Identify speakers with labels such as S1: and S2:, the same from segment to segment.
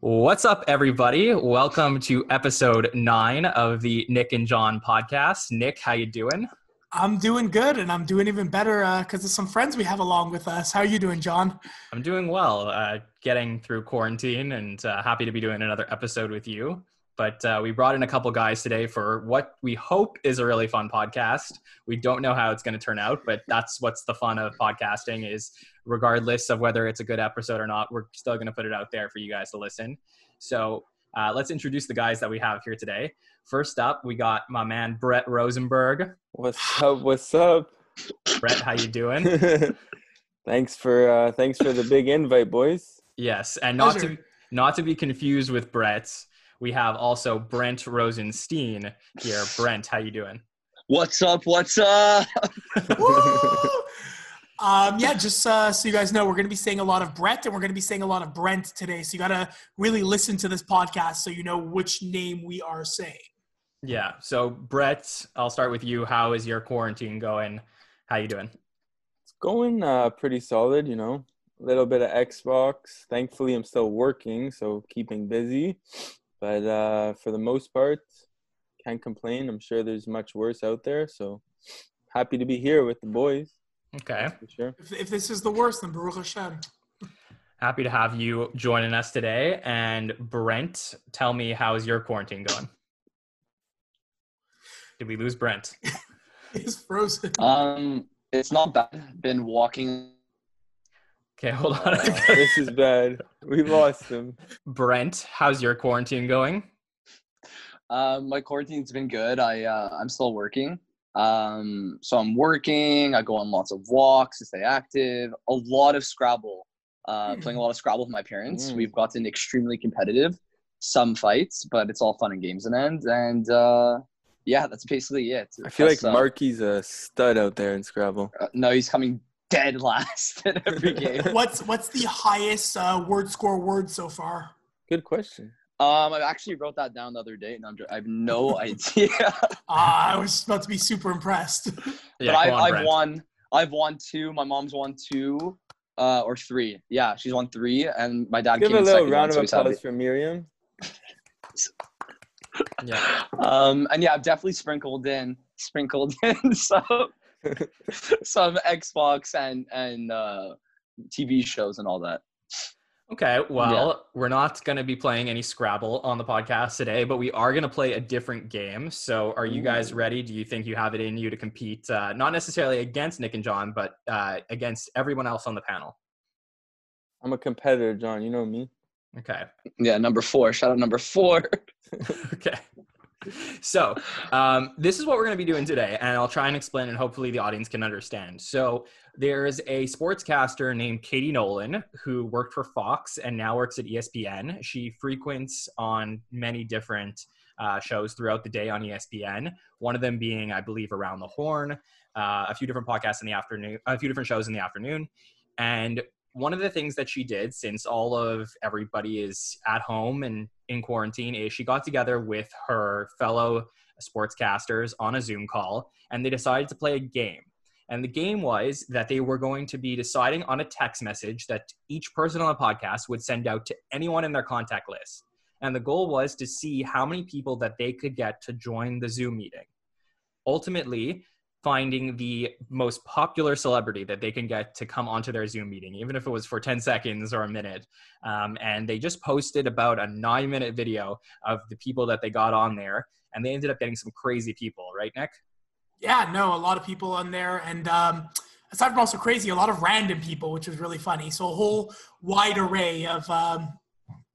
S1: What's up, everybody? Welcome to episode nine of the Nick and John podcast. Nick, how you doing?
S2: I'm doing good, and I'm doing even better because of some friends we have along with us. How are you doing, John?
S1: I'm doing well. Uh, getting through quarantine, and uh, happy to be doing another episode with you. But uh, we brought in a couple guys today for what we hope is a really fun podcast. We don't know how it's going to turn out, but that's what's the fun of podcasting is regardless of whether it's a good episode or not, we're still going to put it out there for you guys to listen. So uh, let's introduce the guys that we have here today. First up, we got my man Brett Rosenberg.
S3: What's up? What's up?
S1: Brett, how you doing?
S3: thanks for uh, thanks for the big invite, boys.
S1: yes, and not to
S2: Pleasure.
S1: not to be confused with Brett, we have also Brent Rosenstein here. Brent, how you doing?
S4: What's up? What's up?
S2: Woo! Um, yeah, just uh, so you guys know, we're going to be saying a lot of Brett and we're going to be saying a lot of Brent today. So you got to really listen to this podcast so you know which name we are saying.
S1: Yeah. So Brett, I'll start with you. How is your quarantine going? How you doing?
S3: It's going uh, pretty solid, you know. A little bit of Xbox. Thankfully, I'm still working, so keeping busy. But uh, for the most part, can't complain. I'm sure there's much worse out there, so happy to be here with the boys
S1: Okay.
S3: for sure.
S2: If, if this is the worst, then Baruch Hashem.
S1: Happy to have you joining us today. And Brent, tell me how is your quarantine going? Did we lose Brent?
S2: It's frozen.
S4: Um, it's not bad. Been walking.
S1: Okay, hold on.
S3: Uh, this is bad. We lost him.
S1: Brent, how's your quarantine going?
S4: Um, my quarantine's been good. I uh, I'm still working. Um, so I'm working. I go on lots of walks to stay active. A lot of Scrabble. Uh,
S2: Hmm.
S4: Playing a lot of Scrabble with my parents.
S3: Hmm.
S4: We've gotten extremely competitive. Some fights, but it's all fun and games in the end. And uh, yeah, that's basically it.
S3: I feel like
S4: That's, uh,
S3: Marky's a stud out there in Scrabble.
S4: uh, no, he's coming dead last in every game.
S2: What's what's the highest uh, word score word so far?
S3: Good question.
S4: Um, I actually wrote that down the other day, and I'm just, I have no idea.
S2: Ah, I was about to be super impressed.
S1: Yeah,
S4: but I,
S1: come on,
S4: I've
S1: Brent.
S4: won. I've won two. My mom's won two, uh, or three. Yeah, she's won three, and my dad
S3: Give
S4: came
S3: a
S4: in
S3: little
S4: second.
S3: round
S4: one,
S3: of
S4: so he's happy.
S3: applause for Miriam.
S1: Yeah.
S4: Um, and yeah, I've definitely sprinkled in, sprinkled in some some Xbox and and uh, TV shows and all that.
S1: Okay, well, we're not going to be playing any Scrabble on the podcast today, but we are going to play a different game. So, are you guys
S3: Ooh.
S1: ready? Do you think you have it in you to compete, uh, not necessarily against Nick and John, but uh, against everyone else on the panel?
S3: I'm a competitor, John. You know me.
S1: Okay.
S4: Yeah, number four. Shout out number four.
S1: okay. So, um, this is what we're going to be doing today, and I'll try and explain, and hopefully the audience can understand. So, there's a sportscaster named Katie Nolan who worked for Fox and now works at E ESPN. She frequents on many different uh, shows throughout the day on E ESPN. One of them being, I believe, Around the Horn, uh, a few different podcasts in the afternoon, a few different shows in the afternoon, and one of the things that she did since all of everybody is at home and in quarantine is she got together with her fellow sportscasters on a Zoom call and they decided to play a game. And the game was that they were going to be deciding on a text message that each person on the podcast would send out to anyone in their contact list. And the goal was to see how many people that they could get to join the Zoom meeting. Ultimately, finding the most popular celebrity that they can get to come onto their Zoom meeting, even if it was for 10 seconds or a minute. Um, and they just posted about a nine minute video of the people that they got on there. And they ended up getting some crazy people, right, Nick?
S2: Yeah, no, a lot of people on there, and um, aside from also crazy, a lot of random people, which was really funny. So a whole wide array of um,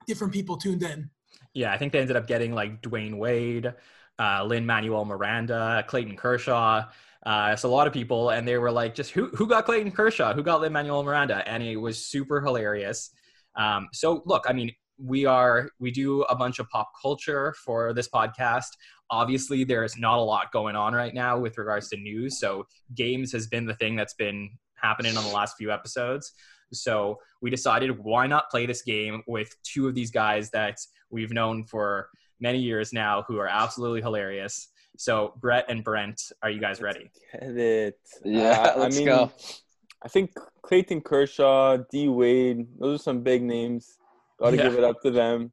S2: different people tuned in.
S1: Yeah, I think they ended up getting like Dwayne Wade, uh, Lynn Manuel Miranda, Clayton Kershaw. Uh, so a lot of people, and they were like, just who who got Clayton Kershaw? Who got Lynn Manuel Miranda? And it was super hilarious. Um, so look, I mean, we are we do a bunch of pop culture for this podcast. Obviously, there is not a lot going on right now with regards to news. So games has been the thing that's been happening on the last few episodes. So we decided why not play this game with two of these guys that we've known for many years now who are absolutely hilarious. So Brett and Brent, are you guys ready?
S3: Get it.
S4: Yeah,
S3: Uh,
S4: let's go.
S3: I think Clayton Kershaw, D Wade, those are some big names. Got to
S1: Yeah.
S3: give it up to them.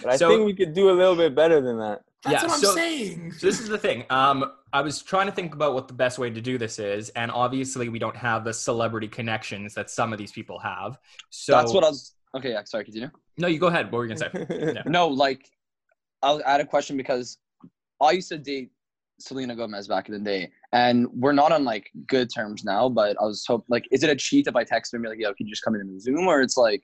S3: But I
S1: So-
S3: think we could do a little bit better than that.
S2: That's
S1: Yeah,
S2: what I'm
S1: so-
S2: saying.
S1: So this is the thing. Um, I was trying to think about what the best way to do this is, and obviously we don't have the celebrity connections that some of these people have. So
S4: That's what I was. Okay, yeah, sorry, continue.
S1: No, you go ahead. What were you gonna say?
S4: No, like I'll add a question because I used to date Selena Gomez back in the day, and we're not on like good terms now. But I was hope like, is it a cheat if I text her and be like, "Yo, can you just come in and Zoom?" Or it's like,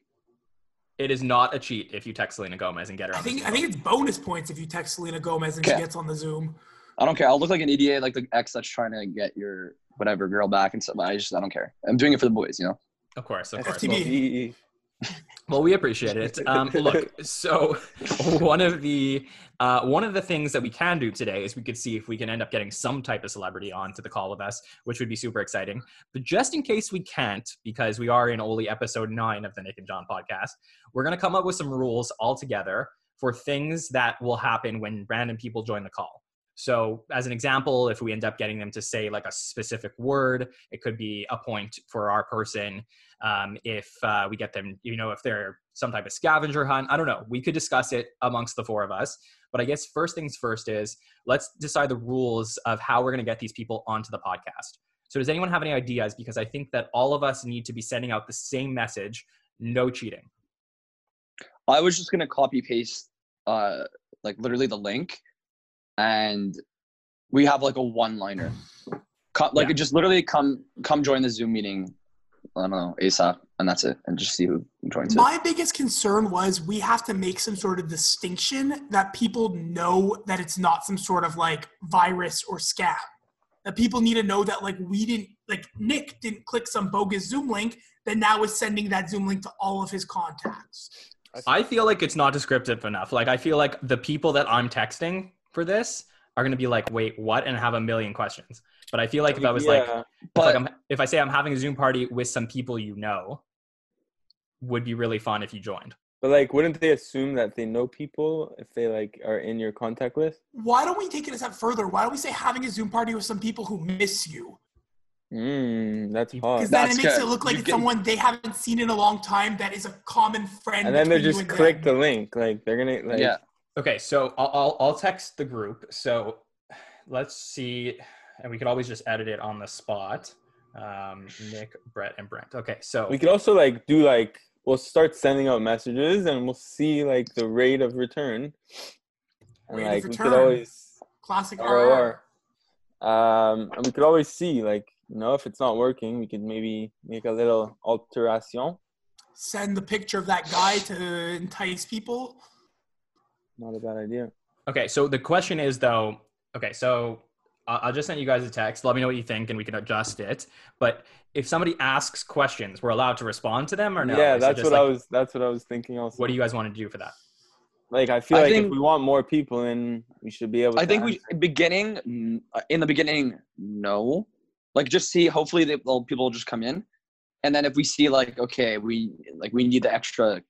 S1: It is not a cheat if you text Selena Gomez and get her.
S2: I
S1: on the
S2: think
S1: Zoom
S2: I think
S1: call.
S2: it's bonus points if you text Selena Gomez and she
S4: Okay.
S2: gets on the Zoom.
S4: I don't care. I'll look like an idiot, like the ex that's trying to get your whatever girl back and stuff. I just I don't care. I'm doing it for the boys, you know.
S1: of course, of course.
S2: FTB.
S3: FTB.
S1: Well, we appreciate it. Um, look, so one of the uh, one of the things that we can do today is we could see if we can end up getting some type of celebrity onto the call with us, which would be super exciting. But just in case we can't, because we are in only episode nine of the Nick and John podcast, we're gonna come up with some rules altogether for things that will happen when random people join the call. So, as an example, if we end up getting them to say like a specific word, it could be a point for our person um, if uh, we get them, you know, if they're some type of scavenger hunt. I don't know. We could discuss it amongst the four of us. But I guess first things first is let's decide the rules of how we're going to get these people onto the podcast. So, does anyone have any ideas? Because I think that all of us need to be sending out the same message no cheating.
S4: I was just gonna copy paste, uh, like literally the link, and we have like a one liner, Co- like
S1: Yeah.
S4: just literally come come join the Zoom meeting. I don't know ASAP, and that's it, and just see who joins it.
S2: My biggest concern was we have to make some sort of distinction that people know that it's not some sort of like virus or scam. That people need to know that like we didn't like Nick didn't click some bogus Zoom link that now is sending that Zoom link to all of his contacts.
S1: I feel like it's not descriptive enough. Like, I feel like the people that I'm texting for this are going to be like, wait, what? And have a million questions. But I feel like if I was like,
S3: Yeah.
S1: It's
S4: But
S1: like I'm, if I say I'm having a Zoom party with some people you know, would be really fun if you joined.
S3: but like, wouldn't they assume that they know people if they like are in your contact list?
S2: Why don't we take it a step further? Why don't we say having a Zoom party with some people who miss you?
S3: Mm, that's
S1: You-
S3: hot.
S2: Because then it
S4: Uh, That's
S2: makes
S4: good.
S2: it look like
S4: You
S2: it's
S4: can-
S2: someone they haven't seen in a long time that is a common friend.
S3: And then they
S2: between you
S3: just
S2: them.
S3: click the link. Like they're gonna like.
S4: Yeah.
S1: Okay, so I'll, I'll I'll text the group. So let's see, and we could always just edit it on the spot. Um, Nick, Brett, and Brent. Okay, so
S3: We could also like do like we'll start sending out messages and we'll see like the rate of return. And
S2: Rate of
S3: like we could
S2: return.
S3: always
S2: classic
S3: ROR.
S2: RR.
S3: Um, and we could always see like you know if it's not working, we could maybe make a little alteration.
S2: Send the picture of that guy to entice people.
S3: Not a bad idea.
S1: okay, so the question is though. Okay, so I- I'll just send you guys a text. Let me know what you think, and we can adjust it. But if somebody asks questions, we're allowed to respond to them or no?
S3: yeah,
S1: Is it
S3: that's
S1: just
S3: what I
S1: like,
S3: was. That's what I was thinking. Also,
S1: What do you guys want to do for that?
S3: like? I feel
S4: I
S3: like if
S4: think-
S3: we want more people, then we should be able.
S4: I
S3: to
S4: think we
S3: answer.
S4: beginning n- in the beginning no, like just see. Hopefully, they, well, people will just come in, and then if we see like okay, we like we need the extra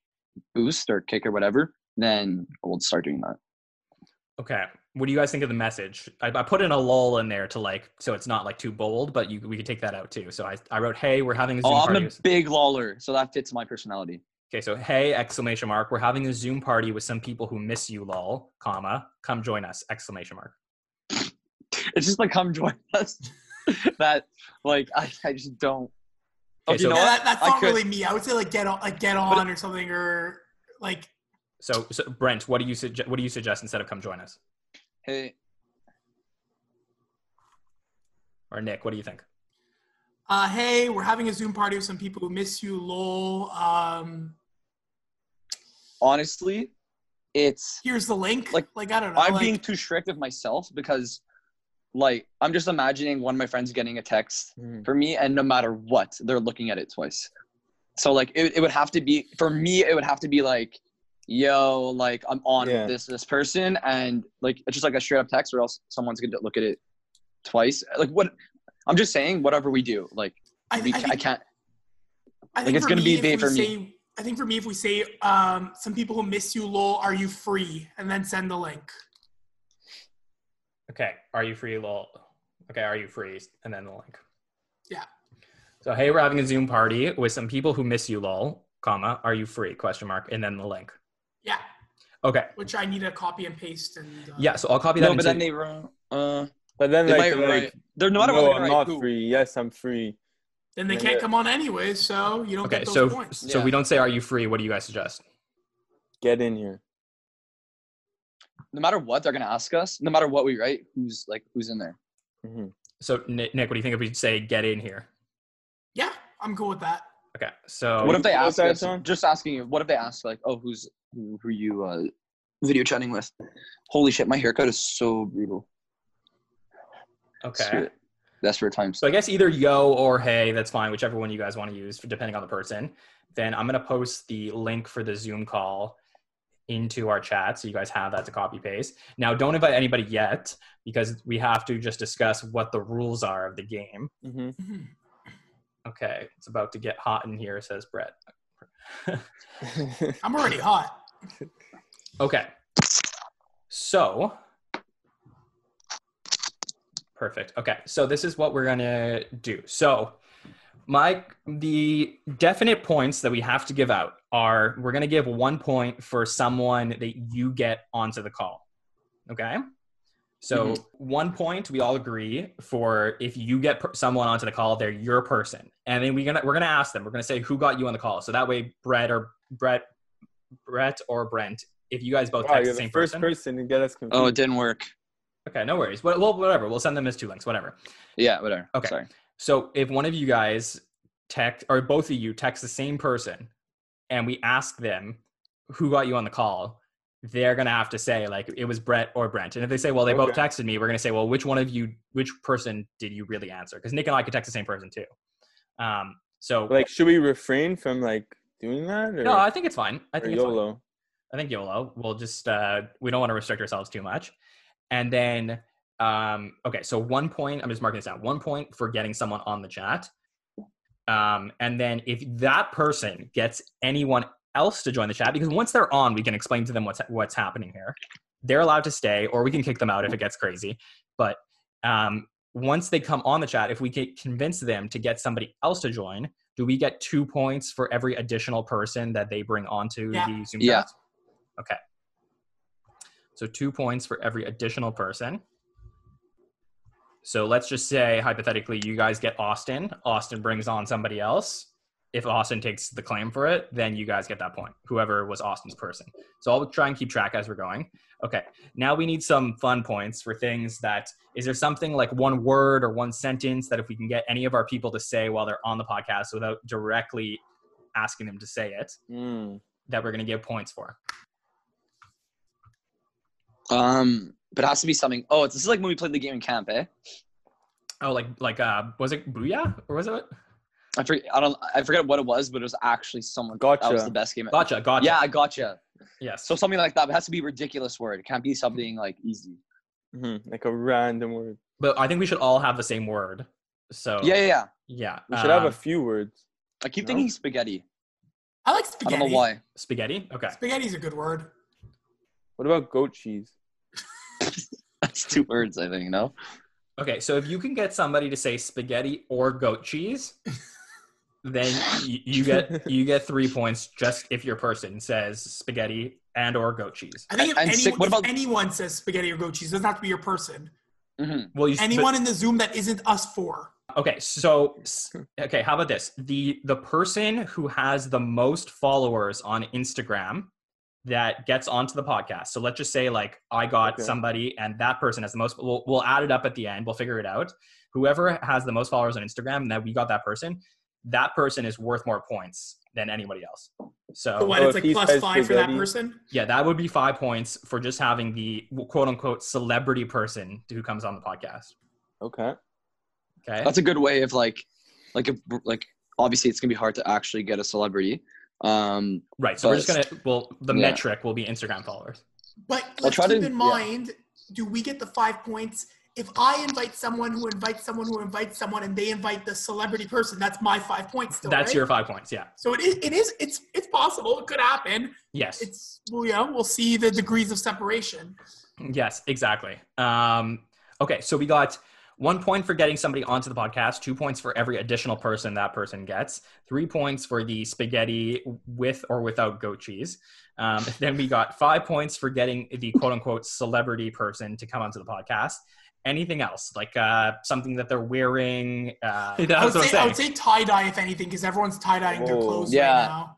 S4: boost or kick or whatever, then we'll start doing that.
S1: Okay. What do you guys think of the message? I, I put in a lull in there to like, so it's not like too bold, but you, we could take that out too. So I, I wrote, hey, we're having a Zoom
S4: Oh, I'm
S1: party.
S4: a big loller, so that fits my personality.
S1: okay. So, hey, exclamation mark. We're having a Zoom party with some people who miss you, lol, comma, come join us, exclamation mark.
S4: It's just like come join us. that like I, I just don't.
S1: Okay,
S4: Okay, you
S1: so-
S4: know
S2: yeah,
S4: what?
S2: that, that's
S4: I
S2: not
S4: could-
S2: really me. I would say like get on, like get on or something, or like
S1: So, so Brent, what do you suggest? What do you suggest instead of come join us?
S4: Hey,
S1: Or Nick, what do you think?
S2: uh, hey, we're having a Zoom party with some people who miss you. Lol. Um,
S4: honestly, it's
S2: here's the link. Like,
S4: Like,
S2: like I don't know.
S4: I'm
S2: like,
S4: being too strict with myself because, like, I'm just imagining one of my friends getting a text
S1: Mm-hmm.
S3: Mhm.
S4: for me, and no matter what, they're looking at it twice. So, like, it, it would have to be for me. It would have to be like, "Yo, like, I'm on
S3: Yeah.
S4: with this this person," and like, it's just like a straight up text, or else someone's gonna look at it twice. Like, what? I'm just saying, whatever we do, like,
S2: I, I
S4: we ca- I
S2: think
S4: can't.
S2: I
S4: Like,
S2: think
S4: it's
S2: for
S4: gonna
S2: me,
S4: be
S2: if
S4: day
S2: we
S4: for me.
S2: say- I think for me, if we say um, some people who miss you, lol, are you free? And then send the link.
S1: Okay. Are you free, lol? Okay. Are you free? And then the link.
S2: Yeah.
S1: So, hey, we're having a Zoom party with some people who miss you, lol, comma, are you free? Question mark, and then the link.
S2: Yeah,
S1: Okay.
S2: which I need to copy and paste. And uh,
S1: Yeah. So I'll copy that.
S4: No, but then
S1: into-
S4: they were. Uh,
S3: But then
S4: they
S3: like,
S4: might
S3: they're like
S4: write. They're not.
S3: no,
S4: whether
S3: I'm
S4: they
S3: not
S4: write who.
S3: free. Yes, I'm free.
S2: then they
S3: Yeah.
S2: can't come on anyway, so you don't
S1: okay.
S2: get those
S1: So
S2: points.
S1: so
S4: Yeah.
S1: we don't say are you free. What do you guys suggest?
S3: Get in here.
S4: No matter what, they're gonna ask us. No matter what we write, who's like who's in there. Mm-hmm.
S3: hmm
S1: So Nick, Nick, what do you think if we say get in here?
S2: Yeah, I'm cool with that.
S1: Okay. So
S4: What if they
S3: you know
S4: ask
S3: that
S4: us?
S3: song?
S4: Just asking you. What if they ask like, oh, who's who, who are you uh, video chatting with? Holy shit, my haircut is so brutal.
S1: okay.
S4: Screw it. That's for times.
S1: So I guess either yo or hey, that's fine, whichever one you guys want to use, depending on the person. Then I'm gonna post the link for the Zoom call into our chat, so you guys have that to copy paste. Now, don't invite anybody yet because we have to just discuss what the rules are of the game.
S3: hmm
S2: Mhm.
S1: Okay, it's about to get hot in here, says Brett.
S2: I'm already hot.
S1: Okay, so perfect. Okay, so this is what we're gonna do. So Mike, the definite points that we have to give out are we're going to give one point for someone that you get onto the call. Okay. So, one point we all agree for if you get per- someone onto the call, they're your person. And then we're going to we're going to ask them. We're going to say who got you on the call. So that way Brett or Brett Brett or Brent, if you guys both
S3: Wow,
S1: text
S3: you're
S1: the
S3: the
S1: same
S3: first
S1: person.
S3: person to get us confused.
S4: Oh, it didn't work.
S1: Okay, no worries. Well, well, whatever. We'll send them as two links, whatever.
S4: Yeah, whatever.
S1: Okay.
S4: Sorry.
S1: So if one of you guys text or both of you text the same person and we ask them who got you on the call, they're gonna have to say like it was Brett or Brent. And if they say, well, they both
S3: Okay.
S1: texted me, we're gonna say, well, which one of you, which person did you really answer? Because Nick and I could text the same person too. Um, so
S3: Like, should we refrain from like doing that? Or,
S1: no, I think it's fine. I
S3: or
S1: think it's fine.
S3: YOLO?
S1: I think YOLO. We'll just uh, we don't want to restrict ourselves too much. And then um, okay, so one point. I'm just marking this down. One point for getting someone on the chat. Um, and then if that person gets anyone else to join the chat, because once they're on, we can explain to them what's what's happening here. They're allowed to stay, or we can kick them out if it gets crazy. But um, once they come on the chat, if we can convince them to get somebody else to join, do we get two points for every additional person that they bring onto
S2: Yeah.
S1: the Zoom
S4: Yeah.
S1: chat? Okay. So two points for every additional person. So let's just say hypothetically, you guys get Austin. Austin brings on somebody else. If Austin takes the claim for it, then you guys get that point. Whoever was Austin's person. So I'll try and keep track as we're going. Okay. Now we need some fun points for things that is there something like one word or one sentence that if we can get any of our people to say while they're on the podcast without directly asking them to say it,
S3: Mm.
S1: that we're going to give points for?
S4: Um, but it has to be something. Oh, it's, this is like when we played the game in camp, eh?
S1: Oh, like like uh, was it Booyah or was it
S4: I forget. I don't. I forget what it was, but it was actually someone. That
S3: Gotcha.
S4: was the best game.
S1: Gotcha? Gotcha.
S4: Yeah, I gotcha.
S1: Yes.
S4: So something like that. But it has to be a ridiculous word. It can't be something like easy.
S3: Mhm, Like a random word.
S1: but I think we should all have the same word. So
S4: Yeah, yeah, yeah.
S1: Oh. yeah.
S3: We should have a
S1: um,
S3: few words.
S4: I keep
S3: No?
S4: thinking spaghetti.
S2: I like
S4: I
S2: spaghetti.
S4: don't know why.
S1: spaghetti. Okay.
S2: Spaghetti's a good word.
S3: What about goat cheese?
S4: That's two words, I think. No.
S1: Okay. So if you can get somebody to say spaghetti or goat cheese, then you, you get you get three points just if your person says spaghetti and or goat cheese.
S2: I think if,
S4: And
S2: anyone,
S4: sick- what
S2: if
S4: about-
S2: anyone says spaghetti or goat cheese, it doesn't have to be your person.
S4: hmm
S3: Mm-hmm.
S1: Well, you but-
S2: Anyone in the Zoom that isn't us four.
S1: okay. So s- okay. How about this? The the person who has the most followers on Instagram that gets onto the podcast. So let's just say like I got
S3: Okay.
S1: somebody and that person has the most we'll, we'll add it up at the end. We'll figure it out. Whoever has the most followers on Instagram and that we got that person, that person is worth more points than anybody else.
S2: So
S1: So
S2: what? It's
S3: Oh, if
S2: like
S3: he
S2: plus
S3: says
S2: five for that
S3: spaghetti-
S2: person.
S1: yeah, that would be 5 points for just having the quote unquote celebrity person who comes on the podcast.
S3: Okay.
S1: Okay?
S4: That's a good way of like, like, if, like. Obviously, it's gonna be hard to actually get a celebrity. Um,
S1: right. So we're just going
S4: but-
S1: to well the
S4: Yeah.
S1: metric will be Instagram followers.
S2: But
S4: I'll
S2: let's
S4: try
S2: keep
S4: to-
S2: in
S4: yeah.
S2: mind, do we get the five points if I invite someone who invites someone who invites someone and they invite the celebrity person? That's my five points still.
S1: That's
S2: right?
S1: your 5 points. Yeah.
S2: So it is. It is. It's. It's possible. It could happen.
S1: Yes.
S2: It's. Well, yeah. We'll see the degrees of separation.
S1: Yes, exactly. Um, okay, so we got One point for getting somebody onto the podcast, two points for every additional person that person gets, three points for the spaghetti with or without goat cheese. Um, then we got five points for getting the quote unquote celebrity person to come onto the podcast. Anything else, like uh, something that they're wearing? Uh,
S2: Hey, I would, say, I would say tie dye if anything, because everyone's tie dyeing their
S3: Whoa.
S2: clothes
S4: Yeah.
S2: right now.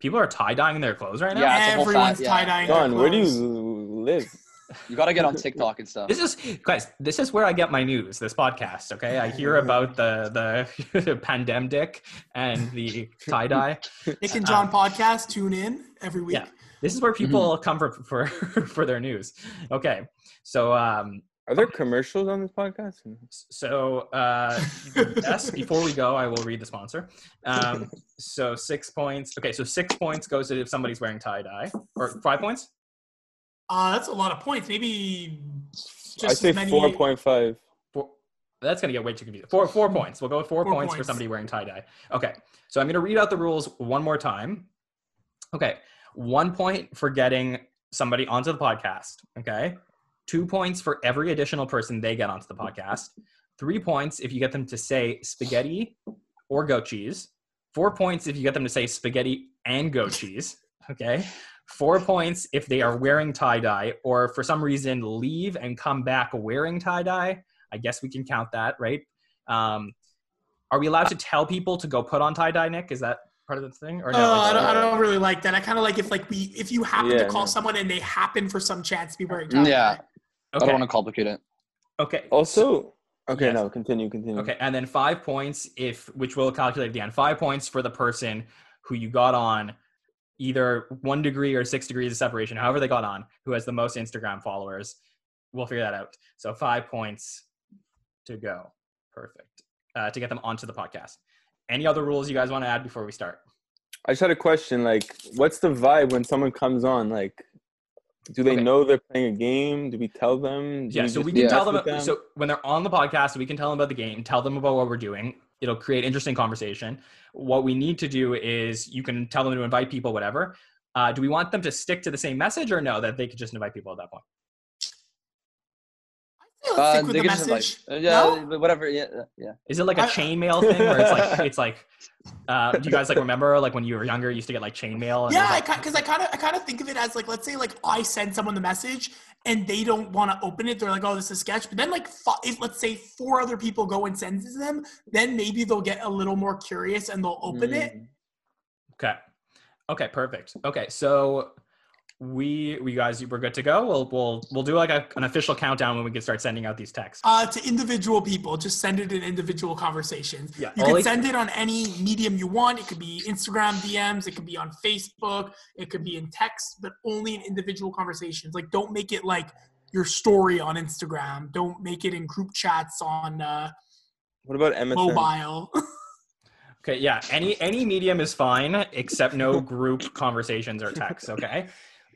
S1: people are tie dyeing their clothes right now.
S4: Yeah, it's a whole fa-
S2: Everyone's
S4: yeah.
S2: tie dyeing.
S3: John,
S2: their
S3: where do you
S2: clothes.
S3: live?
S4: You gotta get on TikTok and stuff.
S1: This is guys. This is where I get my news. This podcast. Okay, I hear about the the pandemic and the tie dye.
S2: Nick and John Mm-hmm. podcast? Tune in every week.
S1: Uh-huh. Yeah. This is where people come for for for their news. Okay, so um,
S3: Are there commercials on this podcast?
S1: so uh, yes. Before we go, I will read the sponsor. Um, so six points. Okay, so six points goes to if somebody's wearing tie dye, or five points.
S2: Uh, that's a lot of points. Maybe just
S3: I say
S2: as many. Oh,
S3: four point five.
S1: Four, that's going to get way too confusing. Four, four points. We'll go with four,
S2: Four
S1: points, for
S2: points.
S1: somebody wearing tie dye. Okay. So I'm going to read out the rules one more time. Okay. One point for getting somebody onto the podcast. Okay. Two points for every additional person they get onto the podcast. Three points if you get them to say spaghetti or goat cheese. Four points if you get them to say spaghetti and goat cheese. Okay. Four points if they are wearing tie dye or for some reason leave and come back wearing tie dye. I guess we can count that, right? Um, are we allowed to tell people to go put on tie dye, Nick? Is that part of the thing? Or
S2: Uh,
S1: no?
S2: I,
S1: is
S2: don't,
S1: that-
S2: I don't really like that. I kind of like if like we if you happen
S3: Yeah,
S2: to call
S3: no.
S2: someone and they happen for some chance to be wearing tie dye.
S4: Mm, Yeah. I
S1: okay.
S4: don't want to complicate it.
S1: okay.
S3: Also, okay,
S1: Yes.
S3: no, continue, continue.
S1: Okay, and then five points if which we'll calculate at the end. Five points for the person who you got on either one degree or six degrees of separation, however they got on, who has the most Instagram followers. We'll figure that out. So five points to go. Perfect. Uh, to get them onto the podcast. Any other rules you guys want to add before we start?
S3: I just had a question. Like, what's the vibe when someone comes on? Like, do they
S1: Okay.
S3: know they're playing a game? Do we tell them? Do
S1: Yeah, so
S3: just
S1: we can
S4: Yeah.
S1: tell
S3: mess
S1: them,
S3: with
S1: So when they're on the podcast, we can tell them about the game, tell them about what we're doing. It'll create interesting conversation. What we need to do is you can tell them to invite people, whatever. Uh, do we want them to stick to the same message or no? That they could just invite people at that point.
S2: Yeah, let's
S4: Uh,
S2: stick with
S4: they
S2: the
S4: can just invite-
S2: message.
S4: Uh, yeah,
S2: No?
S4: but whatever. Yeah, uh, yeah.
S1: Is it like a
S2: I-
S1: chainmail thing where it's like it's like? Uh, do you guys like remember like when you were younger, you used to get like chainmail? and it was,
S2: Yeah,
S1: like,
S2: I because I kind of I kind of think of it as like let's say like I send someone the message and they don't want to open it. They're like, oh, this is sketch. But then like fi- if let's say four other people go and send it to them, then maybe they'll get a little more curious and they'll open it.
S1: Mm. Okay. Okay, perfect. Okay, so we we guys we're good to go. We'll we'll we'll do like a, an official countdown when we can start sending out these texts.
S2: Uh, to individual people, just send it in individual conversations.
S1: Yeah,
S2: you
S1: all
S2: can
S1: I-
S2: send it on any medium you want. It could be Instagram DMs, it could be on Facebook, it could be in text, but only in individual conversations. Like, don't make it like your story on Instagram. Don't make it in group chats on uh,
S3: What about MSN?
S2: mobile.
S1: Okay, yeah. Any any medium is fine except no group conversations or texts, okay?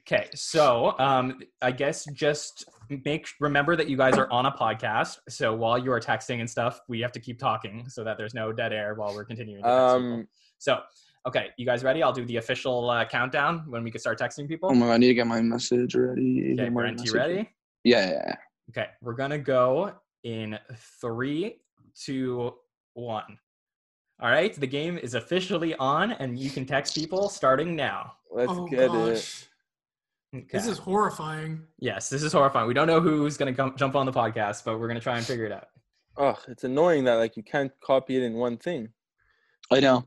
S1: Okay, so um I guess just make remember that you guys are on a podcast. So while you are texting and stuff, we have to keep talking so that there's no dead air while we're continuing to text people.
S3: Um,
S1: So, okay, you guys ready? I'll do the official uh, countdown when we can start texting people.
S4: Oh my god, I need to get my message ready.
S1: okay,
S4: Get my
S1: Brent, you
S4: message
S1: ready?
S4: Yeah, yeah, yeah.
S1: Okay, we're gonna go in three, two, one. All right, the game is officially on, and you can text people starting now.
S3: let's
S2: oh,
S3: get it.
S2: gosh.
S1: Okay.
S2: This is horrifying.
S1: yes, this is horrifying. We don't know who's gonna come, jump on the podcast, but we're gonna try and figure it out.
S3: Oh, it's annoying that like you can't copy it in one thing.
S4: I know.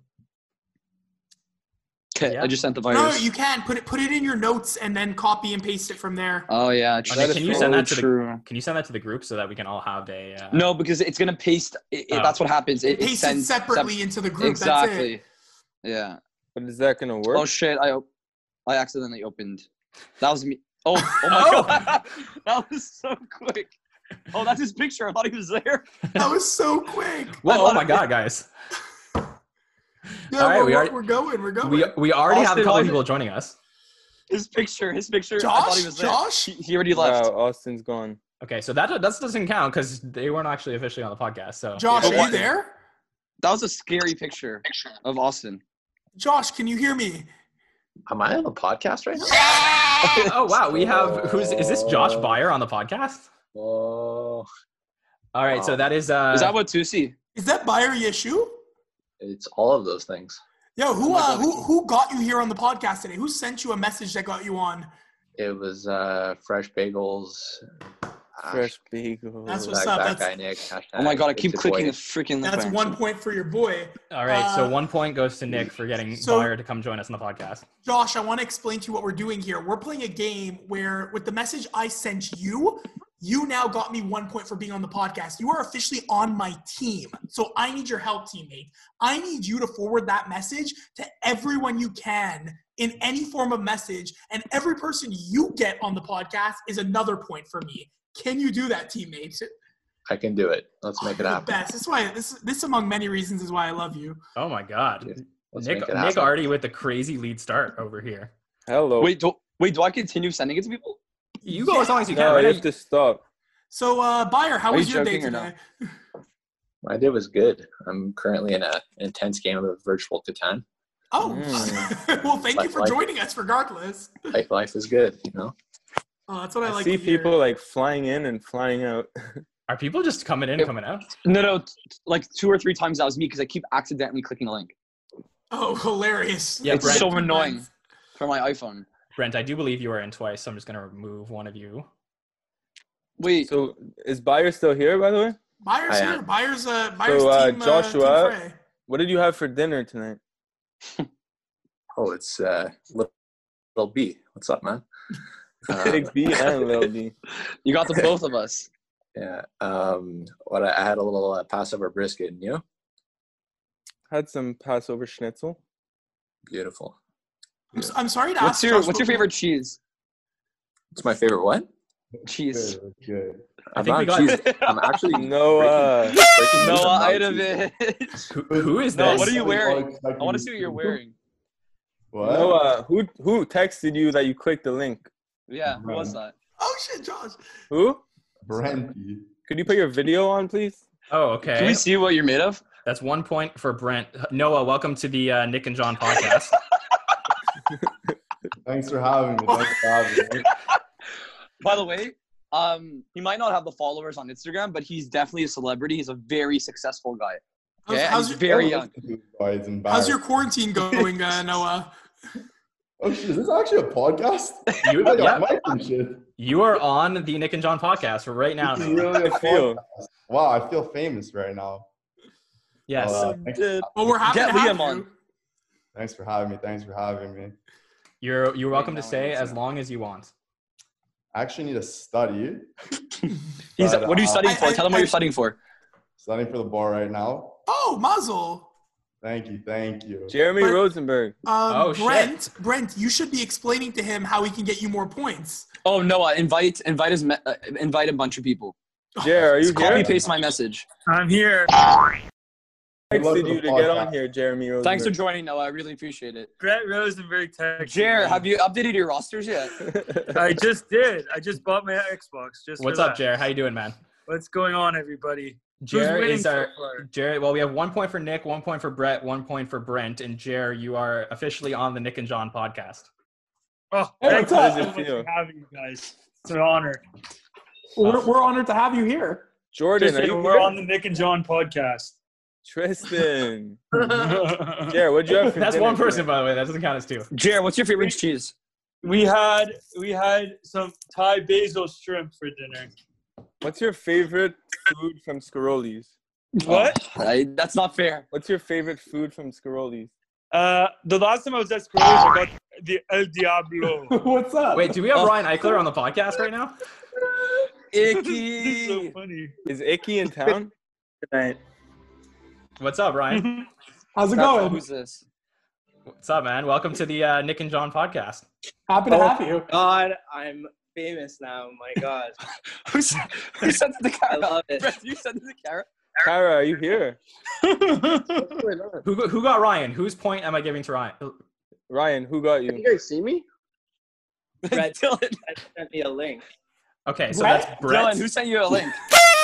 S4: Okay,
S1: Yeah.
S4: I just sent the
S2: No,
S4: virus.
S2: you can put it put it in your notes and then copy and paste it from there.
S4: Oh yeah,
S1: Okay,
S3: That
S1: can
S3: is
S1: you send
S4: so
S1: that to the
S4: true.
S1: Can you send that to the group so that we can all have a? Uh,
S4: No, because it's gonna paste. It, it,
S1: Oh.
S4: That's what happens. It, it
S2: paste it
S4: sends
S2: separately into the group. That's it.
S4: exactly. Yeah.
S3: But is that gonna work?
S4: Oh shit! I op- I accidentally opened. That was me. Oh, oh my
S1: Oh.
S4: god! that was so quick. Oh, that's his picture. I thought he was there.
S2: That was so quick.
S1: Whoa! Oh
S4: thought
S1: my
S4: it-
S1: God, guys,
S2: Yeah,
S1: All right,
S2: we're,
S1: we
S2: we're,
S1: already-
S2: we're going. We're going.
S1: we we already have a
S4: Austin,
S1: couple
S4: why
S1: people joining us.
S4: His picture. His picture. I thought
S2: Josh,
S4: he was there.
S2: Josh,
S4: He, he already left.
S3: wow, Austin's gone.
S1: Okay, so that that doesn't count because they weren't actually officially on the podcast. So
S2: Josh,
S4: Yeah,
S2: are
S4: why-
S2: you there?
S4: That was a scary picture of Austin.
S2: Josh, can you hear me?
S5: Am I on a podcast right now?
S1: oh wow, we have who's is this Josh Byer on the podcast?
S5: Oh,
S1: All right, so
S5: Wow.
S1: that is uh
S4: Is that what Tusi?
S2: Is that buyer Yeshu?
S5: It's all of those things.
S2: Yo, who
S4: Oh my
S2: uh,
S4: God.
S2: who who got you here on the podcast today? Who sent you a message that got you on?
S5: It was uh, fresh bagels. Ash-
S3: Fresh bagel.
S2: That's what's
S5: That,
S2: up.
S5: that
S2: That's-
S5: guy Nick.
S4: Oh my god, I
S5: Hashtag
S4: keep
S5: it's a
S4: clicking
S5: boy.
S4: the freaking link.
S2: That's
S4: by
S2: one
S4: accident.
S2: point for your boy.
S1: all right, so
S2: uh,
S1: one point goes to Nick for getting
S2: so-
S1: Meyer to come join us on the podcast.
S2: Josh, I want to explain to you what we're doing here. We're playing a game where, with the message I sent you, you now got me one point for being on the podcast. You are officially on my team. So I need your help, teammate. I need you to forward that message to everyone you can in any form of message. And every person you get on the podcast is another point for me. Can you do that, teammate?
S5: I can do it. Let's make it
S2: You're the
S5: happen.
S2: Best. This is why this this among many reasons is why I love you.
S1: Oh my god.
S5: Let's
S1: Nick
S5: make it
S1: Nick
S5: happen.
S1: already with the crazy lead start over here.
S3: Hello.
S4: Wait, do, wait, do I continue sending it to people?
S1: You go as long as you can.
S3: no,
S1: right?
S3: you have to stop.
S2: So uh buyer, how
S4: Are
S2: was
S4: you
S2: your day
S4: joking or
S2: today?
S5: My day was good. I'm currently in a an intense game of virtual Catan.
S2: Oh
S4: Mm.
S2: well thank you
S5: Like-
S2: for
S5: like-
S2: joining us regardless.
S5: Life, life is good, you know.
S2: Oh, that's what I,
S3: I
S2: like.
S3: see
S2: to hear.
S3: people like flying in and flying out.
S1: Are people just coming in,
S4: Yep.
S1: coming out?
S4: No, no, t- t- like two or three times that was me because I keep accidentally clicking a link
S2: Oh, hilarious!
S1: Yeah, It's Brent-
S4: so annoying. from my iPhone.
S1: Brent, I do believe you are in twice, so I'm just gonna remove one of you.
S4: Wait,
S3: So is buyer still here? By the way,
S2: Buyers
S5: I
S2: here.
S5: am.
S2: Buyers. Uh, buyers.
S3: So, uh,
S2: team,
S3: Joshua-
S2: Uh, team Frey.
S3: what did you have for dinner tonight?
S5: Oh, it's uh, little, little B. What's up, man? Um,
S3: Big B and
S4: Uh,
S3: Lil B.
S4: you got the both of us.
S6: Uh,
S5: yeah. Um, what I, I had a little uh, Passover brisket, and you?
S3: Had some Passover schnitzel.
S5: Beautiful.
S2: I'm, s- I'm sorry to ask.
S4: What's your
S2: Joshua-
S4: What's your favorite cheese?
S5: It's my favorite one.
S4: Cheese.
S1: I
S5: I'm
S1: think we
S5: not
S1: got-
S5: cheesy. I'm actually
S3: No, uh,
S5: breaking news,
S4: Noah
S5: I'm not cheesy.
S4: Idovich.
S1: Who, who is
S4: No,
S1: this?
S4: what are you wearing? I want to see what you're wearing.
S6: What?
S3: no, uh, who who texted you that you clicked the link?
S4: Yeah, who was that?
S2: Oh shit, Josh.
S3: Who?
S6: Brandy.
S3: Could you put your video on, please?
S1: Oh,
S4: Can we
S1: okay.
S4: see what you're made of?
S1: That's one point for Brent. Noah, welcome to the uh, Nick and John podcast.
S6: Thanks for having me. Thanks for having me.
S4: By the way, um, he might not have the followers on Instagram, but he's definitely a celebrity. He's a very successful guy.
S2: How's,
S4: Yeah,
S2: how's
S4: he's
S2: your,
S4: very young.
S6: Oh, it's embarrassing.
S2: how's your quarantine going, uh, Noah?
S6: Oh shit! Is this actually a podcast?
S1: You,
S6: I got
S1: yeah,
S6: mic and shit.
S1: you are on the Nick and John podcast right now.
S6: This is
S1: Noah.
S6: really a
S3: I feel.
S6: podcast. Wow, I feel famous right now.
S1: Yes.
S6: Uh, thanks,
S2: Well, we're happy
S4: Get
S2: to have
S4: Liam on.
S2: you.
S6: thanks for having me. Thanks for having me.
S1: You're you're
S4: Right
S1: welcome
S4: now,
S1: to stay
S4: anyways,
S1: as
S4: yeah.
S1: long as you want.
S6: I actually need to study.
S4: He's,
S6: But,
S4: what are you
S6: uh,
S4: studying for?
S2: I- I-
S4: Tell him
S2: I-
S4: what you're studying for.
S6: Studying for the bar right now.
S2: Oh, Mazel.
S6: Thank you. Thank you.
S3: Jeremy
S2: But-
S3: Rosenberg.
S2: Um,
S1: Oh, shit.
S2: Brent, Brent, you should be explaining to him how he can get you more points.
S4: Oh Noah, invite invite his me- uh, invite a bunch of people.
S3: Jer, are you
S4: Just copy
S3: here?
S4: paste my message.
S7: I'm here.
S6: Good luck
S3: texted
S6: with
S3: you to
S6: the
S3: get
S6: podcast.
S3: on here, Jeremy Rosenberg.
S4: Thanks for joining, Noah. I really appreciate it.
S7: Brett Rosenberg texted.
S4: Jer,
S7: me.
S4: have you updated your rosters yet?
S7: I just did. I just bought my Xbox. Just
S1: What's
S7: for
S1: up,
S7: that.
S1: Jer? How you doing, man?
S7: What's going on, everybody?
S1: Jer
S7: winning
S1: is
S7: so
S1: our
S7: far?
S1: Jer. Well, we have one point for Nick, one point for Brett, one point for Brent, and Jer, you are officially on the Nick and John podcast.
S7: Oh,
S2: Hey, what's
S7: thank you
S2: up?
S7: so much
S3: Yeah.
S7: for having you guys. uh, It's an honor.
S2: We're, we're honored to have you here.
S3: Jordan,
S7: Just
S3: are
S7: that
S3: you
S7: we're
S3: here?
S7: on the Nick and John podcast.
S3: Tristan.
S7: Jer,
S3: Jer, what'd you have for
S1: That's
S3: dinner
S1: one person,
S3: tonight?
S1: by the way. That doesn't count as two.
S4: Jer, what's your favorite cheese?
S7: we had we had some Thai basil shrimp for dinner.
S3: What's your favorite food from Scaroli's?
S7: What?
S1: Oh,
S4: I, that's not fair.
S3: What's your favorite food from Scaroli's?
S7: Uh, the last time I was at Squirrels, I got the El Diablo.
S2: What's up?
S1: Wait, do we have
S4: Oh.
S1: Ryan Eichler on the podcast right now?
S7: This is so
S4: Icky.
S7: funny.
S3: Is Icky in town tonight?
S1: What's up, Ryan?
S2: how's it
S4: That's-
S2: going?
S4: Who's this?
S1: What's up, man? Welcome to the uh, Nick and John podcast.
S2: Happy to have you.
S8: God, I'm famous now. My God,
S4: Who s- who sent it to
S8: I
S4: Kara?
S8: love it.
S4: Brett, you sent it to Kara.
S3: Kara, are you here?
S1: Who go- who got Ryan? Whose point am I giving to Ryan?
S3: Ryan, who got
S5: Can you
S3: you?
S5: guys see me?
S8: Brett
S4: Dylan,
S8: sent me a link.
S1: Okay, so
S2: Brett?
S1: that's
S4: Dylan,
S1: Brett.
S4: who sent you a link?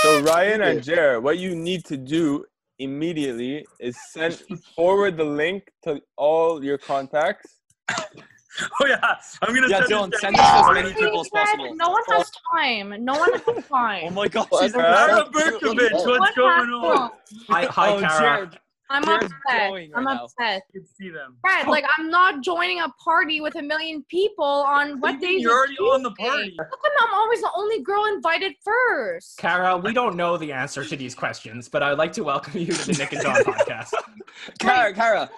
S3: So Ryan and Jer, what you need to do immediately is send forward the link to all your contacts
S7: Oh yeah, I'm gonna
S4: Yeah,
S7: send
S4: Dylan,
S7: this down.
S4: send this to as many
S9: Please,
S4: people as
S9: Greg,
S4: possible.
S9: No one has time. No one has
S4: Oh
S9: time.
S4: my gosh,
S3: Well,
S4: he's
S3: I don't-
S4: upset.
S7: Ara Berkovich,
S6: What
S7: what's
S9: What
S7: going
S9: happened?
S7: on?
S1: Hi, hi
S4: oh,
S1: Kara.
S4: Jared,
S9: I'm
S4: Jared's
S9: upset.
S4: glowing right
S9: I'm
S4: now.
S9: upset.
S7: You can see them.
S9: Fred, like I'm not joining a party with a million people on
S7: What do
S9: what
S7: you mean?
S9: day?
S7: You're already on the party.
S9: How come I'm always the only girl invited first?
S1: Kara, we don't know the answer to these questions, but I'd like to welcome you to the Nick and John podcast.
S4: Kara, Kara,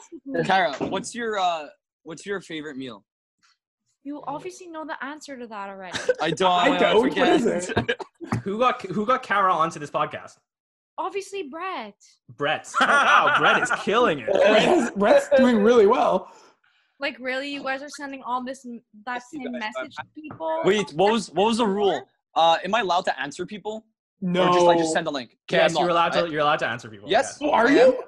S4: Kara, what's your uh, what's your favorite meal?
S9: You obviously know the answer to that already.
S4: I don't. I
S6: don't. What
S4: forget.
S6: is
S1: Who got who got Kara onto this podcast?
S9: obviously, Brett.
S1: Brett. Oh, wow, Brett is killing it.
S6: Brett's doing really well.
S9: Like, really, you guys are sending all this m- that
S8: Yes, you
S9: same
S8: guys are.
S9: message to people?
S4: Wait, what was what was the rule? Uh, am I allowed to answer people?
S6: No.
S4: Or just like just send a link? Okay,
S1: yes,
S4: I'm
S1: you're
S4: not,
S1: allowed to
S4: right?
S1: you're allowed to answer people.
S4: Yes.
S1: Yeah.
S6: Oh, are
S4: I am.
S6: you?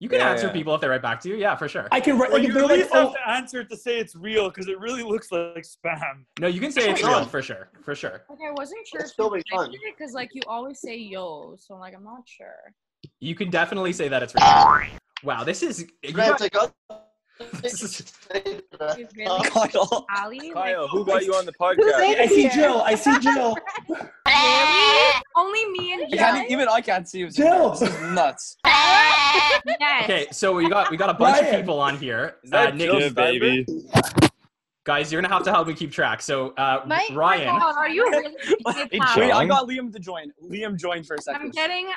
S1: You can
S3: Yeah,
S1: answer
S3: yeah.
S1: people if they write back to you. Yeah, for sure.
S6: I can write
S7: Well,
S6: like if
S7: you
S6: they're
S7: at
S6: like,
S7: least
S6: oh,
S7: have to answer it to say it's real because it really looks like spam.
S1: no, you can say it's
S6: Oh, yeah.
S1: real for sure. For sure.
S9: Like, I wasn't sure
S5: That's
S9: if you
S5: totally fine.
S9: liked it because, like, you always say yo, so like, I'm not sure.
S1: You can definitely say that it's real. Wow, this is you
S5: Grant,
S1: got-
S5: I got-
S1: this is-
S9: You really,
S4: Kyle.
S9: Ali? Like,
S3: Kyle, who got you on the
S9: in
S3: podcast?
S6: I see
S9: here?
S6: Jill. I see Jill.
S9: really? Only me and
S4: I
S9: Jill.
S4: can't, even I can't see him.
S6: Jill.
S4: This is nuts.
S9: Yes.
S1: Okay, so we got we got a bunch of
S6: Ryan.
S1: people on here.
S3: Is
S1: Uh,
S3: that
S1: Nick,
S3: Jill baby?
S1: guys, you're gonna have to help me keep track. So uh,
S9: My, my
S1: Ryan,
S9: God, are you really?
S4: Hey,
S9: Kyle?
S4: Wait, I got Liam to join. Liam joined for a
S9: I'm
S4: second.
S9: getting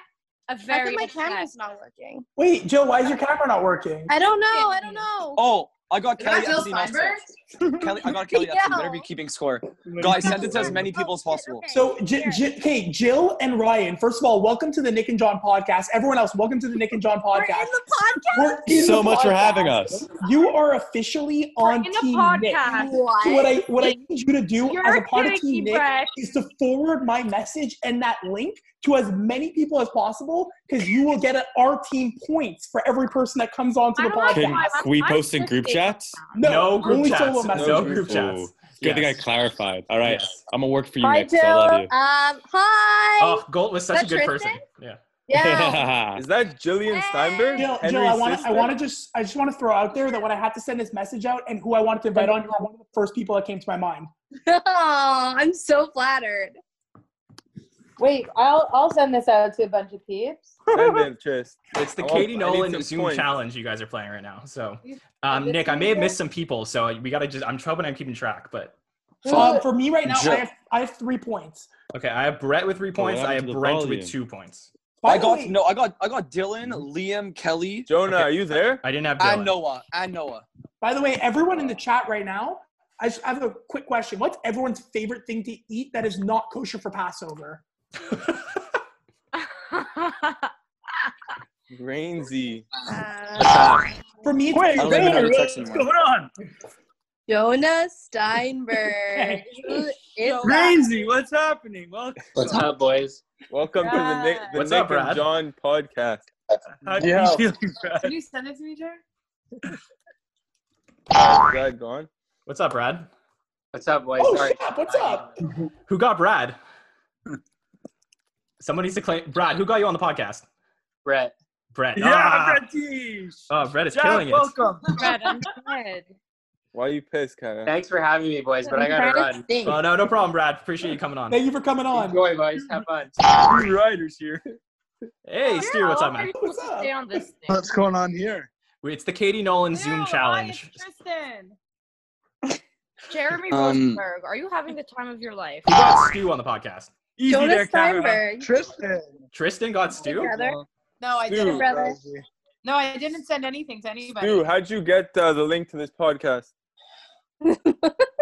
S9: a very
S10: my
S9: upset.
S10: camera's not working.
S2: Wait, Jill, why is your camera not working?
S10: I don't know. I don't know.
S4: Oh, I got
S10: Is
S4: Kelly
S10: that Jill
S4: Epstein off
S10: Steinberg?
S4: set. Kelly, I got Kelly
S10: Yo.
S4: Epstein. Better be keeping score. Guys, send it to as many people as
S10: Oh, shit,
S4: possible.
S10: okay.
S2: So, J- J- okay, Jill and Ryan, first of all, welcome to the Nick and John podcast. Everyone else, welcome to the Nick and John
S10: We're in
S2: podcast.
S10: the podcast.
S2: We're in
S11: so
S2: the
S11: much for
S2: podcast.
S11: having us.
S2: You are officially
S9: We're
S2: on
S9: in a
S2: team Nick.
S9: podcast.
S2: So what I what I need you to do
S9: You're
S2: as a
S9: a
S2: part of team
S9: finicky
S2: Nick
S9: Brett.
S2: is to forward my message and that link to as many people as possible because you will get a, our team points for every person that comes on to the
S9: I don't like
S11: Can
S2: podcast.
S9: why I'm-
S11: we
S9: I'm
S11: post in group
S9: twisted.
S11: chats?
S1: no, group
S2: only
S1: chats,
S2: solo
S1: no,
S2: messages.
S1: group chats.
S11: Ooh, Good thing I
S1: Yes.
S11: clarified. All right,
S1: Yes.
S11: I'm gonna work for you
S10: Hi,
S11: next. I love you.
S10: Um, hi.
S1: Oh, Gold was such
S10: Is
S1: a
S10: that
S1: good person.
S10: Tristan?
S1: Yeah.
S10: yeah.
S3: Is that Jillian Steinberg?
S2: Jill, Jill,
S3: Henry's
S2: I want to,
S3: sister?
S2: I want to just, I just want to throw out there that when I had to send this message out and who I wanted to invite on, you were one of the first people that came to my mind.
S10: Aw, I'm so flattered.
S9: Wait, I'll I'll send this out to a bunch of peeps.
S3: Send it, Tris.
S1: It's the
S3: I want-
S1: Katie
S3: I need
S1: Nolan
S3: some
S1: Zoom
S3: points.
S1: challenge you guys are playing right now. So,
S9: You-
S1: um,
S9: this
S1: Nick, I may have
S9: one?
S1: missed some people, so we gotta just. I'm hoping I'm keeping track, but
S2: Um, for me right now,
S4: Jill.
S2: I have, I have three points.
S1: okay. I have Brett with three points.
S11: happened
S1: I have
S11: to the
S1: Brent with
S11: volume?
S1: two points.
S2: By
S4: I
S2: the
S4: got
S2: way-
S4: no. I got I got Dylan,
S7: Mm-hmm.
S4: Liam, Kelly,
S3: Jonah,
S1: Okay.
S3: are you there?
S1: I didn't have. Dylan.
S4: and Noah. And Noah.
S2: By the way, everyone in the chat right now, I just I have a quick question. What's everyone's favorite thing to eat that is not kosher for Passover?
S3: Grainsy.
S2: For me, it's
S7: Wait,
S4: I don't even have a
S7: Dylan,
S4: text
S7: what's
S4: anymore.
S7: going on?
S10: Jonah Steinberg. Who is that?
S7: Ramsey, what's happening? Well, uh,
S5: What's up, boys?
S3: Welcome to the Nick, the
S1: What's
S3: Nick
S1: up, Brad?
S3: and John podcast.
S7: how do
S5: Yeah.
S7: you feeling, Brad?
S9: you send it to me, Jared?
S3: Brad gone.
S1: What's up, Brad?
S5: What's up, boys?
S2: oh
S5: Sorry.
S2: snap! What's up?
S7: Mm-hmm.
S1: Who got Brad? Somebody needs to claim Brad. Who got you on the podcast?
S5: Brett.
S1: Brett.
S7: Yeah,
S1: Ah!
S7: Brad Tish.
S1: Oh, Brett is
S7: Jack,
S1: killing it.
S7: welcome.
S9: Brett, I'm dead.
S3: Why are you pissed, Kara?
S5: Thanks for having me, boys, but I
S10: Brad
S5: gotta run.
S10: stinks.
S1: Oh no, no problem, Brad. Appreciate you coming on.
S2: Thank you for coming on.
S5: Enjoy, boys. Have fun.
S7: Free riders here.
S1: Hey, Stu, what's up, man?
S9: What's
S2: What's up?
S9: up? Stay on this thing.
S12: What's going on here?
S1: It's the Katie Nolan Zoom challenge.
S9: Tristan. Jeremy
S4: Um,
S9: Rosenberg, are you having the time of your life?
S1: Who got Stu on the podcast?
S7: Easy
S10: Jonah
S7: there, Kara.
S10: Steinberg.
S12: Tristan.
S1: Tristan got Stu.
S10: Together.
S9: No, I
S3: Stu,
S10: Brother.
S9: No, I didn't send anything to
S3: Stu, how'd you get uh, the link to this podcast?
S12: I,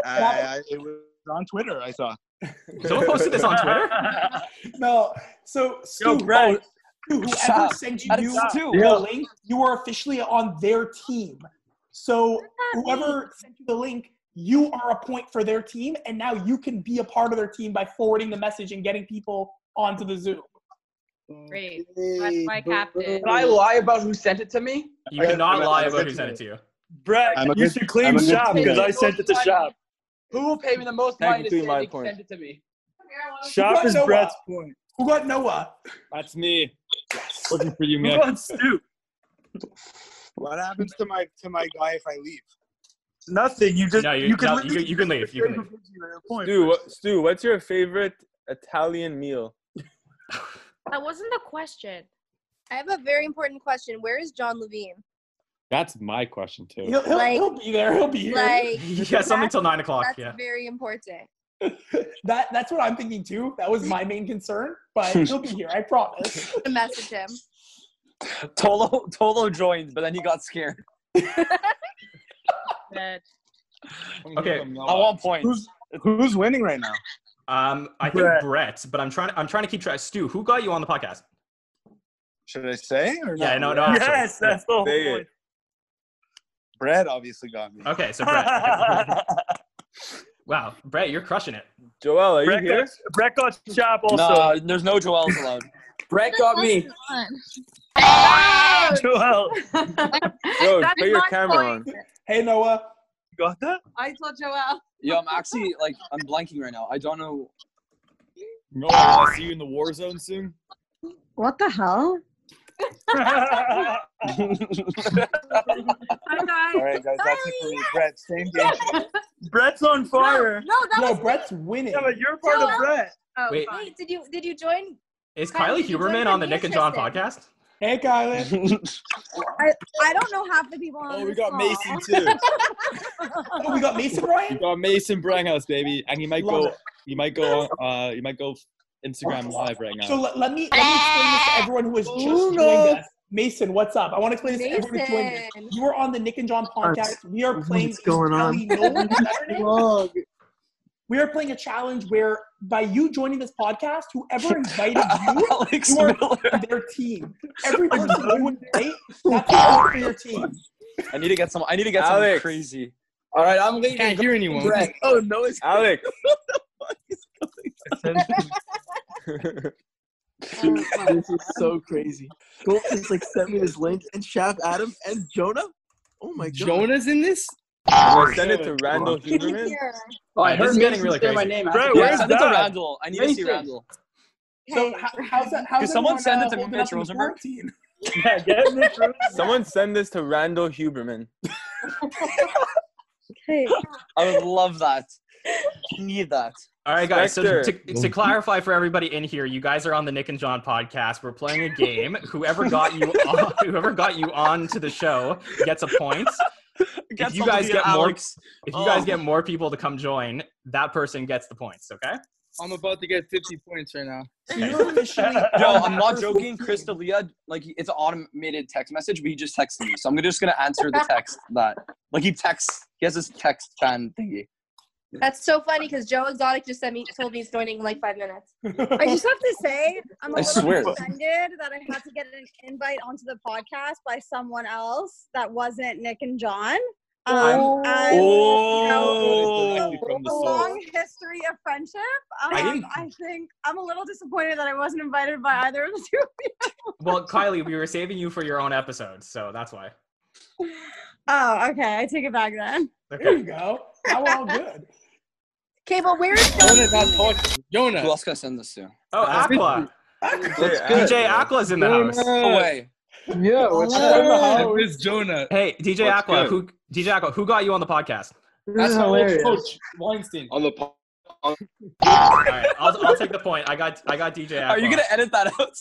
S12: I, it was on Twitter, I saw.
S1: Someone posted this on Twitter.
S2: No, so Stu,
S7: Yo, Brad.
S2: Stu, whoever
S4: Stop.
S2: sent
S4: And
S2: you
S4: it's two.
S2: the link, you are officially on their team. So
S9: that
S2: whoever sent you the link, you are a point for their team, and now you can be a part of their team by forwarding the message and getting people onto the Zoom.
S9: Great. That's my captain.
S8: Can I lie about who sent it to me?
S1: You cannot
S12: I'm a-
S1: lie
S12: I'm a
S1: about who
S12: good
S1: sent it to you.
S7: Brad,
S12: I'm a
S7: you
S12: good-
S7: should
S12: I'm
S7: claim
S12: a good
S7: shop because I
S8: teammate.
S7: sent it to shop.
S8: Who will pay me the most money to
S3: Technically
S8: say
S3: my
S8: they
S3: point.
S8: sent it to me?
S7: Shop is
S2: Noah.
S7: Brad's point.
S2: Who got Noah?
S11: That's me. Looking for you,
S7: Who
S11: man.
S7: wants Stu?
S12: What happens to my to my guy if I leave?
S7: nothing. You just
S1: no,
S7: you,
S1: you,
S7: can
S1: no,
S7: leave.
S1: you, you can leave. You can leave.
S3: Stu, what, Stu, what's your favorite Italian meal?
S10: That wasn't the question. I have a very important question. Where is John Levine?
S11: That's my question too.
S10: He'll- he'll- Like- he'll
S2: be there. He'll be here.
S10: Like,
S11: Yeah, something till
S10: that's-
S11: nine o'clock,
S10: That's
S11: yeah.
S10: very important.
S2: That that's what I'm thinking too. That was my main concern, but he'll be here. I promise.
S10: To message him.
S4: Tolo Tolo joined, but then he got scared.
S1: Okay.
S4: I want points.
S1: Who's,
S12: who's winning right now?
S1: Um, I think
S12: Brett.
S1: Brett. but I'm trying. I'm trying to keep track. Stu, who got you on the podcast?
S12: Should I say? Or
S1: Yeah,
S12: not?
S1: no, no, answer.
S7: Yes, that's the whole
S12: Say it.
S7: point.
S12: Brad obviously got me.
S1: Okay, so Brett. wow, Brett, you're crushing it.
S3: Joel, are
S7: Brett got, Brett got chop also.
S4: Nah, there's no Joel's allowed.
S8: Brett got me.
S7: Joel.
S3: Yo,
S8: That
S3: put
S8: is
S3: your
S8: my
S3: camera
S8: point.
S3: on.
S2: Hey Noah.
S7: Got that?
S8: I told Joel.
S4: Yo, I'm actually like I'm blanking right now. I don't know.
S11: No, I'll see you in the war zone soon.
S10: What the hell?
S12: All right, guys, that's it for me. Brett, same game.
S7: Brett's on fire.
S10: No, that
S2: Yo,
S10: was
S2: Brett's winning.
S7: Yeah, but you're part of
S10: Joel.
S7: Brett.
S10: Oh,
S1: Wait.
S10: wait, did you did you join?
S1: Is
S10: Kylie,
S1: Kylie
S10: you joined
S1: Huberman
S10: my
S1: on the Nick and John
S10: nutrition.
S1: podcast?
S2: Hey Kylie.
S10: I, I don't know half the people on
S11: Oh, we
S10: this
S11: got
S10: call.
S11: Mason too.
S2: Oh, we got Mason Ryan.
S11: You got Mason Branghouse, baby, and you might
S2: Love
S11: go.
S2: it.
S11: You might go. Uh, you might go Instagram live right now.
S2: So let, let me let me explain this to everyone who has just joined us. Mason, what's up? I want to explain this to everyone who joined us.
S10: Mason.
S2: You are on the Nick and John podcast. We are playing
S6: What's going on?
S2: Is Kelly Nolan better now? We are playing a challenge where by you joining this podcast, whoever invited you,
S4: Alex
S2: you are
S4: Miller.
S2: on their team. Every person you invite, that's a vote for your team.
S4: I need to get some. I need to get
S3: Alex.
S4: some crazy.
S8: All right, I'm leaving.
S11: Can't hear anyone.
S8: Brett.
S4: Oh no, it's
S3: Alex,
S6: this is so crazy. Gold just like sent me this link and Chef Adam and Jonah. Oh my god.
S11: Jonah's in this.
S3: I'm gonna send it to Randall Huberman.
S10: Here.
S8: Oh, I
S1: Yeah, this
S8: heard
S1: is getting
S8: Mason
S1: really
S8: say my
S1: crazy.
S8: name. I
S7: Brett,
S8: have to-
S4: Yeah,
S7: where's
S4: send it to
S7: that?
S4: Randall. I need to see
S8: Mason.
S4: Randall.
S2: So how, how's that? How's
S4: Could someone
S2: everyone,
S4: send it
S2: uh,
S4: to
S2: holding
S4: Mitch
S2: up in
S4: Rosenberg?
S2: quarantine?
S7: Yeah, get in the truth.
S3: Someone send this to Randall Huberman.
S10: Hey,
S4: I would love that. I need that.
S1: All right, guys. So to,
S3: Spectre.
S1: to clarify for everybody in here, you guys are on the Nick and John podcast. We're playing a game. Whoever got you, on, whoever got you on to the show gets a point. if you guys get
S7: um,
S1: more, if you guys
S11: Oh.
S1: get more people to come join, that person gets the points. Okay.
S12: I'm about to get 50 points right now.
S2: So you're officially.
S4: Yo,
S2: on that
S4: I'm not
S2: first
S4: joking.
S2: team.
S4: Chris D'Elia, like it's an automated text message, but he just texted me, so I'm just gonna answer the text that, like he texts, he has this text fan thingy.
S10: that's so funny because Joe Exotic just sent me told me he's joining in like five minutes. I just have to say I'm a
S4: I
S10: little
S4: swear.
S10: offended that I had to get an invite onto the podcast by someone else that wasn't Nick and John.
S9: Oh,
S10: Um, I'm, you know,
S11: Oh, from the
S10: a
S11: soul.
S10: long history of friendship. Um,
S1: I
S10: I,
S1: didn't-
S10: think I'm a little disappointed that I wasn't invited by either of the two. of you.
S1: Well, Kylie, we were saving you for your own episode, so that's why.
S10: Oh, okay. I take it back then.
S2: There
S1: Okay.
S2: you go. Now we're all good.
S10: Okay, but where is Jonah?
S4: Who
S11: Jonah.
S4: else can I send this to?
S1: Oh, Aqua.
S3: Let's
S1: DJ Aqua's in the house.
S4: No way.
S12: Yeah, what's
S11: I miss Jonah.
S1: Hey, DJ
S3: What's
S1: Aqua,
S3: good?
S1: who DJ Aqua, who got you on the podcast?
S6: This
S11: That's
S6: is
S11: my old
S6: hilarious.
S11: coach, Weinstein.
S5: On the po-
S1: All right, I'll, I'll take the point. I got I got DJ Aqua.
S4: Are you gonna edit that out?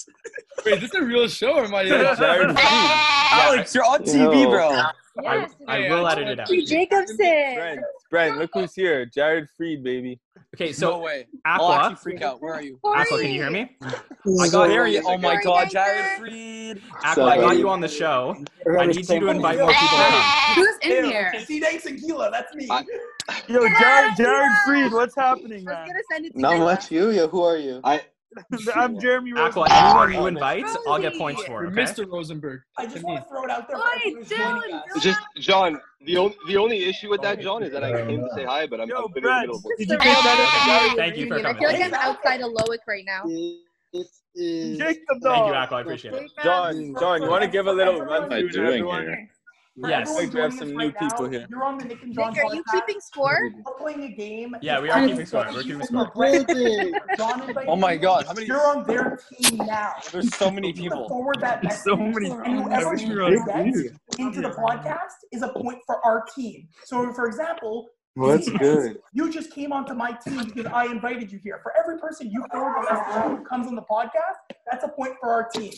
S11: Wait, is this a real show or am I?
S3: Jared Fried,
S4: Alex, you're on TV,
S3: Yo.
S4: bro.
S1: I, I will edit it out.
S10: Matthew Jacobson.
S3: Brent, Brent, look who's here. Jared Freed, baby.
S1: Okay,
S4: no
S1: so
S4: way. I'll
S1: Aqua,
S4: actually freak out. Where are you?
S1: Aqua, can you hear me? I
S4: Oh,
S1: got
S4: where are you? Oh my
S10: Sorry,
S4: God,
S10: Nathan.
S4: Jared Freed.
S1: Aqua, I got you on the show. I need you to invite more people to come.
S9: Who's in
S2: Ew,
S9: here?
S2: See, thanks, Anguilla. That's me.
S4: I-
S7: Yo, Jared, Jared Freed, what's happening,
S10: I was
S7: man?
S10: gonna send it to
S5: Not
S10: you.
S5: much. You? Yeah, who are you? I
S7: I'm Jeremy
S1: Aqua,
S7: Rosenberg.
S1: anyone you invite, I'll get
S10: Rosie.
S1: points for.
S11: You're
S1: Okay?
S11: Mr. Rosenberg.
S2: I just want to throw it out there. for
S9: Oi,
S2: everyone who's
S9: Dylan,
S2: joining us.
S9: Dylan.
S5: John. The only the only issue with
S4: Oh.
S5: that, John, is that I came to say hi, but I'm,
S7: Yo,
S5: I'm
S7: Brett, did you make that
S1: Okay, Thank you for
S10: I
S1: coming.
S10: feel like
S1: Thank
S10: I'm outside of Loic right now.
S7: into Jacob,
S1: you,
S7: dog.
S1: Aqua. I appreciate it.
S3: John, John, you want to give a little run through to everyone?
S2: For
S1: Yes.
S2: everyone
S1: Wait, we have
S2: joining
S1: some
S2: us
S1: new people here.
S2: You're on the Nick and John
S10: Nick, are you
S2: podcast.
S10: keeping score?
S2: We're playing a game.
S1: Yeah, we are
S2: It's-
S1: keeping score. We're
S2: it's
S1: keeping
S2: from
S1: score.
S2: a brand. John invited
S11: Oh my
S2: you.
S11: God, how many-
S2: You're on their team now.
S11: There's so many
S2: You have to
S11: people.
S2: Forward that
S11: There's
S2: next
S11: so
S2: thing.
S11: many
S2: So
S11: people. I
S2: Whoever
S11: wish we
S2: you
S11: were on
S2: bet
S11: here.
S2: into the podcast is a point for our team. So, for example,
S3: Well, that's
S2: Diaz,
S3: good.
S2: You just came onto my team because I invited you here. For every person you forward the message to who comes on the podcast, that's a point for our team.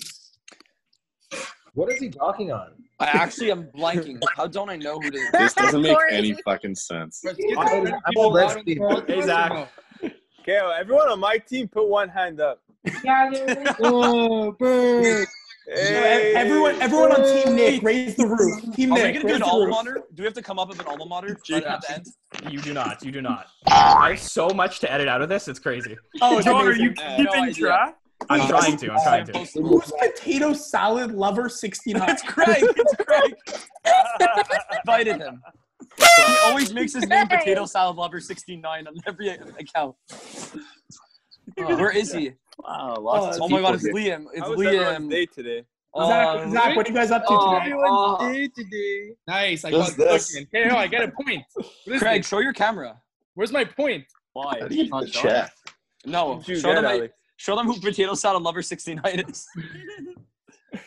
S13: What is he talking on?
S4: I actually am blanking. How don't I know who to?
S13: This doesn't make any fucking sense. I'm on Brett's team.
S3: Hey, Zach. Okay, well, everyone on my team, put one hand up.
S9: Yeah,
S3: oh, bird.
S2: Hey. Everyone, everyone on Team Nick, raise the roof. Team
S4: Are we
S2: Nick,
S4: gonna do
S2: raise
S4: an
S2: the
S4: alma
S2: roof.
S4: mater? Do we have to come up with an alma mater? Right at the end?
S1: You do not. You do not. I have so much to edit out of this. It's crazy.
S2: Oh, it's
S7: John, are
S2: amazing.
S7: you
S1: Yeah,
S7: keeping
S1: no idea.
S7: track?
S1: I'm trying to. I'm trying to.
S2: Who's potato salad lover 69? It's Craig. It's Craig.
S4: Invited him. He always makes his name potato salad lover 69 on every account. Where is he?
S3: Wow,
S4: lots of Oh my people God, it's here. Liam. It's
S3: How was
S4: Liam.
S3: everyone's day today?
S11: Um,
S4: Zach- Zach, what are you guys up to today?
S3: Everyone's
S4: Oh.
S3: day today.
S11: Uh, Nice. I
S4: Just
S11: got
S4: this.
S11: this. Hey, yo, Oh, I got a point. What is
S4: Craig,
S11: this?
S4: show your camera.
S11: Where's my point?
S4: Why?
S11: How do you
S4: It's not
S11: get the
S4: showing.
S11: chat?
S4: No,
S11: Don't you
S4: show
S11: get
S4: them,
S11: it,
S4: I,
S11: Alex.
S4: show them who potato salad lover 69 is.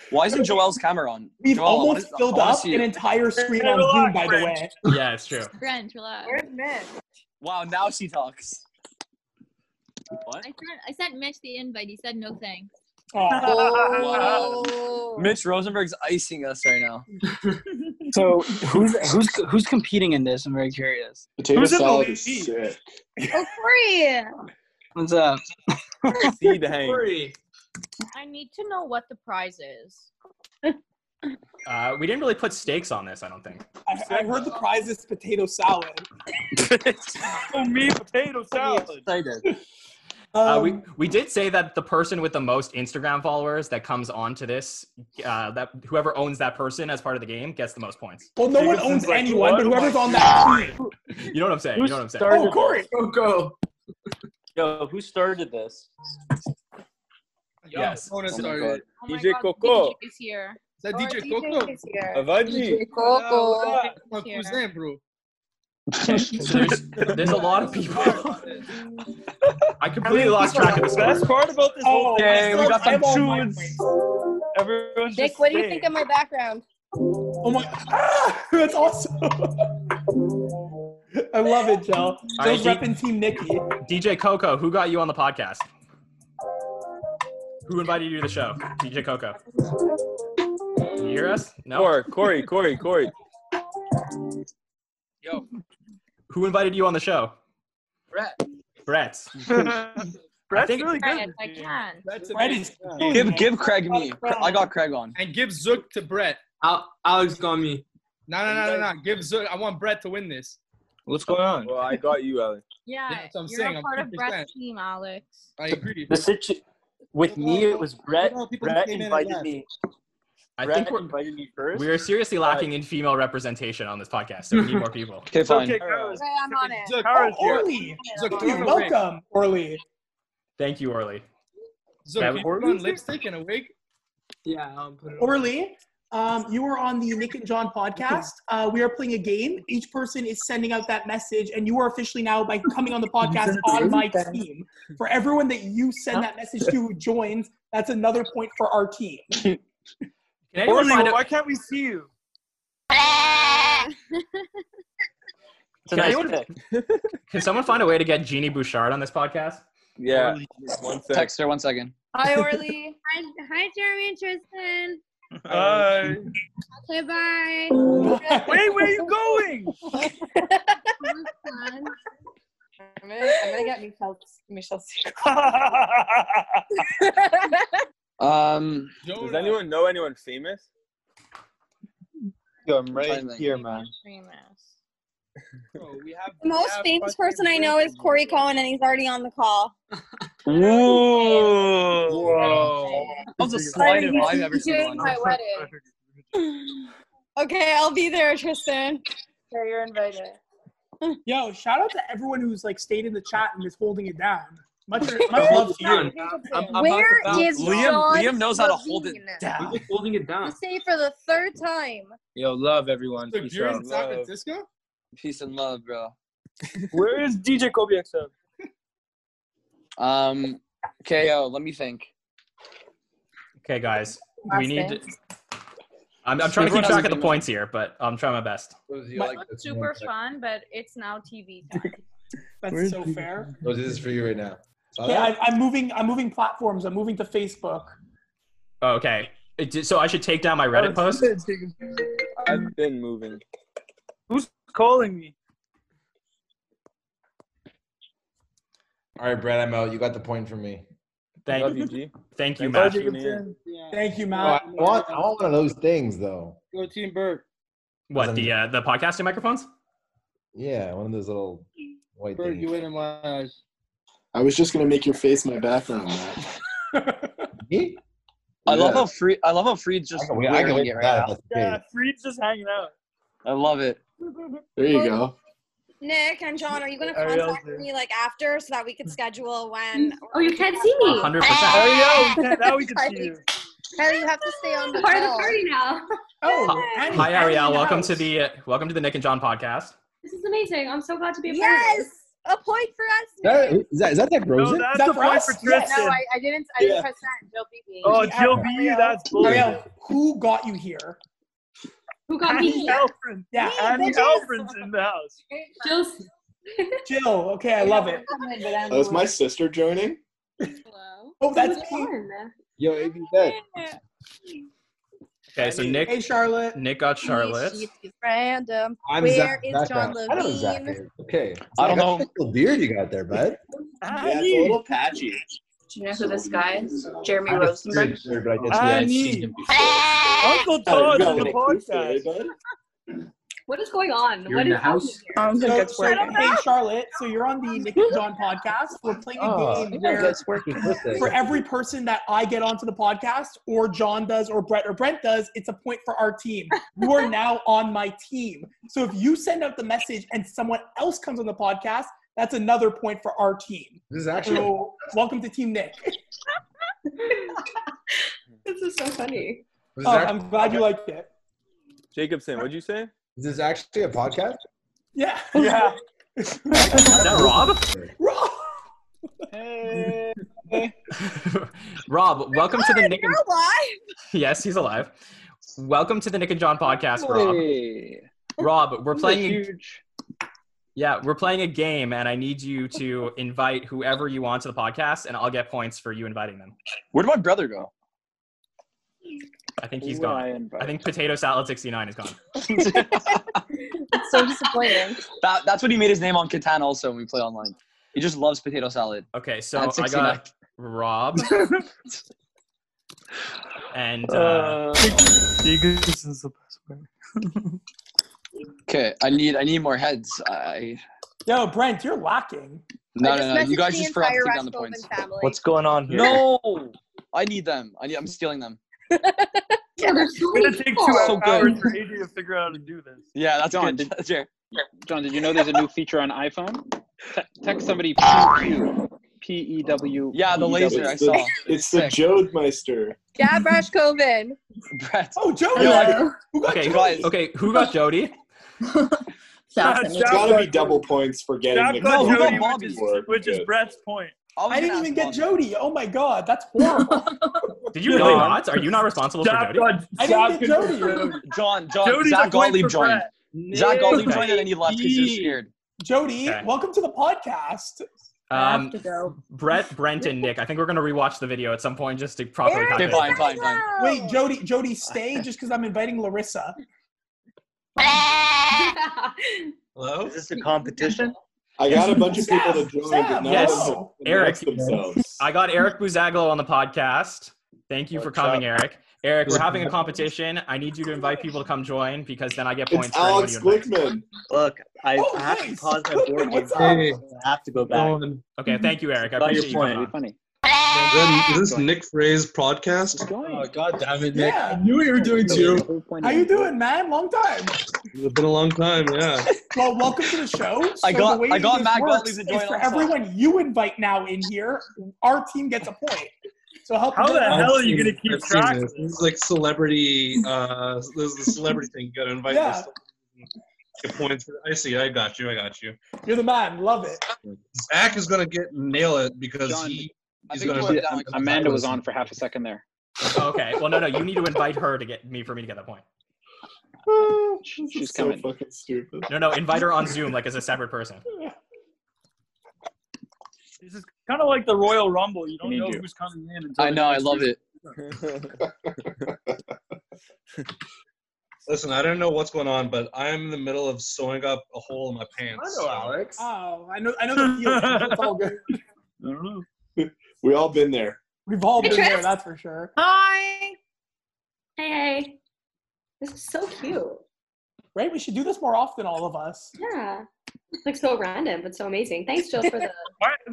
S4: Why isn't Joel's camera on?
S2: We've
S4: Joel, I
S2: almost
S4: wanna- I
S2: filled
S4: wanna
S2: up
S4: see
S2: an
S4: it.
S2: entire screen on Zoom, by the way.
S1: Yeah, it's true.
S8: Brent, relax.
S10: Where's Mitch?
S4: Wow, now she talks. What?
S8: I sent, I sent Mitch the invite. He said no thanks.
S4: Oh, Mitch Rosenberg's icing us right now.
S14: So who's who's who's competing in this? I'm very curious.
S4: Potato Who's in the salad is
S14: is sick.
S10: Oh, Corey.
S14: What's up?
S3: Seed hang.
S8: I need to know what the prize is.
S1: Uh, we didn't really put stakes on this. I don't think.
S2: I, I heard the prize is potato salad.
S7: Oh, me potato salad.
S1: uh,
S2: Um,
S1: we we did say that the person with the most Instagram followers that comes onto this, uh, that whoever owns that person as part of the game gets the most points.
S2: Well, no one owns anyone, but whoever's on that team.
S1: You know what I'm saying?
S2: Who
S1: You know what I'm saying?
S2: started- Oh, Corey.
S7: Go, go. Yo, who started this?
S1: Yes.
S7: Oh my
S3: started.
S8: Oh my
S3: DJ
S8: God,
S3: Coco.
S8: DJ is here.
S3: Is that
S8: Oh,
S3: DJ
S8: DJ
S3: Coco?
S8: is here.
S3: Avaji.
S8: Coco.
S12: My cousin, bro.
S1: there's, there's a lot of people. I completely lost track of the
S7: The best
S1: score.
S7: part about this whole thing
S1: Okay,
S7: is
S1: we got
S7: I'm
S1: the
S7: on my way. Everyone's
S10: Nick,
S7: just
S10: what do you
S7: staying.
S10: think of my background?
S2: Oh my, ah, that's awesome. I love it, Joe. Joe's
S1: All right, D-
S2: repping Team Nikki.
S1: DJ Coco, who got you on the podcast? Who invited you to the show? DJ Coco. Can you hear us? No.
S3: Corey, Corey, Corey, Corey.
S1: Who invited you on the show?
S14: Brett.
S1: Brett.
S7: Brett's
S1: think-
S7: really good.
S8: Yes, I can.
S7: Brett is
S4: Give, give Craig me. I got Craig on.
S11: And give Zook to Brett.
S14: Al- Alex got me.
S11: No, no, no, no, no. Give Zook. I want Brett to win this.
S14: What's going on?
S3: Well, I got you, Alex.
S8: Yeah,
S11: that's what I'm
S8: you're
S11: saying,
S8: a
S11: I'm
S8: part of
S11: 100%.
S8: Brett's team, Alex.
S11: I agree.
S15: The situ- with me, it was Brett.
S11: people
S15: Brett
S11: came in and
S15: invited
S11: left.
S15: me.
S1: I
S15: Brett
S1: think we're-
S15: invited me first.
S1: We are seriously lacking in female representation on this podcast, so we need more people.
S4: Okay, fine.
S10: Okay, I'm on it.
S11: Zook,
S2: Oh, Orly.
S11: Zook,
S2: Dude, welcome, Orly.
S1: Thank you, Orly.
S11: Zook,
S1: That
S11: can you
S1: works.
S11: put on lipstick and a wig?
S14: Yeah, I'll put it.
S2: Orly, um, you were on the Nick and John podcast. Uh, we are playing a game. Each person is sending out that message, and you are officially now by coming on the podcast on my team. For everyone that you send that message to who joins, that's another point for our team.
S1: Can anyone
S7: Orly,
S1: find out-
S7: why can't we see you?
S1: Can, anyone, can someone find a way to get Jeannie Bouchard on this podcast?
S3: Yeah.
S4: One Text her one second.
S10: Hi, Orly.
S16: Hi, hi, Jeremy and Tristan.
S7: Hi.
S16: Okay, bye.
S7: Wait, where are you going?
S9: I'm gonna, I'm gonna get Michelle. Michelle.
S4: Um,
S3: Does anyone know anyone famous?
S15: Yo, I'm
S4: trying
S15: right
S4: to think.
S15: here, man.
S10: The most famous person I know is Corey Cohen, and he's already on the call.
S7: Whoa.
S4: That was the slightest I've ever seen. one.
S10: Okay, I'll be there, Tristan.
S9: Sure, you're invited.
S2: Yo, shout out to everyone who's like stayed in the chat and is holding it down.
S7: Much,
S11: Much
S7: much love to
S11: down.
S7: you.
S11: I'm- I'm
S8: Where
S11: about to bounce.
S8: is
S11: Liam?
S8: John
S11: Liam knows how to hold it
S8: Levine?
S11: down.
S15: He's just holding it down.
S8: You say for the third time.
S15: Yo, love everyone.
S4: So
S15: Peace
S4: you're in
S15: out.
S4: San
S15: Love.
S4: Francisco? Peace and love, bro.
S15: Where is DJ Kobe XM?
S4: Um, KO, let me think.
S1: Okay, guys,
S4: Last
S1: we need.
S4: dance.
S1: I'm, I'm trying to
S4: Everyone
S1: keep
S4: has
S1: track
S4: a
S1: of the
S4: good
S1: points here, but I'm trying my best.
S8: This was super fun, but it's now TV time.
S2: That's so fair.
S17: I'll do this for you right now.
S2: Yeah, I, I'm moving. I'm moving platforms. I'm moving to Facebook.
S1: Oh, Okay, It did- so I should take down my
S2: Oh,
S1: Reddit post.
S3: I've been moving.
S7: Who's calling me?
S17: All right, Brad, I'm out. You got the point from me.
S1: Thank
S3: Love you, G.
S1: Thank
S17: you,
S12: Matt.
S2: Thank you,
S17: Oh,
S2: Matt.
S17: I want, I want one of those things though.
S12: Go Team Bert.
S1: What the uh, the podcasting microphones?
S17: Yeah, one of those little white
S12: Bert,
S17: things.
S12: you win in my eyes.
S17: I was just gonna make your face my background. Me?
S4: I love
S17: Yeah.
S4: how free. I love how Freed's just
S17: I can wait- I can
S4: wearing
S17: wait
S4: it
S17: for
S4: right
S17: that,
S4: now.
S17: that's great. Yeah,
S7: Freed's just hanging out.
S4: I love it.
S17: There you go.
S10: Nick and John, are you gonna
S7: Ariel's
S10: contact
S7: there.
S10: me like after so that we could schedule when?
S16: Oh, you can't see me.
S1: 100%.
S7: There you go. We can- Now we can see you.
S10: Kelly, you have to stay on the
S16: Part of the
S10: call.
S16: party now.
S2: Oh,
S1: Hi, Ariel. Welcome to the uh, welcome to the Nick and John podcast.
S16: This is amazing. I'm so glad to be a part of
S10: Yes,
S16: this.
S10: a point for us.
S17: That, is, that, is that Zach Rosen?
S7: that's Is that a for point us? for Yes.
S9: No,
S7: Tristan.
S9: I, I didn't. I didn't
S7: Yeah.
S9: press send. Jill beat me.
S7: Oh, Jill B, you. That's bullshit.
S2: Ariel, who got you here?
S16: Who got me?
S7: Annie
S16: here?
S7: Alfred.
S2: Yeah,
S7: Annie
S2: bitches.
S7: Alfred's in the house.
S16: Jill's
S2: Jill. Okay, I love it.
S17: Oh, is my sister joining?
S2: Oh, that's me.
S16: fun.
S17: Yo, AB Dead.
S1: Okay, so Nick
S2: Hey, Charlotte.
S1: Nick got Charlotte.
S10: Random.
S17: I'm
S10: Where
S17: Zach.
S10: is
S17: Zach
S10: John
S17: Rosen. I know who Zach
S10: Levine?
S17: is. Okay.
S4: I
S17: Zach,
S4: don't know.
S17: that's a little beard you got there, bud.
S7: Annie.
S17: patchy.
S16: Do you know who this guy is? Jeremy
S17: I just
S16: Rosenberg.
S17: beard, but I guess
S7: I
S17: I've seen
S7: need-
S17: him before.
S7: Uncle Todd's in the podcast.
S16: What is going on?
S17: You're
S16: what
S17: in
S16: is
S17: the house?
S16: happening here?
S2: So, so hey, Charlotte. So you're on the Nick and John podcast. We're playing a
S17: Oh,
S2: game
S17: I
S2: where
S17: guess that's working.
S2: for every person that I get onto the podcast, or John does, or Brett, or Brent does, it's a point for our team. You are now on my team. So if you send out the message and someone else comes on the podcast, that's another point for our team.
S17: This is actually
S2: So welcome to Team Nick.
S16: This is so funny.
S17: this is
S2: Oh,
S17: actually,
S2: I'm glad you liked it.
S3: Jacobson, what'd you say?
S17: is this actually a podcast?
S2: Yeah. Yeah.
S1: Is that Rob?
S7: Hey.
S1: Rob, welcome to the Nick. And-
S10: Why?
S1: yes, he's alive. Welcome to the Nick and John podcast, Rob.
S4: Hey.
S1: Rob, we're
S4: This is a
S1: playing. A-
S4: huge.
S1: yeah, we're playing a game, and I need you to invite whoever you want to the podcast, and I'll get points for you inviting them.
S4: Where did my brother go?
S1: I think he's
S4: Who would I
S1: gone.
S4: invite?
S1: I think Potato Salad 69 is gone.
S8: It's so disappointing.
S4: That, that's what he made his name on Catan. Also, when we play online, he just loves potato salad.
S1: Okay, so
S4: At
S1: I
S4: 69.
S1: got Rob and uh,
S7: Uh, Jacobson's the best player.
S4: Okay, I need I need more heads. I
S2: Yo, Brent, you're lacking.
S4: no
S10: I just
S4: no no. You
S10: messaged
S4: guys
S10: the
S4: just forgot to
S10: entire
S4: take down the
S10: Raspberry
S4: points.
S10: family.
S15: What's going on here?
S4: No, I need them. I need. I'm stealing them.
S16: Yeah, there's so
S7: It's
S16: many
S7: gonna take two
S16: people.
S4: So good.
S7: hours for AJ to figure out how to do this.
S4: Yeah, that's
S11: John,
S4: good.
S11: did-
S4: That's fair.
S11: John, did you know there's a new feature on iPhone? Te- text somebody PEW. P E W.
S4: Yeah, the laser I saw.
S17: It's the Jodemeister.
S10: Yeah, Brash Coven.
S4: Brett.
S2: Oh, Jody.
S4: Hello.
S2: Who got
S1: okay,
S2: Jody?
S4: guys.
S1: okay, who got Jody?
S7: It's gotta be
S17: double points for
S7: Jack got
S4: who got
S7: Jody, which is,
S4: Bobby?
S7: which is Brett's point.
S4: was
S2: I didn't
S4: gonna
S2: even
S4: ask
S2: get
S4: Bobby.
S2: Jody. Oh my god, that's horrible.
S1: Did you really not? Are you not responsible for
S7: Jack
S1: Jody?
S7: got
S2: I didn't
S7: Jack
S2: get
S7: got
S2: Jody.
S7: Jody.
S4: John, John,
S7: Jody's
S4: Zach
S7: a point
S4: Gottlieb
S7: for
S4: joined.
S7: Brett.
S4: Zach Gottlieb
S1: Okay.
S4: joined and then he left because he was scared.
S2: Jody,
S1: Okay.
S2: welcome to the podcast.
S8: I have
S1: Um,
S8: to go.
S1: Brett, Brent, and Nick. I think we're gonna rewatch the video at some point just to properly
S10: Eric
S1: calculate.
S4: Okay, fine, fine, fine.
S2: Wait, Jody, Jody, stay just because I'm inviting Larissa.
S11: Hello? Is this a competition?
S17: I got a bunch of people to
S2: Steph,
S17: join,
S2: Steph,
S17: but none
S1: Yes,
S17: of them have
S1: Eric.
S17: announced themselves.
S1: I got Eric Buzaglo on the podcast. Thank you for
S11: What's
S1: coming, Eric. Eric, we're
S17: Yeah.
S1: having a competition. I need you to invite people to come join because then I get points
S17: It's
S1: for anybody
S17: Alex
S1: who invites.
S17: Glickman.
S11: Look, I,
S2: Oh,
S11: I have to
S2: nice.
S11: pause my board game.
S2: What's up?
S11: I have to go back.
S1: Okay, thank you, Eric. I
S11: About your
S1: appreciate you
S11: point.
S1: coming
S11: It'd be
S1: on.
S11: funny.
S13: Is this Nick Frey's podcast?
S2: Oh,
S13: God damn it,
S2: Yeah, I knew what you were doing too. How you doing, man? Long time.
S13: It's been a long time, yeah.
S2: Well, welcome to the show.
S4: I got-
S2: the way
S4: I got
S2: this
S4: Matt
S2: works
S4: Gottlieb to
S2: is
S4: join
S2: for
S4: also.
S2: everyone you invite now in here. Our team gets a point. So help.
S7: How the
S2: them.
S7: hell are you gonna keep
S13: I've seen
S7: track?
S13: This. this is like celebrity. Uh, this is the celebrity thing. You gotta invite
S2: Yeah.
S13: yourself. Get points. for- I see. I got you. I got you.
S2: You're the man. Love it.
S13: Zach is gonna get nail it because
S11: John,
S13: he.
S11: I
S13: He's
S11: think
S13: gonna.
S11: you wrote down, like, Amanda was on for half a second there.
S1: okay. Well, no, no. You need to invite her to get me for me to get that point.
S11: She's coming.
S17: So fucking stupid.
S1: No, no. Invite her on Zoom, like as a separate person.
S7: This is kind of like the Royal Rumble. You don't
S1: Need
S7: know
S1: you.
S7: who's coming in. Until
S4: I know. I love it.
S13: Listen, I don't know what's going on, but I'm in the middle of sewing up a hole in my pants.
S2: Alex.
S11: Ah.
S2: Oh, I know. I know the feeling. It's all good.
S17: We all been there.
S2: We've all
S16: Hey,
S2: been there.
S16: Chris.
S2: That's for sure.
S16: Hi. Hey, hey. This is so cute.
S2: Right? We should do this more often, all of us.
S16: Yeah. Like so random, but so amazing. Thanks, Jill, for the.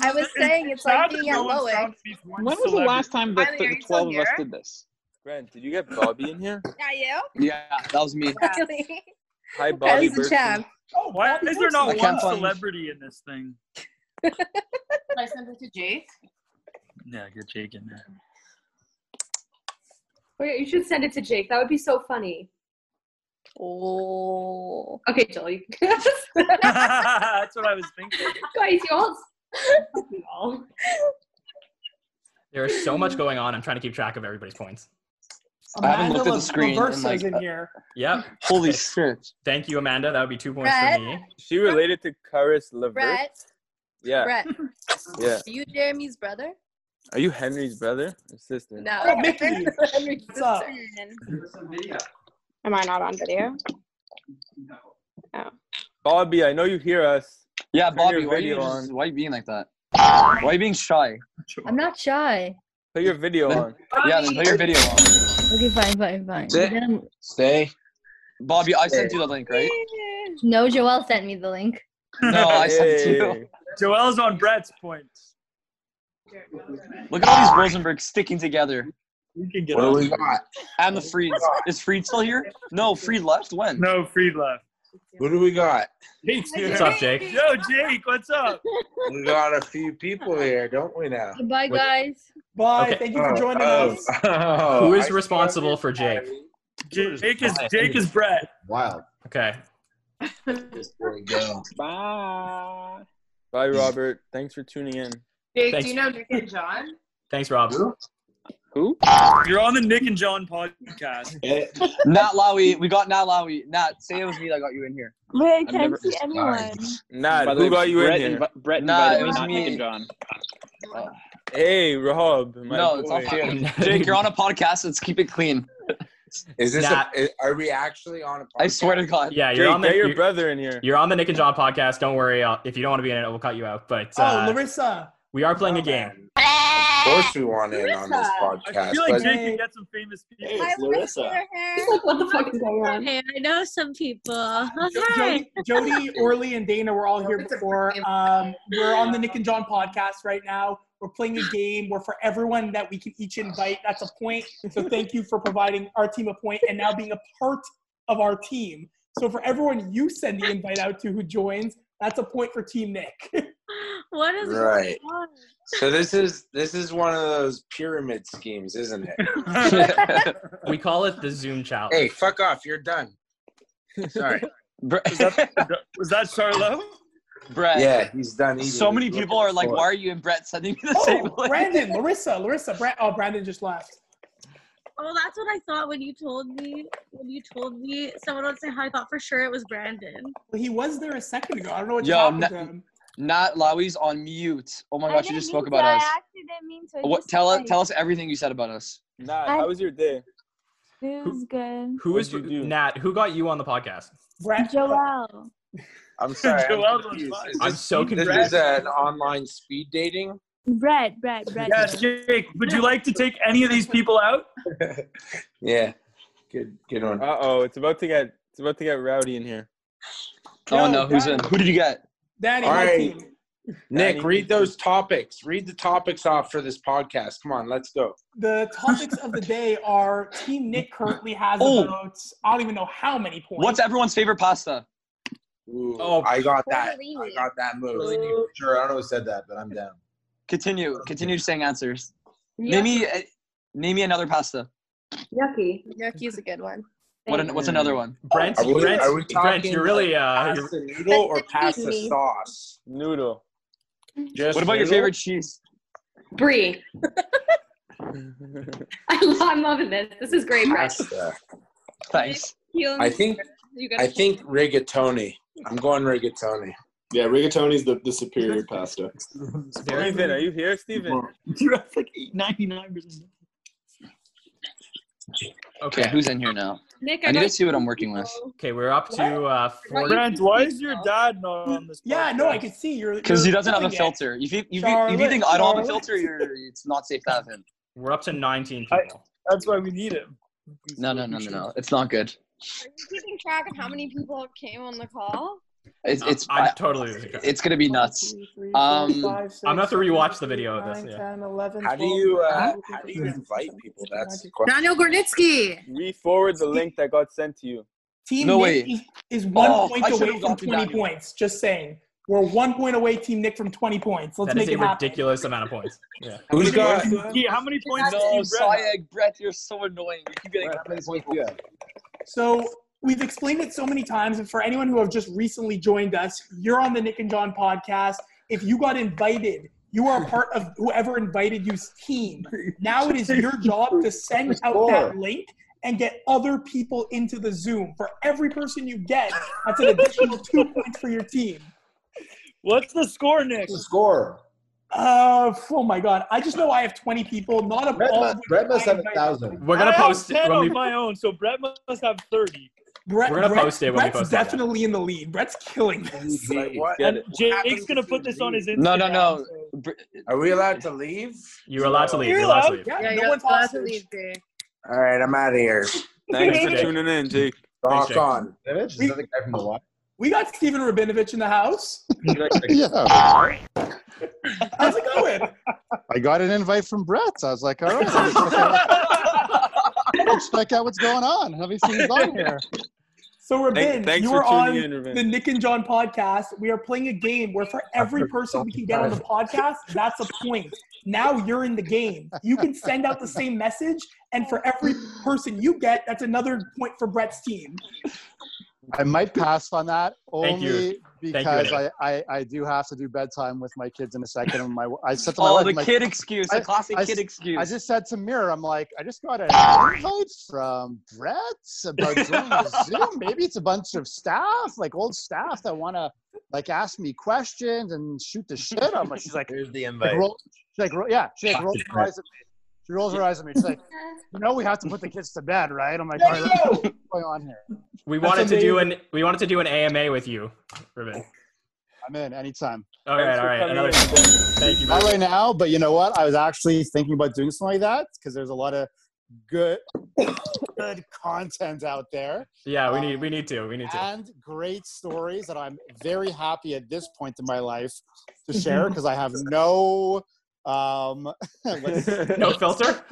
S10: I was saying it's like being at Loic.
S11: When was the last time that
S10: Tyler, are
S11: the
S10: you still
S11: twelve of us
S10: here?
S11: did this?
S3: Grant, did you get Bobby in here?
S10: Yeah, you.
S4: Yeah, that was me.
S10: Really?
S3: Hi, Bobby.
S10: That was a
S3: Burson.
S10: jab.
S2: Oh,
S7: Why is there
S10: I
S7: not
S10: can't
S7: one
S10: find-
S7: celebrity in this thing?
S9: I sent it to Jake.
S7: Yeah, get Jake in there.
S16: Wait, you should send it to Jake. That would be so funny. Oh. Okay, Jill. You...
S7: That's what I was thinking.
S16: Guys, you all. you all-
S1: There is so much going on. I'm trying to keep track of everybody's points.
S4: I haven't looked at the screen. in,
S2: Reversa's
S4: like,
S2: in
S4: uh,
S2: here.
S1: Yep.
S4: Holy shit.
S1: Thank you, Amanda. That would be two points
S10: Brett?
S1: for me.
S3: She related to Karis Levert.
S10: Brett.
S3: Yeah.
S10: Brett.
S3: Yeah.
S10: Are you Jeremy's brother?
S3: Are you Henry's brother or sister?
S10: No.
S2: Oh, Mickey.
S10: What's
S2: up?
S16: Am I not on video?
S3: Bobby, I know you hear us.
S4: Yeah,
S3: your
S4: Bobby, why are, you
S3: video
S4: just-
S3: on.
S4: why are you being like that? Why are you being shy?
S18: I'm not shy.
S3: Put your video on.
S4: Yeah, then play your video on.
S18: Okay, fine, fine, fine.
S4: Sit.
S18: But then-
S4: Stay. Bobby, I sent you the link, right?
S18: no, Joelle sent me the link.
S4: No, I sent it to
S3: Hey.
S4: you.
S7: Joel's on Brett's points.
S4: Look at all these Rosenbergs sticking together.
S7: You can get
S4: What
S7: on.
S4: do we And the Freeds. Is Freed still here? No, Freed left. When?
S7: No, Freed left.
S19: What do we got?
S1: What's up, Jake?
S7: Yo, Jake, what's up?
S19: We got a few people here, don't we now?
S18: Goodbye,
S1: What-
S18: guys.
S2: Bye.
S1: Okay.
S2: Thank you
S4: uh,
S2: for joining us.
S19: Oh,
S1: Who is
S19: I-
S1: responsible for Jake?
S7: Jake is Jake is Brett.
S19: Wow.
S1: Okay.
S19: There we go.
S11: Bye.
S3: Bye, Robert. Thanks for tuning in.
S18: Jake,
S1: Thanks.
S18: know Nick and John?
S1: Thanks, Rob.
S3: Who?
S7: You're on the Nick and John podcast.
S4: Nat Eh, Lowy. We got Nat Lowy. Nat, say it was me that got you in here.
S16: Wait, I
S4: can't never- see anyone.
S3: Nah,
S11: By the
S3: who
S11: way,
S3: got you
S11: Brett
S3: in here?
S11: invi- Brett
S4: Nah,
S11: invited
S4: it
S11: me,
S4: was
S11: not
S4: me.
S11: Nick and John.
S3: Hey, Rob. My
S4: No, it's
S3: boy.
S4: all fine. Jake, you're on a podcast. Let's keep it clean.
S19: Is this?
S1: Nah.
S19: A, i- are we actually on a podcast?
S4: I swear to God.
S1: Yeah, you're
S3: Jake,
S1: on the
S3: get your
S1: you're,
S3: brother in here.
S1: you're on the Nick and John podcast. Don't worry. I'll, if you don't want to be in it, we'll cut you out. But
S2: Oh,
S1: uh,
S2: Larissa.
S1: we are playing a game.
S19: Oh, Of course, we want in on this
S7: I
S19: podcast.
S7: feel like
S19: But
S7: Jake can get some famous people.
S10: I wish
S17: Larissa.
S10: her hair.
S16: It's like, what the fuck is going on?
S18: Hey, I know some people.
S2: Jody, Jody, Orly, and Dana were all here before. Um, we're on the Nick and John podcast right now. We're playing a game. We're for everyone that we can each invite. That's a point. So thank you for providing our team a point and now being a part of our team. So for everyone you send the invite out to who joins, that's a point for Team Nick.
S18: What is going
S19: Right.
S18: on?
S19: So this is this is one of those pyramid schemes, isn't it?
S1: We call it the Zoom challenge.
S19: hey, fuck off! You're done. Sorry.
S4: Bre-
S7: Was that, was that Charlo?
S4: Brett.
S19: Yeah, he's done. eating.
S4: So many
S19: He's
S4: people
S19: looking
S4: are like,
S19: for it.
S4: why are you and Brett sending me the same
S2: oh,
S4: link?
S2: Brandon, Larissa, Larissa, Brand- oh, Brandon just left.
S18: Oh, that's what I thought when you told me. When you told me someone would say hi, I thought for sure it was Brandon.
S2: Well, he was there a second ago. I don't know what
S4: Yo,
S2: happened
S4: na-
S2: to him.
S4: Nat Lowy's on mute. Oh my gosh, you just spoke about us. Oh, What? Tell us. Tell us everything you said about us.
S3: Nah, how was your day?
S1: It was
S16: good.
S1: Who is
S3: What'd you do?
S1: Nat? Who got you on the podcast?
S2: Brad,
S16: Joelle.
S19: I'm sorry. I'm
S7: Joel's on
S19: confused.
S7: fire.
S19: Is
S1: I'm
S19: this-
S1: so
S19: This
S1: confused.
S19: is an online speed dating.
S16: Brett, Brett, Brett.
S7: Yeah, Jake. Would you like to take any of these people out?
S19: Yeah. Good. Good one.
S3: Uh oh, it's about to get it's about to get rowdy in here.
S4: Oh
S2: Yo,
S4: no, who's
S2: Brett.
S4: in? Who did you get?
S2: Danny,
S19: All
S2: my
S19: right.
S2: team.
S19: Nick, read those topics. Read the topics off for this podcast. Come on, let's go.
S2: The topics of the day are Team Nick currently has
S4: Oh.
S2: about I don't even know how many points.
S4: What's everyone's favorite pasta?
S19: Ooh, oh, I got that. I got that
S2: Tortellini
S19: move. Sure, I don't know who said that, but I'm down.
S4: Continue. Continue saying answers.
S16: Yeah.
S4: Name me, uh, name me another pasta.
S16: Yucky. Yucky's a good one.
S4: What an, what's another one?
S1: Brent,
S19: Are we-
S1: Brent,
S19: are we
S1: Brent,
S19: talking
S1: you're really uh,
S19: pasta
S1: you're-
S19: noodle or pasta
S16: Fettuccine.
S19: sauce?
S3: Noodle.
S19: Just
S4: what about your
S19: noodle?
S4: favorite cheese?
S16: Brie. I lo- I'm loving this. This is great, Brett.
S19: Pasta.
S4: Thanks.
S19: I think I think rigatoni. I'm going rigatoni.
S17: Yeah, rigatoni's the, the superior pasta.
S3: Steven, are you here, Steven?
S14: You're up like 99 percent.
S4: Okay, who's in here now?
S18: Nick,
S4: I
S18: I
S4: need to
S18: got
S4: see what I'm working with.
S1: Okay, we're up to uh, four.
S15: Brent, why is your dad not on this?
S2: Yeah, no, I could see you're
S4: Because he
S2: you're
S4: doesn't have a
S2: doing it.
S4: filter. If you, if you, if you think I don't have a filter, you're, it's not safe to have him.
S1: We're up to 19 people.
S15: That's why we need him.
S4: No, no, no, no, no. It's not good.
S10: keeping track of how many people came on the call?
S4: It's it's
S1: I'm totally losing count.
S4: it's gonna be nuts. Um,
S1: I'm gonna have to rewatch the video
S4: Oh,
S1: of this. Yeah.
S9: 10, 11,
S19: How do you uh, how do you invite people? That's the question.
S8: Daniel Gornitsky.
S3: Re forward the link that got sent to you.
S2: Team
S3: No
S2: Nick
S3: way.
S2: is, is one
S3: Oh,
S2: point
S3: I should've
S2: away from
S3: gotten
S2: 20
S3: Daniel.
S2: points. Just saying. We're one point away, Team Nick, from 20 points. Let's
S1: That
S2: make
S1: is a
S2: it happen.
S1: ridiculous amount of points. Yeah.
S19: Who's got
S15: Yeah, how many points
S4: no,
S15: does Brett have?
S4: Sayag, Brett, you're so annoying. You keep getting
S19: points do you have?
S2: So we've explained it so many times, and for anyone who have just recently joined us, you're on the Nick and John podcast. If you got invited, you are a part of whoever invited you's team. Now it is your job to send out that link and get other people into the Zoom. For every person you get, that's an additional two points for your team.
S15: What's the score, Nick?
S2: Score. Uh, oh my God! I just know I have 20 people. Not a
S12: Brett
S2: all
S12: must-
S2: of which
S12: Brett must
S2: I
S12: have a
S2: invited.
S12: thousand.
S1: We're gonna
S15: I
S1: post
S15: have
S1: it
S15: 10
S1: when
S15: on
S1: we.
S15: my own, so Brett must have 30.
S2: Brett,
S1: We're gonna
S2: Brett's-
S1: post it when we
S2: Brett's
S1: post it, yeah.
S2: definitely in the lead. Brett's killing this.
S15: And Jake's gonna put this on his Instagram.
S4: No, no, no. Br-
S19: Are we allowed to leave?
S1: You're allowed to leave.
S15: You're
S1: You're allowed to
S15: allowed.
S1: leave.
S2: Yeah,
S8: Yeah,
S2: no
S8: you're
S2: one's
S8: allowed to
S2: hostage.
S8: leave, Jake.
S19: All right, I'm out of here.
S3: Thanks for
S1: Jake.
S3: tuning in, Jake.
S19: Rock
S1: Jake.
S19: on.
S12: Is that the guy from the Y?
S2: We got Steven Rabinovich in the house.
S12: yeah.
S2: How's it going?
S12: I got an invite from Brett. so I was like, all right, let's check out, let's check out what's going on. Have you seen on here?
S2: So Rabin,
S3: Thank- thanks
S2: you
S3: for
S2: are on
S3: tuning in, Rabin.
S2: the Nick and John podcast. We are playing a game where for every person we can get on the podcast, that's a point. Now you're in the game. You can send out the same message, and for every person you get, that's another point for Brett's team.
S12: I might pass on that
S1: Thank you.
S12: only
S1: Thank you,
S12: because
S1: Eddie.
S12: I, I, I do have to do bedtime with my kids in a second. And my I said to my
S4: Oh,
S12: wife,
S4: the
S12: I'm like,
S4: kid excuse,
S12: I-
S4: the classic
S12: I-
S4: kid excuse.
S12: I just said to Mirror, I'm like, I just got an invite from Brett about joining the Zoom. Maybe it's a bunch of staff, like old staff that want to like ask me questions and shoot the shit. I'm like, she's like,
S5: Here's the
S12: like,
S5: invite.
S12: roll, she's like, roll, yeah, she like rolls her eyes at me. She rolls her eyes at me. She's like, you know, we have to put the kids to bed, right? I'm like, all right, what's going on here?
S1: We
S12: That's
S1: wanted to do
S12: amazing.
S1: an we wanted to do an AMA with you, Ruben.
S12: I'm in anytime.
S1: All right,
S15: Thanks
S1: all
S15: for
S1: right.
S15: coming
S1: Another. Thank you.
S12: Not
S1: man.
S12: right now, but you know what? I was actually thinking about doing something like that because there's a lot of good, good content out there.
S1: Yeah, we need we need to we need to.
S12: and great stories that I'm very happy at this point in my life to share because I have no um what's-
S1: No filter.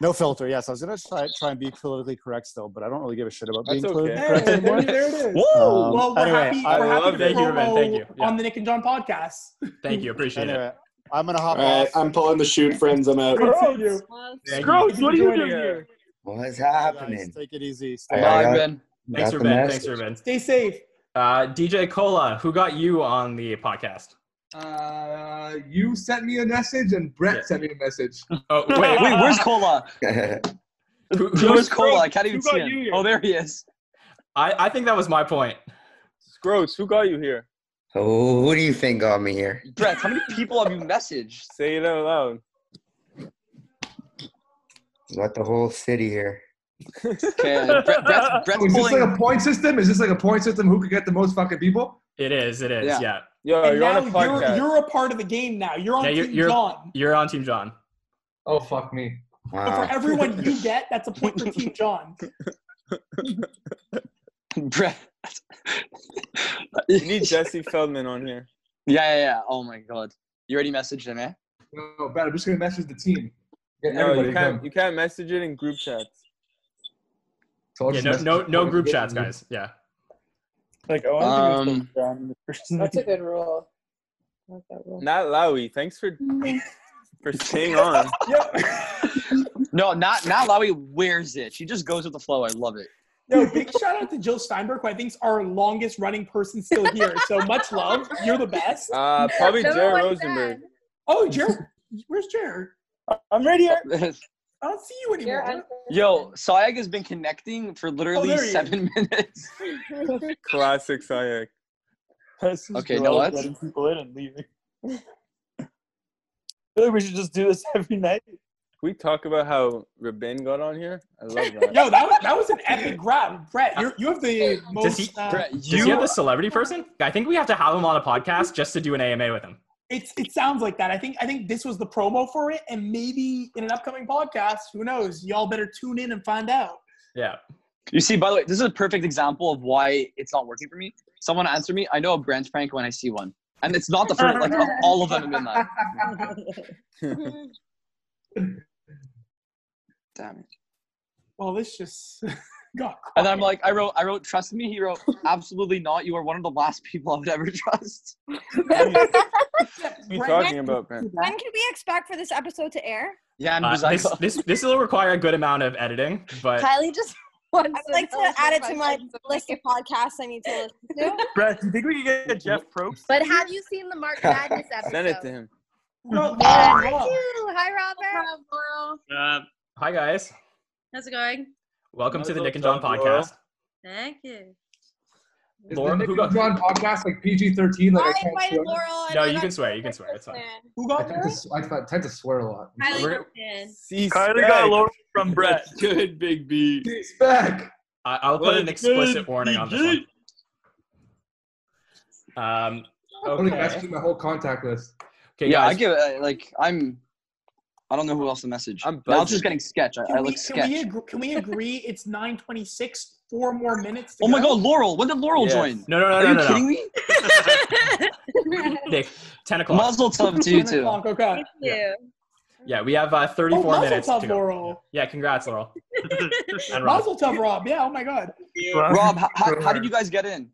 S12: no filter. Yes, I was gonna try, try and be politically correct still, but I don't really give a shit about
S3: That's
S12: being politically
S3: okay.
S2: Hey,
S12: correct
S2: there,
S12: anymore. Um,
S2: there it is.
S1: Whoa.
S2: Well, we're
S12: anyway,
S2: happy.
S12: I
S2: We're happy
S3: love
S2: to
S1: it. Thank you, Ruben.
S2: promo
S1: Thank you. Yeah.
S2: on the Nick and John podcast.
S1: Thank you. Appreciate it.
S12: Anyway, I'm gonna hop
S17: All right,
S12: off.
S17: I'm pulling the shoot, friends. I'm out.
S2: Great seeing you.
S1: Thank you.
S15: Gross, what are you doing here?
S19: What's
S12: Guys, take it easy. Stay
S4: Bye,
S19: got-
S4: Ben.
S1: Thanks, Ruben. Thanks, Ruben.
S2: Stay safe.
S1: Uh, DJ Cola, who got you on the podcast?
S20: Uh, you sent me a message and Brett
S1: Yeah.
S20: sent me a message.
S1: Oh
S4: Wait,
S1: wait,
S4: wait, where's Cola? Who, who is
S15: Gross,
S4: Cola? I can't
S15: who
S4: even
S15: got
S4: see
S15: you
S4: him.
S15: here?
S4: Oh, there he is.
S1: I I think that was my point.
S3: Gross, who got you here?
S21: Oh, who do you think got me here?
S4: Brett, how many people have you messaged?
S3: Say it out loud.
S21: Got the whole city here.
S4: Okay, Brett, Brett's, Brett's
S20: Oh, is this
S4: pulling.
S20: like a point system? Is this like a point system? Who could get the most fucking people?
S1: It is. It is.
S4: Yeah.
S1: Yeah. Yeah.
S3: Yo,
S2: and
S3: Uh, you're
S2: now
S3: on a
S2: you're,
S3: podcast.
S2: you're a part of the game now. You're on
S1: you're,
S2: Team
S1: you're,
S2: John.
S1: you're on Team John.
S20: Oh fuck me.
S2: So for
S3: Oh.
S21: Wow.
S2: everyone you get, that's a point for Team John.
S4: Brett.
S3: You need Jesse Feldman on here.
S4: Yeah, yeah, yeah. Oh my god. You already messaged him, eh?
S20: No, but I'm just gonna message the team. Get
S3: No,
S20: everybody
S3: you
S20: going.
S3: can't. You can't message it in group chats.
S20: Told
S1: Yeah,
S20: you
S1: no,
S20: message-
S1: no, no group chats, guys. Yeah.
S3: Like,
S4: oh, I think it's Um,
S9: That's a good rule. I like that rule.
S3: Not Lowy. Thanks for
S2: Mm,
S3: for staying on.
S4: No, not not Lowy wears it. She just goes with the flow. I love it.
S2: No, big shout out to Jill Steinberg, who I think's our longest running person still here. So much love. You're the best.
S3: Uh, probably Jared Rosenberg.
S2: Oh, Jared. Where's Jared?
S4: I'm right here.
S2: I don't see you anymore.
S4: Yo, Sayag has been connecting for literally
S2: Oh, there he is.
S4: seven minutes.
S3: Classic Sayak.
S4: Okay, you know what?
S15: Letting people in and leaving. I feel like we should just do this every night.
S3: Can we talk about how Rabin got on here? I love that.
S2: Yo, that was, that was an epic grab. Brett, you're, you have the most.
S1: Does he,
S2: uh,
S1: does he have a celebrity person? I think we have to have him on a podcast just to do an AMA with him.
S2: It's it sounds like that. I think I think this was the promo for it, and maybe in an upcoming podcast, who knows? Y'all better tune in and find out.
S1: Yeah.
S4: You see, by the way, this is a perfect example of why it's not working for me. Someone answered me. I know a brand prank when I see one, and it's not the first. Like all of them have been that. Damn it.
S2: Well, this just got.
S4: And then I'm like, I wrote, I wrote, trust me. He wrote, absolutely not. You are one of the last people I would ever trust.
S3: What are you talking about, man?
S10: When can we expect for this episode to air?
S4: Yeah,
S1: Uh, this, this this will require a good amount of editing, but
S10: Kylie just wants I'd like
S9: tell us
S10: to add it
S9: about
S10: to my list of podcasts I need to listen to.
S15: Brett, do you think we could get Jeff Probst?
S10: But have you seen the Mark Madness
S3: Send it to him.
S2: No,
S10: Hi, Robert.
S1: Uh, hi guys,
S18: How's it going?
S1: welcome to the
S13: What's
S1: Nick and John
S13: up, Laura?
S1: podcast.
S18: Thank you.
S20: Is
S1: Laura,
S20: the Nick
S1: who
S20: and John podcast like PG thirteen? Like I,
S10: I
S20: can't
S10: invited
S20: swear.
S10: Laurel. And
S1: No,
S10: I
S1: you
S10: got
S1: can swear. You can swear. It's fine.
S2: Who
S20: I tend to s- I th- tend to swear a lot.
S18: Kylie
S1: We're-
S18: Hilton.
S15: Kylie got Laura from Brett.
S11: Good, Big B.
S20: He's back.
S1: I, I'll put an
S15: Let's
S1: explicit
S15: go,
S1: warning on this one. Um,
S20: I'm gonna
S1: okay.
S20: message my whole contact list.
S1: Okay,
S4: yeah, I
S1: guys.
S4: give uh, like I'm. I don't know who else to message.
S3: I'm
S4: now it's
S3: buzzing.
S4: just getting sketch. I, I
S2: we, can, we
S4: look sketch.
S2: agree, can we agree? It's nine twenty six. Four more minutes. To
S4: Oh my
S2: go?
S4: god, Laurel! When did Laurel
S3: Yes.
S4: join?
S1: No, no, no,
S4: Are
S1: no,
S4: you
S1: no, no.
S4: kidding me?
S1: Nick, ten o'clock.
S4: Muzzle tub to you
S2: 10
S4: too.
S2: o'clock, Okay.
S18: Yeah.
S1: yeah, we have uh,
S2: Oh,
S1: 34
S2: Mazel
S1: minutes
S2: tov,
S1: to go.
S2: Laurel.
S1: Yeah, congrats, Laurel. and Rob.
S2: Mazel tov, Rob. Yeah. Oh my God.
S4: Rob, how, how, how did you guys get in?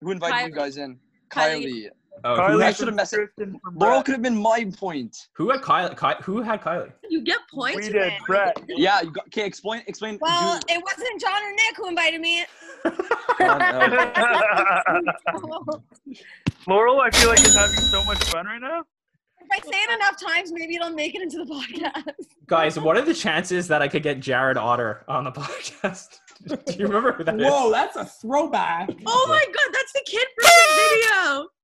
S4: Who invited you
S18: Kylie.
S4: guys in?
S18: Kylie.
S4: Kylie.
S1: Oh,
S4: Who
S1: who,
S4: I
S1: had,
S4: should have messaged. Laurel could have been my point.
S1: who had Kylie? Ky- who had Kylie?
S18: You get points.
S15: We did,
S18: man.
S15: Brett.
S4: Yeah. You got, okay. Explain. Explain.
S10: Well,
S4: do-
S10: it wasn't John or Nick who invited me.
S1: Oh,
S15: Laurel, I feel like is having so much fun right now.
S10: If I say it enough times, maybe it'll make it into the podcast.
S1: Guys, what are the chances that I could get Jared Otter on the podcast? Do you remember who that is?
S2: Whoa, that's a throwback.
S18: Oh my god, that's the kid from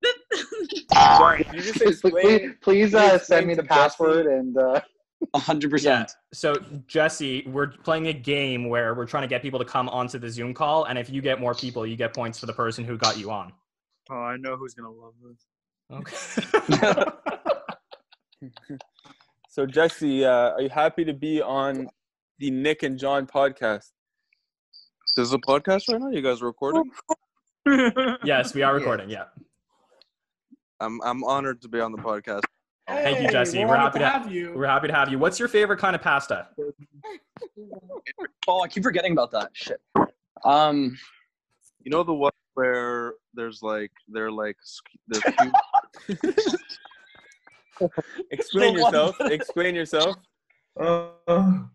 S18: the video.
S3: Sorry, you just
S17: please
S3: explain.
S17: please
S3: you
S17: uh,
S3: explain
S17: send me
S3: to
S17: the password and uh,
S4: hundred
S1: Yeah.
S4: percent.
S1: So Jesse, we're playing a game where we're trying to get people to come onto the Zoom call, and if you get more people, you get points for the person who got you on.
S15: Oh, I know who's gonna love this.
S1: Okay.
S3: So Jesse, uh, are you happy to be on the Nick and John podcast? This is a podcast right now. You guys are recording.
S1: yes, we are recording. Yeah.
S6: I'm I'm honored to be on the podcast.
S1: Thank you,
S2: Hey,
S1: Jesse. We're,
S2: we're honored
S1: happy
S2: to
S1: to
S2: have you.
S1: We're happy to have you. What's your favorite kind of pasta?
S4: Oh, I keep forgetting about that shit. Um,
S6: You know the one where there's like they're like sk- there's huge,
S3: Explain
S4: The one-
S3: yourself. Explain yourself.
S20: Uh, oh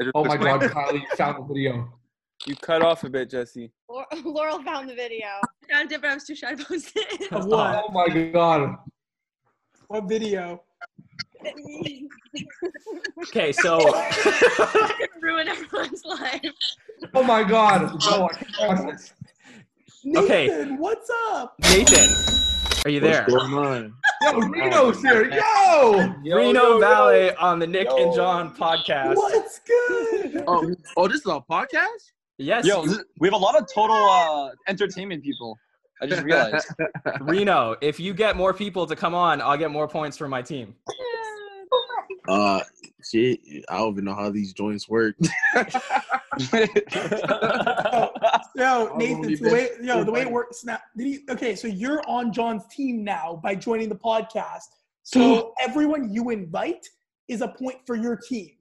S6: I just
S20: my god,
S6: explained-
S20: Kylie you found the video.
S3: You cut off a bit, Jesse.
S10: Laur- Laurel found the video.
S18: I found it, but I was too shy to post it.
S2: Of what?
S20: Oh my god.
S2: What video?
S1: Okay, so
S18: Ruin everyone's life.
S20: Oh my god. Oh, I can't watch this.
S2: Nathan,
S1: Okay.
S2: what's up?
S1: Nathan, are you there?
S6: Oh,
S20: Yo, Reno's here. Yo.
S1: Reno Valley on the Nick and
S6: Yo.
S1: John podcast.
S2: What's good?
S6: oh, oh, this is a podcast.
S1: Yes,
S4: yo, this- we have a lot of total uh, entertainment people. I just realized.
S1: Reno. If you get more people to come on, I'll get more points for my team.
S6: Uh,
S17: Shit, I don't even know how these joints work.
S2: No, Nathan,
S17: only
S2: so the way,
S17: been-
S2: yo, the way it works now. Did he, okay, so you're on John's team now by joining the podcast. So everyone you invite is a point for your team.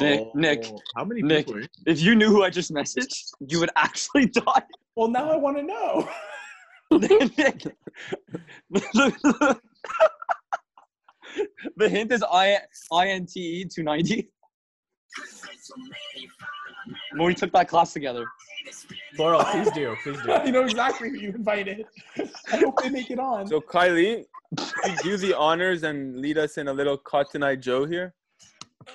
S4: Nick,
S17: Oh.
S4: Nick,
S17: how many
S4: Nick,
S17: people?
S4: If you knew who I just messaged, you would actually die.
S2: Well, now I want to know.
S4: Nick, the, the hint is I I N T E two ninety. When we took that class together.
S1: Laurel, please do, please
S2: you know exactly who you invited. I hope they make it on.
S3: So Kylie, you do the honors and lead us in a little Cotton Eye Joe here.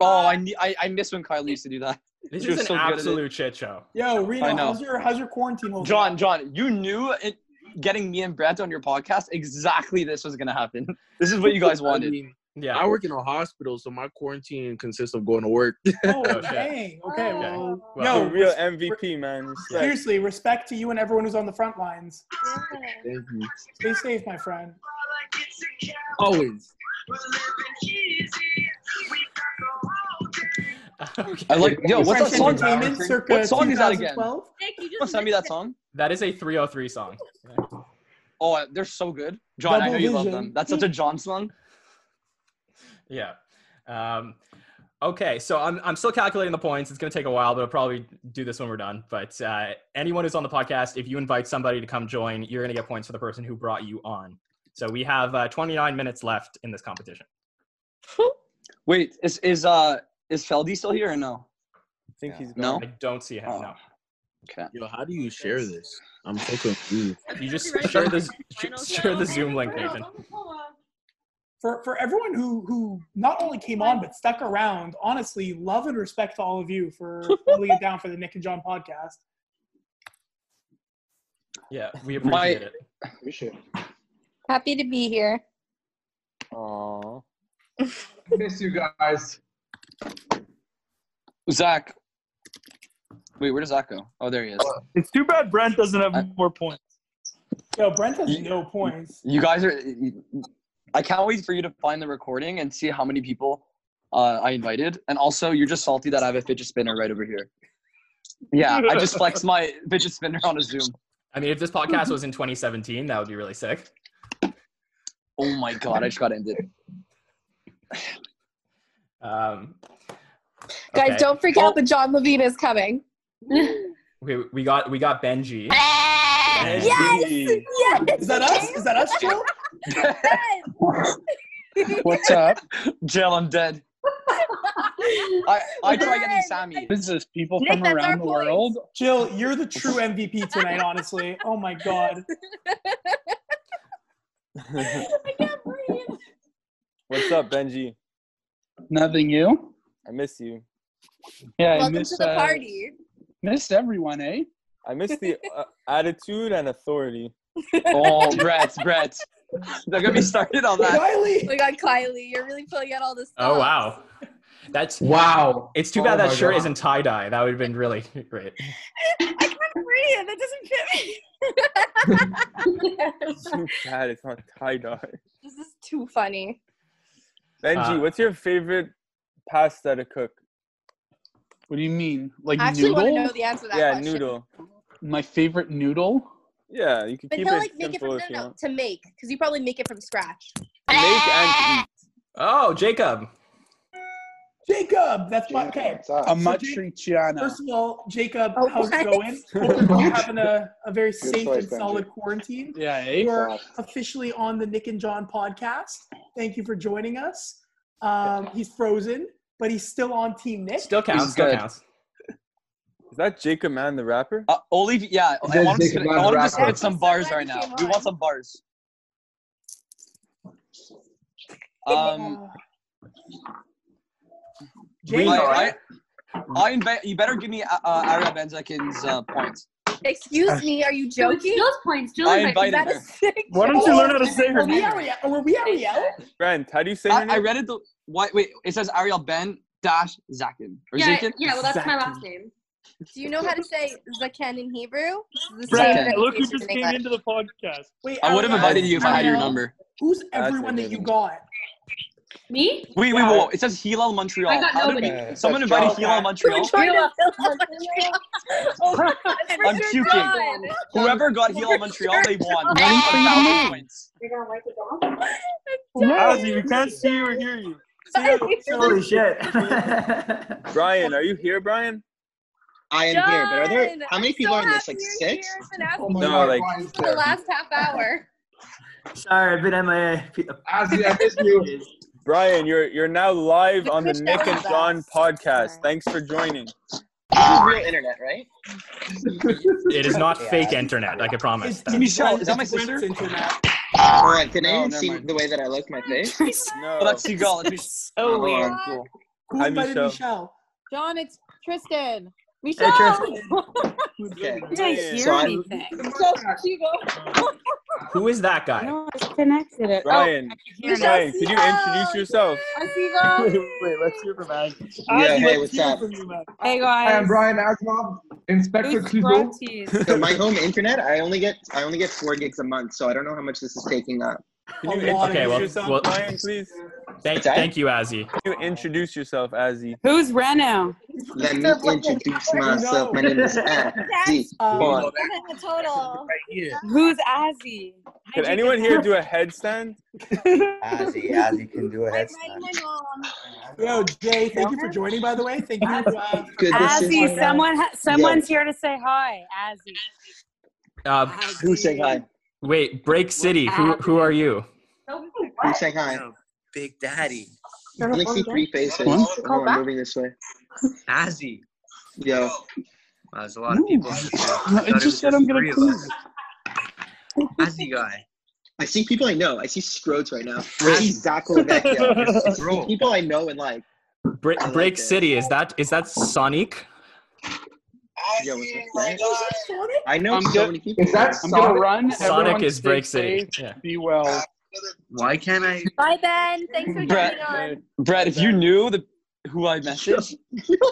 S4: Oh, I, ne- I I miss when Kylie used to do that.
S1: This
S4: She was
S1: is an
S4: so good at it.
S1: absolute shit show.
S2: Yo,
S4: I
S2: Reno,
S4: know.
S2: how's your how's your quarantine holding?
S4: John, John, you knew it, getting me and Brent on your podcast exactly this was gonna happen. This is what you guys wanted.
S17: I mean,
S1: yeah.
S17: I work in a hospital, so my quarantine consists of going to work.
S2: Oh, dang. Okay. Well,
S3: Yo,
S2: yo,
S3: real MVP man. Respect.
S2: seriously, respect to you and everyone who's on the front lines.
S17: Thank you.
S2: Stay safe, my friend.
S17: Always.
S4: I like, yo, what's that
S2: Friends
S4: song?
S2: Entertainment circa
S4: What song is that again?
S2: 2012?
S18: Nick, you
S4: Someone
S18: just
S4: Send me that song.
S1: That is a 303 song.
S4: Oh, they're so good, John. I
S1: Double
S4: know you love
S1: Vision.
S4: them. That's such a John song.
S1: Yeah. Um, okay, so I'm, I'm still calculating the points. It's going to take a while, but I'll probably do this when we're done. But uh, anyone who's on the podcast, if you invite somebody to come join, you're going to get points for the person who brought you on. So we have uh, 29 minutes left in this competition.
S4: Wait, is is uh is Feldy still here or no?
S3: I think he's
S4: No. Oh.
S1: I don't see him. No.
S4: Okay.
S17: Yo, how do you share this? I'm so confused.
S1: You just share the share the Zoom link, Nathan.
S2: For for everyone who who not only came on but stuck around, honestly, love and respect to all of you for holding it down for the Nick and John podcast.
S1: Yeah, we
S4: My-
S1: appreciate it.
S17: Appreciate it.
S9: Happy to be here.
S3: Aww.
S20: Miss you guys.
S4: Zach. Wait, where does Zach go? Oh, there he is.
S15: It's too bad Brent doesn't have more points.
S2: Yo, Brent has no points.
S4: You guys are. I can't wait for you to find the recording and see how many people uh, I invited. And also, you're just salty that I have a fidget spinner right over here. Yeah, I just flexed my fidget spinner on a Zoom.
S1: I mean, if this podcast was in 2017, that would be really sick.
S4: Oh my god, I just got ended.
S1: Um,
S9: Guys,
S1: Okay.
S9: don't freak out, but John Levine is coming.
S1: we, we got we got Benji.
S9: Yes! Yes!
S2: Is that us? Is that us, Jill?
S11: What's up?
S4: Jill, I'm dead. I, I try getting Sammy.
S11: What is this? People
S9: Nick,
S11: from
S9: that's our
S11: around the
S9: voice.
S11: world?
S2: Jill, you're the true MVP tonight, honestly. Oh my god.
S3: What's up, Benji?
S11: Nothing you?
S3: I miss you.
S11: Yeah, I
S9: Welcome
S11: miss,
S9: to the
S11: uh,
S9: party.
S11: miss everyone, eh?
S3: I miss the uh, attitude and authority.
S4: Oh, Brett, Brett. They're gonna be started on that.
S9: Oh
S2: Kylie!
S9: my god, Kylie, you're really pulling out all this stuff.
S1: Oh wow, that's
S17: Wow.
S1: It's too
S17: Oh
S1: bad that
S17: my
S1: shirt
S17: God.
S1: isn't tie dye. That would have been really great.
S9: I can't breathe. That doesn't fit me.
S3: Too bad it's not tie dye.
S9: This is too funny.
S3: Benji,
S1: Uh,
S3: what's your favorite pasta to cook?
S11: What do you mean? Like
S9: I actually
S11: noodle?
S9: want to know the answer to that
S3: yeah,
S9: question.
S3: noodle.
S11: My favorite noodle?
S3: Yeah, you can
S9: But
S3: keep
S9: he'll
S3: it
S9: like make it
S3: simple
S9: from no,
S3: if you
S9: no,
S3: want.
S9: to make because you probably make it from scratch.
S3: Make and
S1: Oh, Jacob.
S2: Jacob! That's my okay.
S15: What's up?
S11: A
S2: First
S11: matriciana.
S2: of all, Jacob,
S9: Oh,
S2: how's it
S9: what?
S2: going? Hope you're having a, a very safe
S15: choice,
S2: and solid quarantine.
S11: Yeah,
S2: You
S11: eh?
S2: are officially on the Nick and John podcast. Thank you for joining us. Um, he's frozen, but he's still on Team Nick.
S1: Still counts.
S4: He's
S1: Still
S4: good.
S1: counts.
S3: Is that Jacob Man the rapper?
S4: Uh, Olive, yeah,
S19: It
S4: I
S19: does
S4: want him to
S19: take
S4: spit,
S19: a lot
S4: I
S19: of
S4: want him to spit
S19: rappers.
S4: some bars right now. We want some bars. Um,
S2: Uh,
S1: We-
S2: Jacob,
S4: I, I, I inve- you better give me uh, uh, Ara Benzekin's uh, points.
S9: Excuse me, are you joking?
S16: Jill's points. Jill
S4: I
S16: invited
S4: invited
S9: Is that a
S4: her.
S9: sick
S15: Why don't you learn how to say her
S2: are we
S15: name?
S2: Ariel? Were we Ariel?
S3: Brent, how do you say
S4: I,
S3: her
S4: I
S3: name?
S4: read it. The, why, wait, it says Ariel Ben dash Zakin or
S16: Yeah,
S4: Zakin.
S16: yeah, well, that's my last name.
S9: Do you know how to say Zaken in Hebrew? It's the
S4: Brad,
S9: same
S15: Look who
S9: pronunciation
S15: just
S9: in
S15: came
S9: English.
S15: into the podcast.
S2: Wait,
S4: I would have
S2: Ariel,
S4: invited you if I had your
S9: Ariel.
S4: number.
S2: Who's
S3: That's
S2: everyone that you
S3: amazing.
S2: got?
S16: Me?
S4: Wait, wait, whoa! It says Hilal Montreal.
S16: I got
S4: How did
S16: nobody.
S4: we- someone invited Hilal Montreal.
S9: Oh
S4: I'm puking. Whoever got Hilal Montreal, they won.
S15: John.
S16: You're gonna like it down?
S15: Ozzy, we can't see you or hear you. See ya.
S7: Holy shit.
S3: Brian, are you here, Brian?
S7: I am here, but are there how many
S10: I'm
S7: people
S10: so
S7: are in this?
S10: happy
S7: Like
S10: you're
S7: six?
S10: here. I've
S7: Oh
S10: been asking
S3: No,
S10: you
S3: like-
S10: for the last half hour.
S7: Sorry, I've been on my
S3: Brian, you're you're now live on the
S10: Twitch
S3: Nick and
S10: download
S3: John podcast. Thanks for joining.
S7: real internet, right?
S1: It is not fake internet. I can promise. that.
S7: Michelle, is that my sister? All right, can
S4: No,
S7: anyone
S4: never
S7: see
S4: mind.
S7: the way that I like my face?
S3: No.
S4: Oh, that's Seagal. It's
S7: so
S4: oh,
S7: weird.
S4: Cool.
S7: Who Hi, invited Michelle. Michelle?
S9: John, it's Tristan.
S7: Hey,
S9: Michelle.
S7: Tristan.
S9: Okay.
S7: Didn't hear So I- anything.
S1: Who is that guy?
S9: connected Oh, it.
S10: Oh,
S3: Brian, Brian, could you introduce yourself?
S9: Asiva.
S12: wait, let's hear from Ag.
S7: Yeah, hey, what's up?
S9: Hey
S20: Hi, I'm
S9: guys.
S20: Brian Asmob, Inspector Clouseau.
S7: So my home internet, I only get I only get four gigs a month, so I don't know how much this is taking up.
S3: Can you
S7: A lot of
S3: introduce
S1: well,
S3: yourself,
S1: well-
S3: Brian, please?
S1: Thank,
S7: that?
S1: thank you, Azzy.
S3: Can you introduce yourself, Azzy?
S9: Who's Reno?
S7: Let me introduce myself. My name is Azzy.
S9: Um,
S3: Hold
S10: In the total.
S9: Who's Azzy?
S3: Can anyone here do a headstand?
S21: Ozzy, Ozzy can do a
S10: I
S21: head
S10: rang
S21: stand.
S10: my mom.
S2: Yo, Jay, thank you for joining, by the way. Thank you. Uh,
S7: Good, this is-
S9: Azzy, someone, ha- someone's
S7: Yeah.
S9: here to say hi. Azzy.
S1: Uh,
S7: Who's saying hi?
S1: wait, Break City. Who who are you?
S7: Who's saying hi?
S22: Big Daddy.
S7: Let me see three faces.
S22: What?
S7: Hold on, moving this way.
S22: Azzy.
S7: Yo.
S22: Wow, there's a lot of people. I
S7: just said I'm gonna
S22: Azzy guy.
S7: I see people I know. I see Scroats right now. I see Zach Lavecchio. I see people I know and like.
S1: Bre- Break City. Is that is that Sonic?
S7: Yo, what's up, right? I know
S11: I'm
S7: so
S11: go-
S7: many people.
S11: I'm gonna run.
S1: Sonic
S11: Everyone
S1: is
S11: stay
S1: Break City.
S11: safe,
S1: Yeah.
S11: Be well.
S22: Why can't I?
S10: Bye, Ben. Thanks for
S4: Brett.
S10: coming on.
S4: Brad, if you knew the who I messaged,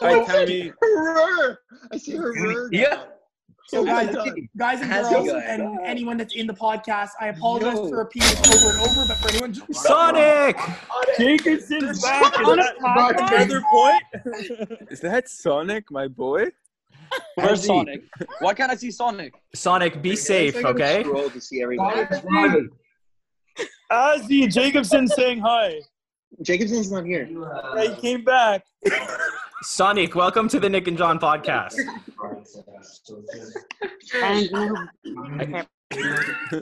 S3: Hi, Tammy.
S7: Hurrah! I see her.
S22: Yeah.
S2: So guys, uh, guys and
S7: How's it
S2: girls,
S7: going?
S2: and anyone that's in the podcast, I apologize for repeating this over and over, but for anyone just
S1: Sonic.
S15: Jacobson's back.
S9: On a podcast?
S3: Another point? Is that Sonic, my boy?
S4: where's
S3: Azzy.
S4: Sonic? Why can't I see Sonic?
S1: Sonic, be safe,
S7: I'm
S1: okay?
S7: Scroll to see everybody.
S15: Ozzy, Ozzy, Jacobson saying hi.
S7: Jacobson's not here.
S15: Yeah, he came back.
S1: Sonic, welcome to the Nick and John podcast.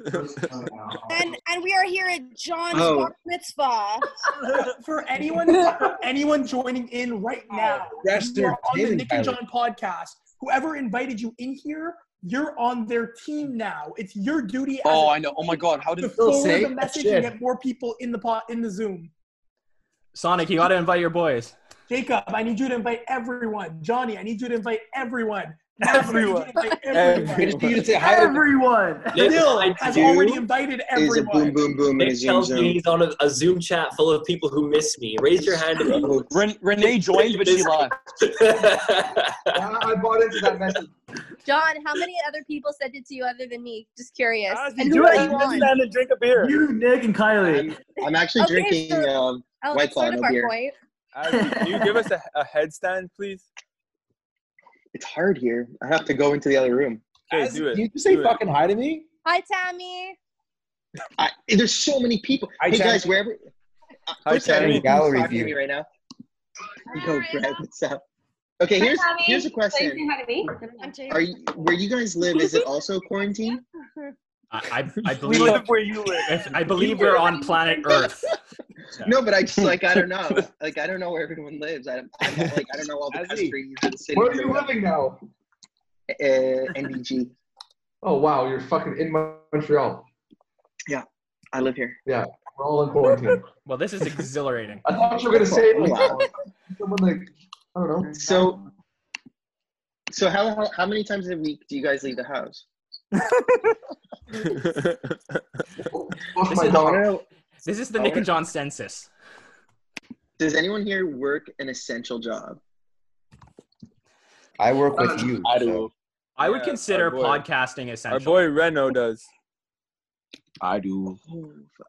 S10: And, and we are here at John's
S7: Oh.
S10: bar mitzvah. Oh.
S2: for anyone for anyone joining in right now,
S22: That's
S2: you are
S22: their
S2: on the
S22: dating
S2: Nick and
S22: pilot.
S2: John podcast. Whoever invited you in here, you're on their team now. It's your duty. As
S4: Oh,
S2: a-
S4: I know. Oh my God, how
S2: To
S4: did?
S2: forward
S22: say
S2: the message
S22: shit.
S2: and get more people in the pot in the Zoom.
S1: Sonic, you gotta invite your boys.
S2: Jacob, I need you to invite everyone. Johnny, I need you to invite everyone. Matthew, I need you to invite everyone.
S22: I just need you to say hi to
S2: Everyone.
S22: Yes,
S2: Bill
S22: I
S2: has
S22: do.
S2: already invited
S7: Is a boom,
S2: everyone.
S7: boom, boom in a
S22: Nick
S7: Zoom
S22: tells me
S7: Zoom.
S22: he's on a, a Zoom chat full of people who miss me. Raise your hand. if you-
S4: Ren- Renee joined, but she left.
S20: I, I bought into that message.
S10: John, how many other people sent it to you other than me? Just curious.
S15: Ozzy,
S10: and
S15: do
S10: who are
S15: it.
S10: you on?
S15: Stand and drink a beer.
S22: You, Nick, and Kylie.
S7: I'm, I'm actually
S10: Okay,
S7: drinking
S4: uh,
S10: so-
S7: um,
S10: Oh,
S7: White
S10: that's
S7: Claw,
S10: sort
S7: no
S10: of our
S7: beer.
S10: point.
S3: Azzy, can you give us a, a headstand, please?
S7: It's hard here. I have to go into the other room.
S3: Okay, do it.
S19: Did you just say
S3: do it.
S19: fucking hi to me?
S10: Hi, Tammy.
S7: I, there's so many people.
S19: Hi,
S7: hey,
S19: Chad.
S7: guys, wherever. Uh,
S3: Hi,
S7: first
S3: Chad.
S7: time
S3: Hey,
S7: who's
S21: gallery
S7: talking
S21: view.
S7: to me right now.
S8: Hi,
S7: Yo,
S8: Rena.
S7: Brad, what's up? Okay, here's
S16: Hi, Tommy.
S7: here's a
S16: So you
S7: question.
S16: saying hi to me?
S10: I'm Jacob.
S7: Are you, where you guys live? Is it also quarantine?
S1: I, I, I
S15: We
S1: believe
S15: live where you live.
S1: if- I believe we're on planet Earth.
S7: No, but I just like I don't know. Like I don't know where everyone lives. I don't I don't- like I don't know all the
S19: Azzy,
S7: countries and cities.
S20: Where are you living now?
S7: Uh, NBG.
S20: Oh wow, you're fucking in Montreal.
S7: I live here.
S20: We're all in quarantine.
S1: Well, this is exhilarating.
S20: I thought you were gonna say like,
S7: Wow.
S20: someone like I don't know.
S7: So, so how, how how many times a week do you guys leave the house?
S20: Lost my
S7: I wanna
S20: dog.
S7: know,
S1: This is the
S7: I
S1: Nick and
S7: wanna-
S1: John census.
S7: does anyone here work an essential job?
S21: I work with you.
S19: I
S21: so
S19: do.
S1: I would
S3: Uh, Yeah,
S1: consider
S3: our boy.
S1: podcasting
S3: Our
S1: essential.
S3: boy Reno does.
S19: I do.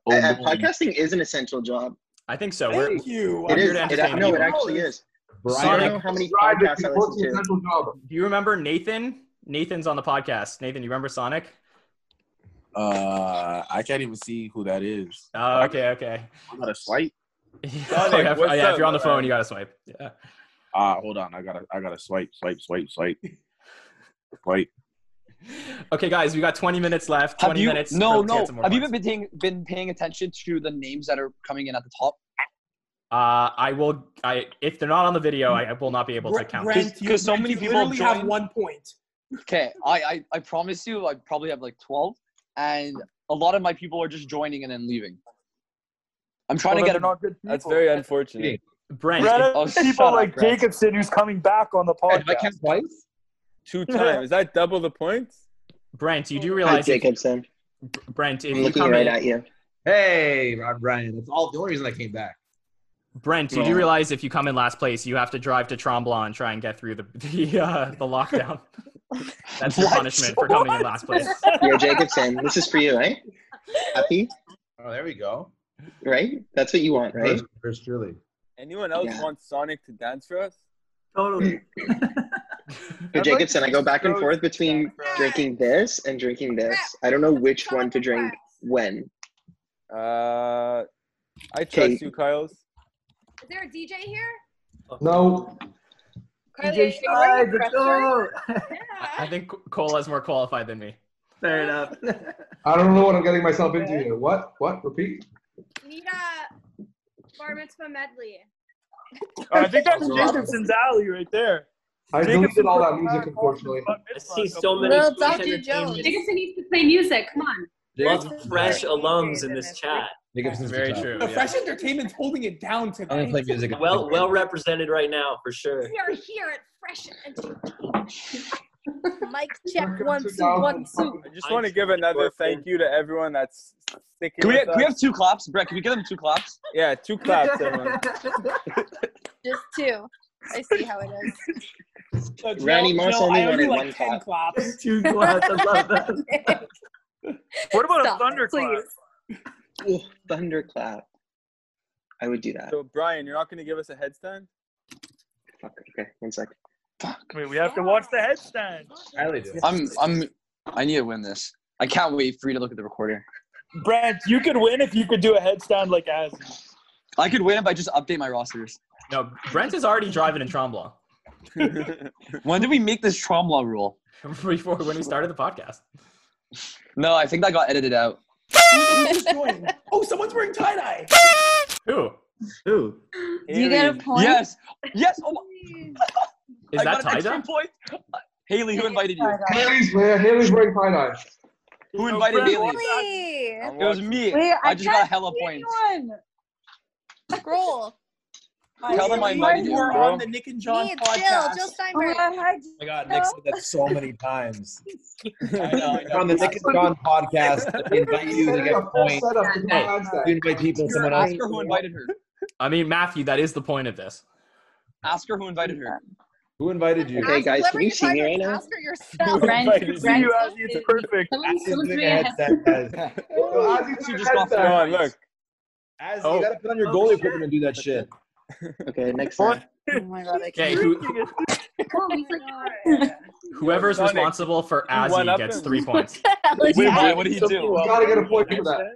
S7: Uh, uh, podcasting is an essential job.
S1: I think so. we're,
S7: Thank you.
S1: We're
S7: It
S1: here
S7: is.
S1: to
S7: It-
S1: entertain
S7: no, it
S1: people.
S7: actually is.
S1: Brian,
S7: I don't know how many podcasts I listen to.
S1: Do you remember Nathan? Nathan's on the podcast. Nathan, you remember Sonic?
S5: Uh, I can't even see who that is.
S1: Oh, okay, okay.
S5: I gotta swipe.
S1: Oh, yeah, oh, yeah, if you're on the phone, you gotta swipe. Yeah.
S5: Ah, hold on. I gotta, I gotta swipe, swipe, swipe, swipe, swipe.
S1: Okay, guys, we got 20 minutes left. 20
S4: Have you,
S1: minutes.
S4: no,
S1: Let's
S4: no.
S1: get some more
S4: Have you
S1: points.
S4: been paying, been paying attention to the names that are coming in at the top?
S1: Uh, I will. I if they're not on the video, I, I will not be able to count.
S4: because so many people
S2: literally have
S4: one
S2: point.
S4: Okay, I, I I promise you, I probably have like twelve, and a lot of my people are just joining and then leaving. I'm trying to get a
S3: good That's very unfortunate.
S1: Brent,
S3: Brandon,
S4: Oh, shut
S3: people
S4: up,
S3: like
S4: Brent.
S3: Jacobson who's coming back on the podcast. I count
S4: twice?
S3: Two times. Is that double the points?
S1: Brent, you do realize if-
S7: Jacobson.
S1: Brent, if
S7: I'm
S1: you
S7: looking
S1: come in,
S7: right at you.
S14: Hey, Rob Ryan. That's all the only reason I came back.
S1: Brent, you do
S14: Yeah.
S1: realize if you come in last place, you have to drive to Tremblant and try and get through the the, uh, the lockdown. That's your punishment for coming in last place.
S7: Yo, Jacobson, this is for you, right? Happy,
S14: Oh, there we go.
S7: right? That's what you want, right?
S14: First, Julie.
S3: Anyone else
S7: Yeah.
S3: want Sonic to dance for us?
S14: Totally.
S7: Yo, Jacobson, I go back and forth between drinking this and drinking this. I don't know which one to drink when.
S3: Uh, I trust
S7: Okay.
S3: you, Kyles.
S23: Is there a DJ here?
S14: No. DJ
S23: Carly, are you wearing
S14: Shai,
S23: a dress shirt?
S1: I think Cola is more qualified than me.
S14: Fair enough.
S20: I don't know what I'm getting myself into here. What? What? Repeat.
S23: You need a bar mitzvah medley.
S15: I think that's
S20: Wow.
S15: Jacobson's alley right there.
S20: I deleted all that music, unfortunately.
S15: I
S22: see so many
S23: Well,
S22: sports
S23: Dr. Jones.
S22: entertainment-
S23: Jacobson needs to play music. Come on.
S22: Lots of fresh alums in this chat.
S14: Jacobson's
S22: Very
S14: the top.
S9: Oh,
S22: true.
S2: The Fresh Entertainment's holding it down tonight.
S14: I'm gonna play music.
S22: Well, well represented right now for sure.
S23: We are here at Fresh
S10: Mike, check one, two, one, two.
S3: I just want to give another thank you to everyone that's sticking
S4: Can we,
S3: with
S4: can we
S3: us.
S4: have two claps, Brett? Can we give them two claps?
S3: yeah, two claps, everyone.
S10: Just two. I see how it is.
S7: Randy
S10: Joe,
S7: Moss
S10: Joe,
S7: only
S10: I owe
S7: wanted
S10: you, like,
S7: one
S10: 10
S7: clap.
S10: claps.
S14: Two
S10: claps, I love
S14: that.
S3: What about
S10: Stop it,
S3: a thunderclap?
S7: Ooh, thunderclap. I would do that.
S3: So Brian, you're not going to give us a headstand?
S7: Fuck. Okay, one sec.
S3: Wait, we have to watch the headstand.
S4: I'm I'm I need to win this. I can't wait for you to look at the recorder.
S15: Brent, you could win if you could do a headstand like as.
S4: I could win if I just update my rosters.
S1: No, Brent is already driving in Tremblant
S4: When did we make this trauma law rule?
S1: before when we started the podcast.
S4: No, I think that got edited out.
S2: Who just joined? oh, someone's wearing tie dye.
S1: Who?
S14: Who?
S2: You get a point?
S4: Yes. Yes. Oh my.
S1: Is
S4: I
S1: that
S4: got an
S1: tie-dye?
S4: extra point. Haley, who invited you?
S20: Haley's, Haley's wearing tie dye.
S4: Who invited Haley?
S10: Really?
S4: It was me.
S10: Wait,
S4: I
S10: I
S4: just got a
S10: can't
S4: hella
S10: see
S4: points.
S10: Scroll.
S4: Tell them I invited you.
S2: We're
S14: bro.
S2: on the Nick and John
S10: Me, Jill,
S2: podcast.
S10: Jill
S23: Oh my
S10: Steinberg.
S23: God, hi,
S14: I got Nick said that so many times.
S4: I know, I know.
S14: On the Nick and John podcast, they invite you, they get points. You invite people, someone else.
S4: Ask her who invited her.
S1: I mean, Matthew, that is the point of this.
S4: Ask her who invited her.
S14: Who invited you?
S7: Okay, guys, can you see me right now?
S23: yourself.
S14: Brent,
S3: Brent,
S14: Brent,
S3: you as it's perfect.
S23: Someone- someone's doing a
S14: You just got
S3: Come on,
S14: fired.
S3: look.
S14: As
S1: Oh.
S14: you gotta put on your goalie equipment and do that shit.
S7: Okay, next time.
S10: Oh my god, I
S1: Okay,
S10: can't.
S1: who,
S9: Oh
S23: headset.
S1: whoever's
S3: Sonic,
S1: responsible for
S3: you one
S1: Azzy
S3: up
S1: gets
S3: him.
S1: three points.
S23: Wait,
S1: wait, what did he do?
S20: You gotta get a point for that.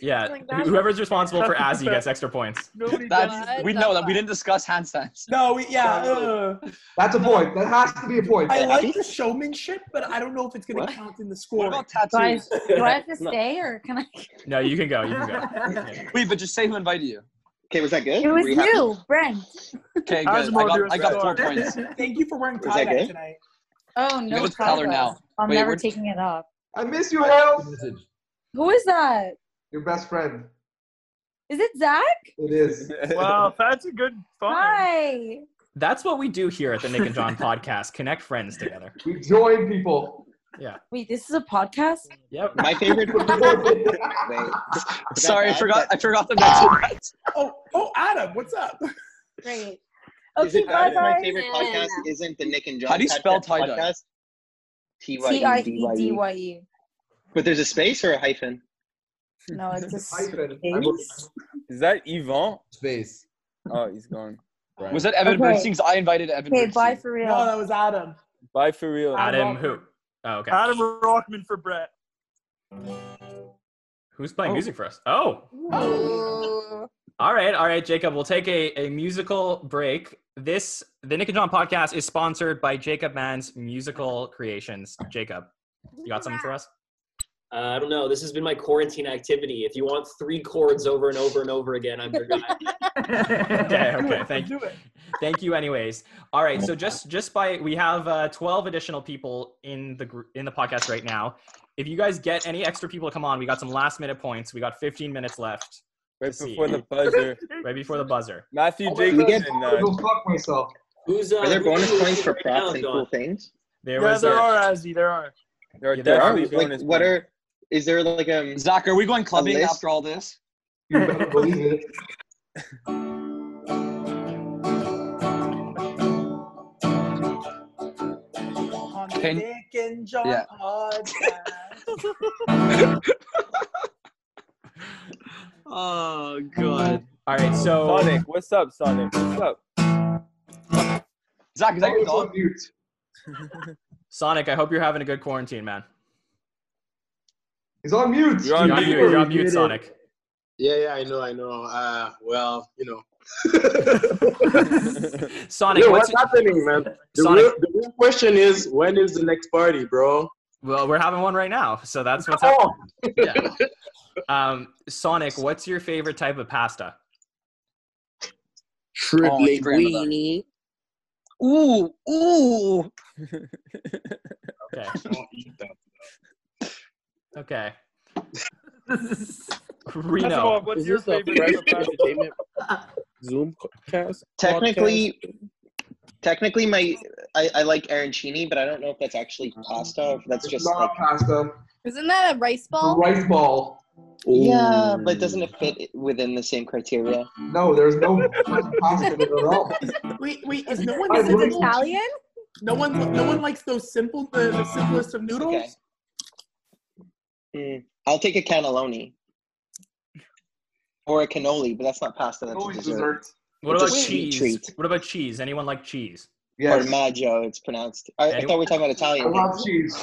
S1: Yeah, who- whoever's responsible for Azzy gets extra points.
S4: That's, we know that. We didn't discuss handstands.
S2: No, we, yeah. uh,
S20: That's a point. That has to be a point.
S2: I like the showmanship, but I don't know if it's going
S4: What?
S2: to count in the score.
S4: Tattoos.
S23: Do I have to stay or can I?
S1: No, you can go. You can go.
S4: Wait, but just say who invited you.
S7: Okay, was that good?
S23: It was
S7: Were happy?
S23: you, Brent.
S4: Okay, good. I got, I got four points.
S2: Thank you for wearing
S7: Was that
S2: tie dye
S7: good?
S2: tonight.
S23: Oh
S4: You
S23: no,
S4: have to tell her
S23: problem.
S4: now.
S23: I'm
S4: Wait,
S23: never
S4: we're-
S23: taking it off.
S20: I miss you, Hale.
S23: Who is that?
S20: Your best friend.
S23: Is it Zach?
S20: It is.
S15: Wow, that's a good find.
S23: Hi.
S1: That's what we do here at the Nick and John podcast. Connect friends together.
S20: We join people.
S1: Yeah.
S23: Wait, this is a podcast.
S1: Yep.
S7: My favorite. Wait.
S4: Sorry, I
S7: bad?
S4: forgot. I forgot the mention.
S2: Oh, oh, Adam, what's up?
S23: Great.
S7: Is it
S23: Okay,
S7: bad
S23: bye
S7: if my
S23: bye.
S7: favorite podcast isn't the Nick and John
S4: How do you spell
S7: podcast?
S4: tie-dye?
S7: podcast?
S23: T I
S7: T-Y-E-D-Y-E.
S23: E D Y E.
S7: But there's a space or a hyphen?
S9: No, it's a
S20: Hyphen.
S9: space.
S3: Is that Yvon?
S21: Space.
S3: Oh, he's gone.
S4: Was that Evan
S3: Okay.
S4: Bernstein's? I invited Evan.
S9: Okay, bye
S4: Bernstein.
S9: for real.
S4: No,
S9: that was Adam.
S3: Bye for real.
S1: Adam who? Oh, okay.
S15: Adam Rockman for Brett.
S1: Who's playing music for us? Oh, all right, all right, Jacob. We'll take a, a musical break. This the Nick and John podcast is sponsored by Jacob Mann's musical creations. Jacob, you got something for us?
S22: Uh, I don't know. This has been my quarantine activity. If you want three chords over and over and over again, I'm your guy.
S1: okay, okay. Thank you. Thank you. Anyways, all right. So just just by we have uh, twelve additional people in the group in the podcast right now. If you guys get any extra people to come on, we got some last minute points. We got fifteen minutes left.
S3: Right
S1: to see.
S3: before the buzzer.
S1: Right before the buzzer.
S3: Matthew
S1: Oh,
S3: Jacobson.
S1: we get-
S3: uh,
S1: go
S20: fuck myself.
S22: Who's uh,
S7: Are there
S22: who
S7: bonus
S22: you
S7: points for
S22: right
S7: props
S22: now,
S7: and
S22: Don?
S7: cool things?
S1: There
S22: yeah, there are, Azzy. There are.
S3: There are
S7: There are.
S3: definitely
S7: Like,
S3: bonus
S7: what
S3: points.
S7: are? Is there like um?
S4: Zach, are we going clubbing
S7: list?
S4: after all this?
S20: Believe it.
S4: On the Can- Nick
S20: and
S4: John Yeah. Oh god.
S1: All right. So
S3: Sonic, what's up, Sonic? What's up?
S4: Zach, is that your dog?
S1: Sonic, I hope you're having a good quarantine, man.
S20: He's on mute.
S1: You're on mute. You're on mute, Sonic.
S14: Yeah, yeah, I know, I know. Uh, well, you know.
S1: Sonic,
S14: Yo,
S1: what's-
S14: what's happening, man? The
S1: Sonic-
S14: real, the real question is, when is the next party, bro? Oh.
S1: Well, we're having one right now, so that's what's
S14: Come
S1: up. Yeah. Um, Sonic, what's your favorite type of pasta?
S14: Shrimp
S1: Oh, it's
S14: linguine.
S4: Ooh, ooh.
S1: Okay. Okay.
S15: Reno.
S1: Reno.
S15: What's
S14: Is
S15: your
S14: this a
S15: favorite type of
S14: fresh
S15: pasta?
S14: entertainment Zoom cast?
S7: Technically, technically, my I, I like arancini, but I don't know if that's actually pasta. Or if that's just
S20: not
S7: like
S20: pasta.
S10: Isn't that a rice ball?
S20: Rice ball.
S7: Yeah, but doesn't it fit within the same criteria?
S20: No, there's no pasta in it at all.
S2: Wait, wait, is no one
S20: I
S2: simple?
S20: really-
S10: Italian?
S2: No one, no one likes those simple, the, the simplest of noodles.
S7: Okay. Mm, I'll take a cannelloni or a cannoli, but that's not pasta. That's a
S20: Always
S7: dessert.
S1: What
S7: It's a
S1: about
S7: sweet
S1: cheese?
S7: treat.
S1: What about cheese? Anyone like cheese?
S7: Formaggio, it's pronounced. I, I
S1: Any-
S7: thought we were talking about Italian.
S20: cheese.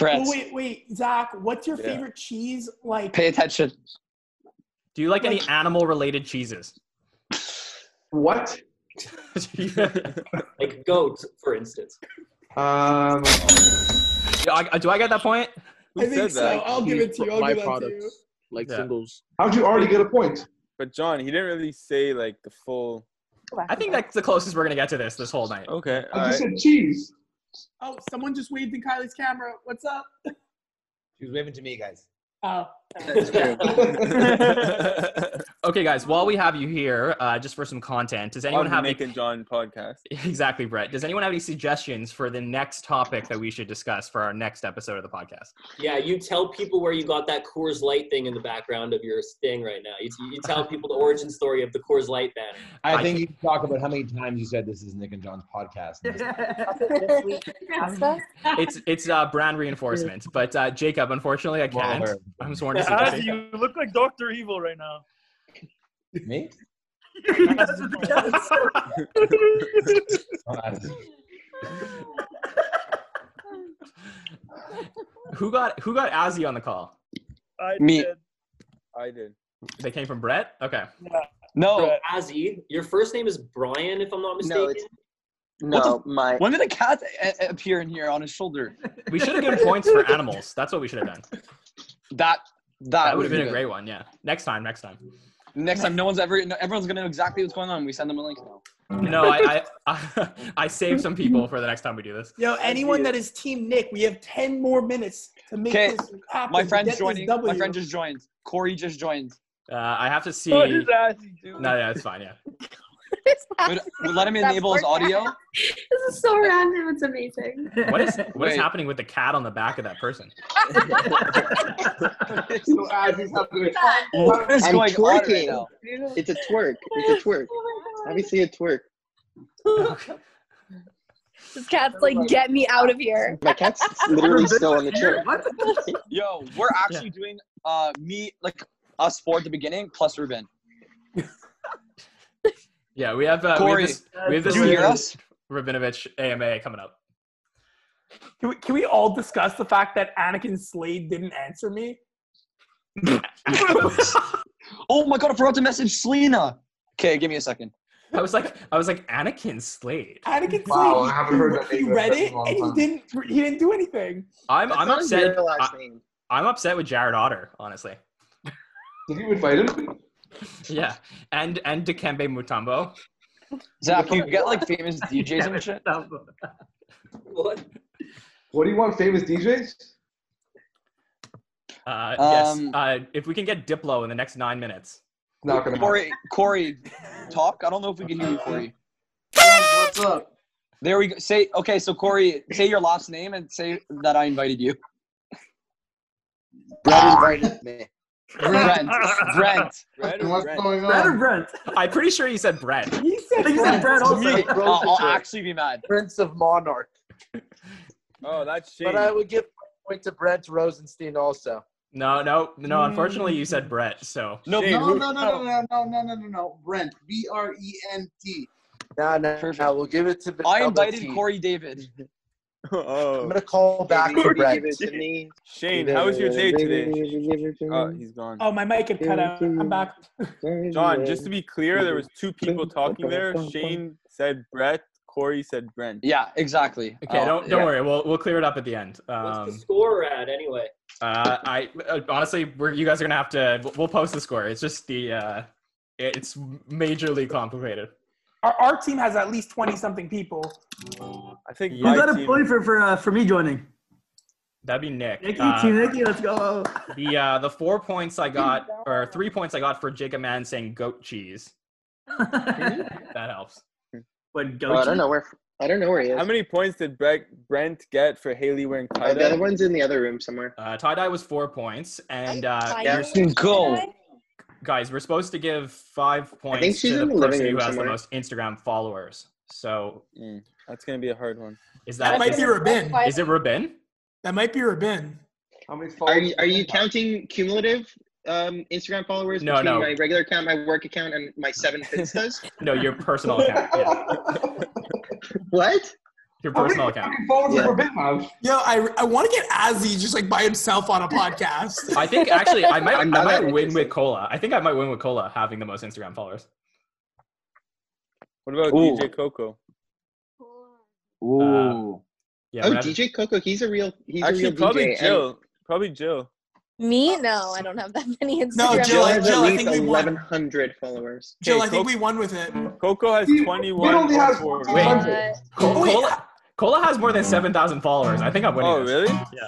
S2: Well, wait, wait, Zach, what's your
S1: Yeah.
S2: favorite cheese? Like,
S4: Pay attention.
S1: Do you like any animal-related cheeses?
S20: What?
S22: Like goat, for instance.
S20: Um,
S1: Do I, do I get that point?
S2: I think so. I'll give it to you. I'll
S3: My
S2: give that to
S3: products.
S2: you.
S3: Like
S1: Yeah.
S3: singles.
S20: How'd you already get a point?
S3: But John, he didn't really say like the full.
S1: I think that's the closest we're gonna get to this this whole night.
S3: Okay.
S20: I
S3: All
S20: just
S3: right.
S20: said cheese.
S2: Oh, someone just waved in Kylie's camera. What's up?
S21: She was waving to me, guys.
S2: Oh.
S1: Okay, guys. While we have you here, uh, just for some content, does anyone
S3: On
S1: have
S3: Nick
S1: any,
S3: and John podcast?
S1: exactly Brett? Does anyone have any suggestions for the next topic that we should discuss for our next episode of the podcast?
S22: Yeah, you tell people where you got that Coors Light thing in the background of your thing right now. You, you tell people the origin story of the Coors Light banner.
S21: I think you can talk about how many times you said this is Nick and John's podcast. And this-
S1: It's it's uh, brand reinforcement, but uh, Jacob, unfortunately, I can't.
S21: Waller.
S1: I'm sworn to
S15: Yeah, Azzy,
S1: secrecy.
S15: you look like Doctor Evil right now.
S21: Me? Oh, that's-
S1: Who got who got Azzy on the call?
S15: I
S4: Me.
S15: did.
S3: I did.
S1: They came from Brett. Okay.
S4: No,
S22: So, Azzy, your first name is Brian, if I'm not mistaken.
S7: No, it's
S4: What the
S7: no my.
S4: when did a cat a- a- appear in here on his shoulder?
S1: We should have given points for animals. That's what we should have done.
S4: That that,
S1: That would have been a
S4: good.
S1: great one. Yeah. Next time. Next time.
S4: Next time, no one's ever. No, everyone's gonna know exactly what's going on. We send them a link now.
S1: No, I I, I I saved some people for the next time we do this.
S2: Yo, anyone that is Team Nick, we have ten more minutes to make
S4: Okay,
S2: this happen.
S4: My
S2: to
S4: friend's
S2: get this
S4: joining. My
S2: W.
S4: friend just joined. Corey just joined.
S1: Uh, I have to see.
S15: What is
S1: No,
S15: Azzy doing?
S1: yeah, it's fine. Yeah.
S4: We, we let him enable his audio.
S16: This is so random. It's amazing.
S1: What is what is
S4: Wait.
S1: happening with the cat on the back of that person?
S20: So as he's having a
S4: What is
S7: I'm
S4: going on right
S7: twerking.
S4: now?
S7: It's a twerk. It's a twerk. Obviously a twerk.
S10: This cat's like, get me out of here.
S7: My cat's literally still on the twerk.
S4: Yo, we're actually doing uh, me, like us four at the beginning, plus Ruben.
S1: Yeah, we have uh,
S4: Corey,
S1: we have this, we have this
S4: do you hear us?
S1: Rabinovich AMA coming up.
S15: Can we, can we all discuss the fact that Anakin Slade didn't answer me?
S4: oh my god, I forgot to message Selena. Okay, give me a second.
S1: I was like, I was like, Anakin Slade.
S15: Anakin
S1: Wow,
S15: Slade.
S1: I haven't heard that
S15: he,
S1: name
S15: he
S1: in
S15: read
S1: such a
S15: it
S1: long
S15: and he
S1: time.
S15: didn't. He didn't do anything.
S1: I'm
S15: That's
S1: I'm
S15: not his
S1: upset.
S15: real last
S1: I, I'm upset with Jared Otter, honestly.
S14: Did you invite him?
S1: Yeah, and and Dikembe Mutombo.
S4: Zach, you get like famous DJs and shit.
S15: What?
S14: What do you want, famous DJs?
S1: Uh,
S4: Um,
S1: yes. Uh, if we can get Diplo in the next nine minutes.
S14: Not gonna
S4: Corey, Corey, talk. I don't know if we can hear you, Corey.
S14: What's up?
S4: There we go. Say okay. So Corey, say your last name and say that I invited you.
S19: Brad invited me.
S4: Brent. Brent.
S14: What's going
S1: Brent
S14: on?
S15: Brent?
S1: I'm pretty sure you said Brent.
S15: He said
S14: Brent.
S4: Me,
S14: Brent.
S4: I'll, I'll actually be mad.
S14: Prince of Monarch.
S19: Oh, that's shady.
S14: But I would give my point to Brent Rosenstein also.
S1: No, no, no. Unfortunately, you said Brett. So
S14: No, Shane,
S6: No,
S14: who-
S6: no, no, no, no, no, no, no, no, no. Brent, B R E N T.
S14: No, no, no. We'll give it to the
S4: I
S14: double
S4: invited
S14: T.
S4: Corey David.
S7: Oh.
S14: I'm gonna call back to Brent.
S3: Shane, how was your day today? Oh, he's gone.
S15: Oh, my mic had cut out. I'm back.
S3: John, just to be clear, there was two people talking there. Shane said Brett. Corey said Brent.
S4: Yeah, exactly.
S7: Oh,
S1: okay, don't don't worry. We'll we'll clear it up at the end. Um,
S22: Score at anyway.
S1: uh, I uh, honestly, we're, you guys are gonna have to. We'll post the score. It's just the. Uh, it- it's majorly complicated.
S15: Our, our team has at least twenty something people.
S3: I think
S1: my
S13: Who's got a
S1: team-
S13: point for for, uh, for me joining?
S1: That'd be Nick.
S13: Nicky,
S1: Uh,
S13: team Nicky, let's go.
S1: the uh, the four points I got, or three points I got for Jacob Man saying goat cheese. that helps.
S13: But
S7: Oh, I don't know where. I don't know where he is.
S3: How many points did Brett, Brent get for Haley wearing tie
S7: Uh, the other
S3: dye?
S7: one's in the other room somewhere.
S1: Uh, tie dye was four points, and uh,
S7: Tie-dye
S1: you're-
S7: was Fucking go. tie-dye?
S1: guys. We're supposed to give five points
S7: she's
S1: to
S7: in
S1: the,
S7: the living
S1: person who
S7: room
S1: has
S7: somewhere.
S1: the most Instagram followers. So
S3: Mm, that's gonna be a hard one.
S1: Is that,
S2: That might be Rabin.
S1: Is it Rabin?
S2: That might be Rabin.
S14: How many
S7: Are you, are you counting cumulative um, Instagram followers
S1: No,
S7: between
S1: no.
S7: my regular account, my work account, and my seven Instas?
S1: No, your personal account. Yeah.
S7: what?
S1: Your personal account.
S2: Yo, I, I want to get Azzy just like by himself on a podcast.
S1: I think actually I might I
S2: I'm not
S1: might
S2: that
S1: win with Cola. I think I might win with Cola having the most Instagram followers.
S3: What about
S1: Ooh.
S3: DJ Coco?
S1: Ooh. yeah,
S7: oh,
S1: we're not-
S7: DJ Coco, he's a real, he's a
S3: Actually,
S7: real
S3: probably
S7: DJ. and
S3: Jill. Probably Jill.
S18: Me? No, I don't have that many Instagram.
S7: Jill has
S18: followers.
S7: at least 1,100 followers.
S3: Jill, I think
S7: we
S2: won with it.
S3: Coco has 21.
S7: only have
S3: followers.
S7: Wait.
S9: Uh,
S7: 100.
S1: Cola, Cola has more than seven thousand followers. I think I'm winning.
S3: Oh,
S1: this.
S3: really?
S1: Mm. Yeah.